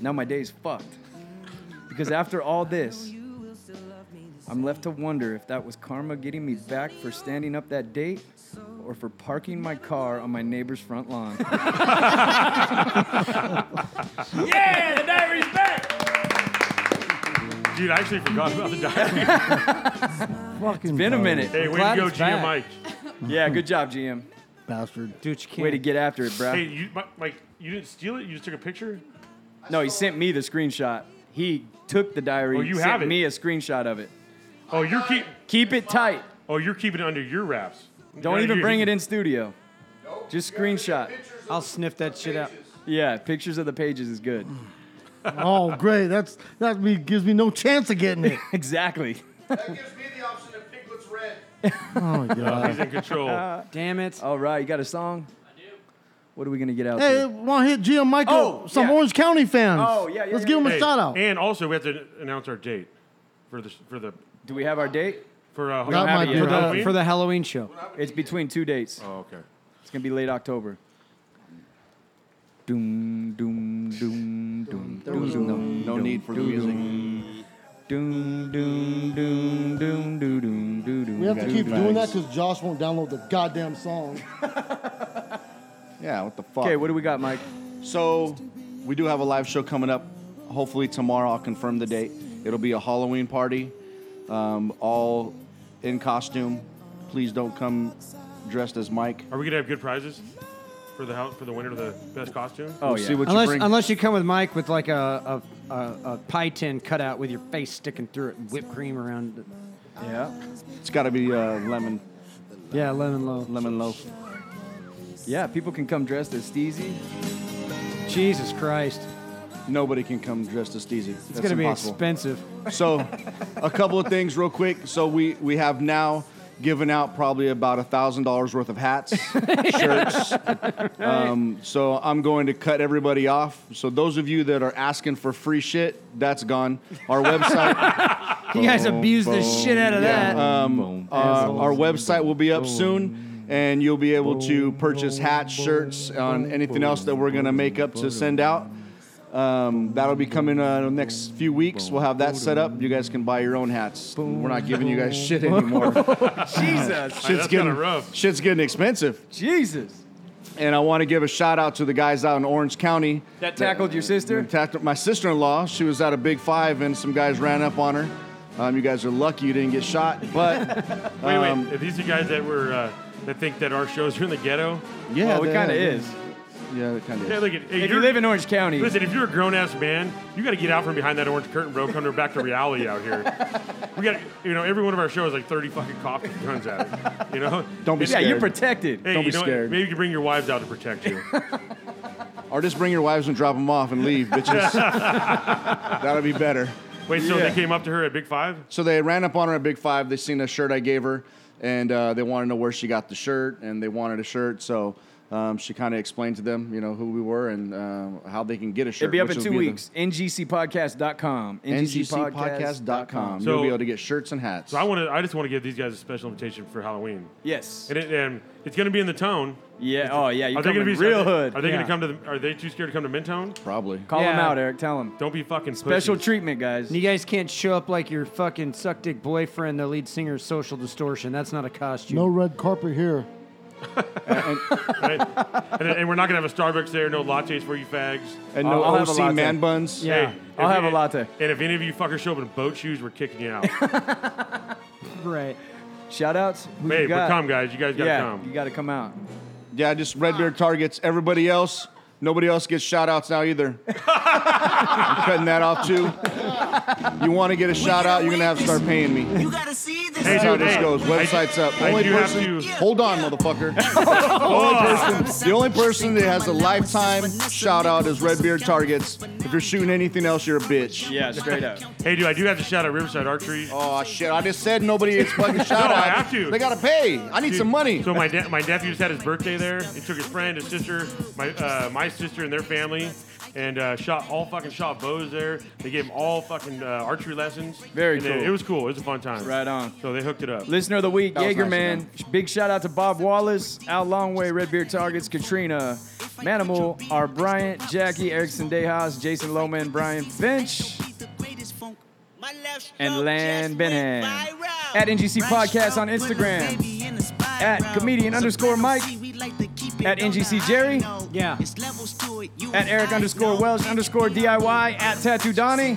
S3: Now my day's fucked. Because after all this, I'm left to wonder if that was karma getting me back for standing up that date or for parking my car on my neighbor's front lawn.
S6: Yeah, the diary's back. Dude, I actually forgot about the diary.
S7: Fucking
S3: Been a
S7: dumb
S3: minute.
S6: Hey, way to
S5: glad
S6: go, GM
S5: it's back.
S6: Mike.
S3: Yeah, good job, GM.
S7: bastard.
S5: Dude, you can't.
S3: Way to get after it,
S6: Hey,
S3: bro.
S6: you, Mi- Mike, you didn't steal it. You just took a picture.
S3: No, he sent me the screenshot. He took the diary.
S6: Oh, you
S3: sent
S6: have it.
S3: me a screenshot of it.
S6: Oh, you're keep.
S3: Keep it tight.
S6: Oh, you're keeping it under your wraps.
S3: Don't
S6: Yeah,
S3: even
S6: you-
S3: bring it in studio. Just screenshot.
S5: I'll sniff that shit out.
S3: Yeah, pictures of the pages is good.
S7: Oh, great. That's that me gives me no chance of getting it.
S3: Exactly.
S14: That gives me the option to pick what's red.
S7: Oh, God.
S6: He's in control.
S5: Damn it.
S3: All right, you got a song? I do. What are we going to get out
S7: Hey,
S3: there?
S7: want to hit Gio Michael?
S3: Oh,
S7: some
S3: yeah.
S7: Orange County fans.
S3: Oh, yeah, yeah,
S7: Let's
S3: yeah,
S7: give them
S6: Hey,
S7: a shout out.
S6: And also, we have to announce our date for the for the.
S3: Do we have our date?
S6: For uh,
S3: We don't have it
S5: for,
S3: yet.
S5: the, for the Halloween show.
S3: It's between two dates.
S6: Oh, okay.
S3: It's going to be late October. Doom, doom, doom, doom, doom, doom. No need for music. Doom, doom, doom, doom, doom, doom, doom, doom.
S7: We have to
S3: Doom,
S7: keep
S3: doom,
S7: doing
S3: doom.
S7: that because Josh won't download the goddamn song.
S14: Yeah, what the fuck?
S3: 'Kay, what do we got, Mike?
S14: So, we do have a live show coming up. Hopefully tomorrow, I'll confirm the date. It'll be a Halloween party, um, all in costume. Please don't come dressed as Mike.
S6: Are we gonna have good prizes for the hou- for the winner of the best costume?
S14: Oh, We'll yeah. see what you
S5: unless,
S14: bring.
S5: unless you come with Mike with like a, a, a, a pie tin cutout with your face sticking through it and whipped cream around it.
S14: Yeah. It's got to be uh, lemon.
S5: Yeah, lemon loaf.
S14: Lemon loaf.
S3: Yeah, people can come dressed as Steezy.
S5: Jesus Christ.
S14: Nobody can come dressed as Steezy. It's
S5: gonna be expensive.
S14: So, a couple of things real quick. So we we have now given out probably about a thousand dollars worth of hats, shirts. Um, so I'm going to cut everybody off. So those of you that are asking for free shit, that's gone. Our website.
S5: You guys abused the shit out of that.
S14: Um, uh, our website will be up soon, and you'll be able to purchase hats, shirts, on anything else that we're gonna make up to send out. Um, that'll be coming uh, in the next few weeks. We'll have that set up. You guys can buy your own hats. We're not giving you guys shit anymore.
S3: Jesus.
S14: shit's getting Shit's getting expensive.
S3: Jesus.
S14: And I want to give a shout out to the guys out in Orange County
S3: That tackled your sister?
S14: Tackled my sister-in-law. She was at a Big Five, and some guys ran up on her. Um, you guys are lucky you didn't get shot, but
S6: Wait, wait.
S14: um,
S6: are these the guys that were uh, that think that our shows are in the ghetto?
S14: yeah,
S3: Well, it
S14: they-
S3: kinda
S14: yeah.
S3: is.
S14: Yeah, it kind of
S6: Yeah,
S14: is.
S6: look, at-
S3: If you
S6: you're-
S3: live in Orange County-
S6: listen. If you're a grown ass man, you got to get out from behind that orange curtain, bro. Come to back to reality out here. We got, you know, every one of our shows like 30 fucking cops with guns at it. You know,
S14: Don't be
S6: It's-
S14: Yeah, you're scared.
S3: protected.
S6: Hey,
S14: Don't
S6: you
S14: be
S6: know,
S14: scared.
S6: Maybe you can bring your wives out to protect you.
S14: Or just bring your wives and drop them off and leave, bitches. That'll be better.
S6: Wait, so
S14: Yeah.
S6: they came up to her at Big Five?
S14: So they ran up on her at Big Five. They seen a shirt I gave her, and uh, they wanted to know where she got the shirt, and they wanted a shirt. So um, she kind of explained to them, you know, who we were and uh, how they can get a shirt.
S3: It'll be up
S14: which
S3: in
S14: will
S3: two
S14: the-
S3: weeks. NGCpodcast.com.
S14: NGCpodcast.com.
S6: So-
S14: You'll be able to get shirts and hats.
S6: So I want to. I just want to give these guys a special invitation for Halloween.
S3: Yes.
S6: And, it, and it's going to be in the town.
S3: Yeah. Oh, yeah. You
S6: are they
S3: come
S6: going to
S3: in
S6: be
S3: real
S6: are they-
S3: hood.
S6: Are they
S3: Yeah.
S6: going to come to? The, are they too scared to come to Midtown?
S14: Probably.
S3: Call them
S5: Yeah.
S3: out, Eric. Tell them.
S6: Don't be fucking
S3: Special
S6: pussies.
S3: treatment, guys.
S5: And you guys can't show up like your fucking suck dick boyfriend, the lead singer of Social Distortion. That's not a costume.
S7: No red carpet here.
S6: Right? and, and we're not going to have a Starbucks there. No lattes for you fags.
S14: And no I'll- I'll have a OC latte. man buns. Yeah.
S6: Hey,
S14: I'll
S6: if-
S14: have a latte.
S6: And if any of you fuckers show up in boat shoes, we're kicking you out.
S5: Right.
S3: Shout outs. Who
S6: Hey,
S3: you
S6: but
S3: got?
S6: come, guys. You guys gotta
S3: yeah,
S6: come.
S3: You got to come out.
S14: yeah, just Red Beard targets everybody else. Nobody else gets shout outs now either. I'm cutting that off too. You want to get a shout out, you're going to have to start paying me.
S2: You gotta see this.
S14: That's how this goes. Website's up.
S6: I
S14: only
S6: do have
S14: person,
S6: to-
S14: hold on, motherfucker. the, only person, the only person that has a lifetime shout out is Redbeard Targets. If you're shooting anything else, you're a bitch.
S3: Yeah, straight up.
S6: Hey, dude, I do have to shout out Riverside Archery.
S14: Oh shit! I just said nobody gets fucking shout
S6: no,
S14: out.
S6: I have to.
S14: They gotta pay. I need
S6: Dude,
S14: some money.
S6: So my de- my nephew just had his birthday there. He took his friend, his sister, my uh, my sister and their family, and uh, shot all fucking shot bows there. They gave them all fucking uh, archery lessons.
S3: Very
S6: And they-
S3: cool.
S6: It was cool. It was a fun time.
S3: Right on.
S6: So they hooked it up.
S3: Listener of the week,
S6: That was
S3: Jaeger
S6: nice
S3: Man. Big shout out to Bob Wallace, Al Longway, Red Beard Targets, Katrina, Manimal, R. Bryant, Jackie, Erickson Dejas, Jason Loman, Brian Finch, and Lan Benham. At NGC Podcast on Instagram, at comedian underscore Mike, at NGC Jerry,
S5: yeah,
S3: at Eric underscore Welsh underscore DIY, at Tattoo Donnie,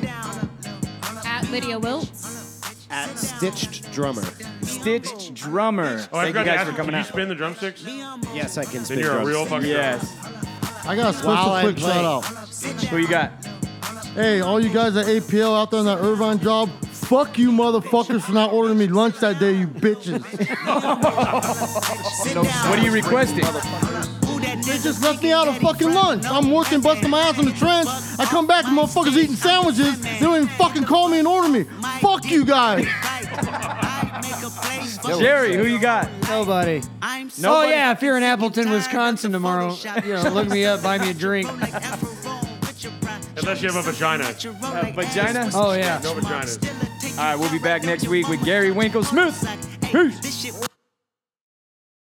S1: At Lydia Wiltz.
S4: At Stitched Drummer.
S3: Stitched Drummer.
S6: Oh, I forgot
S3: Thank you
S6: to
S3: guys
S6: ask
S3: for
S6: you,
S3: coming
S6: can
S3: out.
S6: you spin the drumsticks?
S4: Yes, I can
S6: Then you're a real fucking
S3: Yes.
S7: I got a special
S4: While I
S7: quick
S4: play.
S7: shout out.
S3: Who you got?
S7: Hey, all you guys at APL out there on that Irvine job, fuck you motherfuckers for not ordering me lunch that day, you bitches.
S3: What are you requesting?
S7: They just left me out of fucking lunch. I'm working, busting my ass on the trench. I come back, motherfuckers eating sandwiches. They don't even fucking call me and order me. Fuck you guys.
S5: Dylan.
S3: Jerry, who you got?
S5: Nobody.
S15: I'm
S5: Oh
S15: Nobody.
S5: yeah, if you're in Appleton, Wisconsin tomorrow, you know, look me up, buy me a drink.
S6: Unless you have a vagina.
S3: vagina?
S5: Oh yeah.
S6: No vaginas.
S3: All right, we'll be back next week with Gary Winkle Smith. Peace.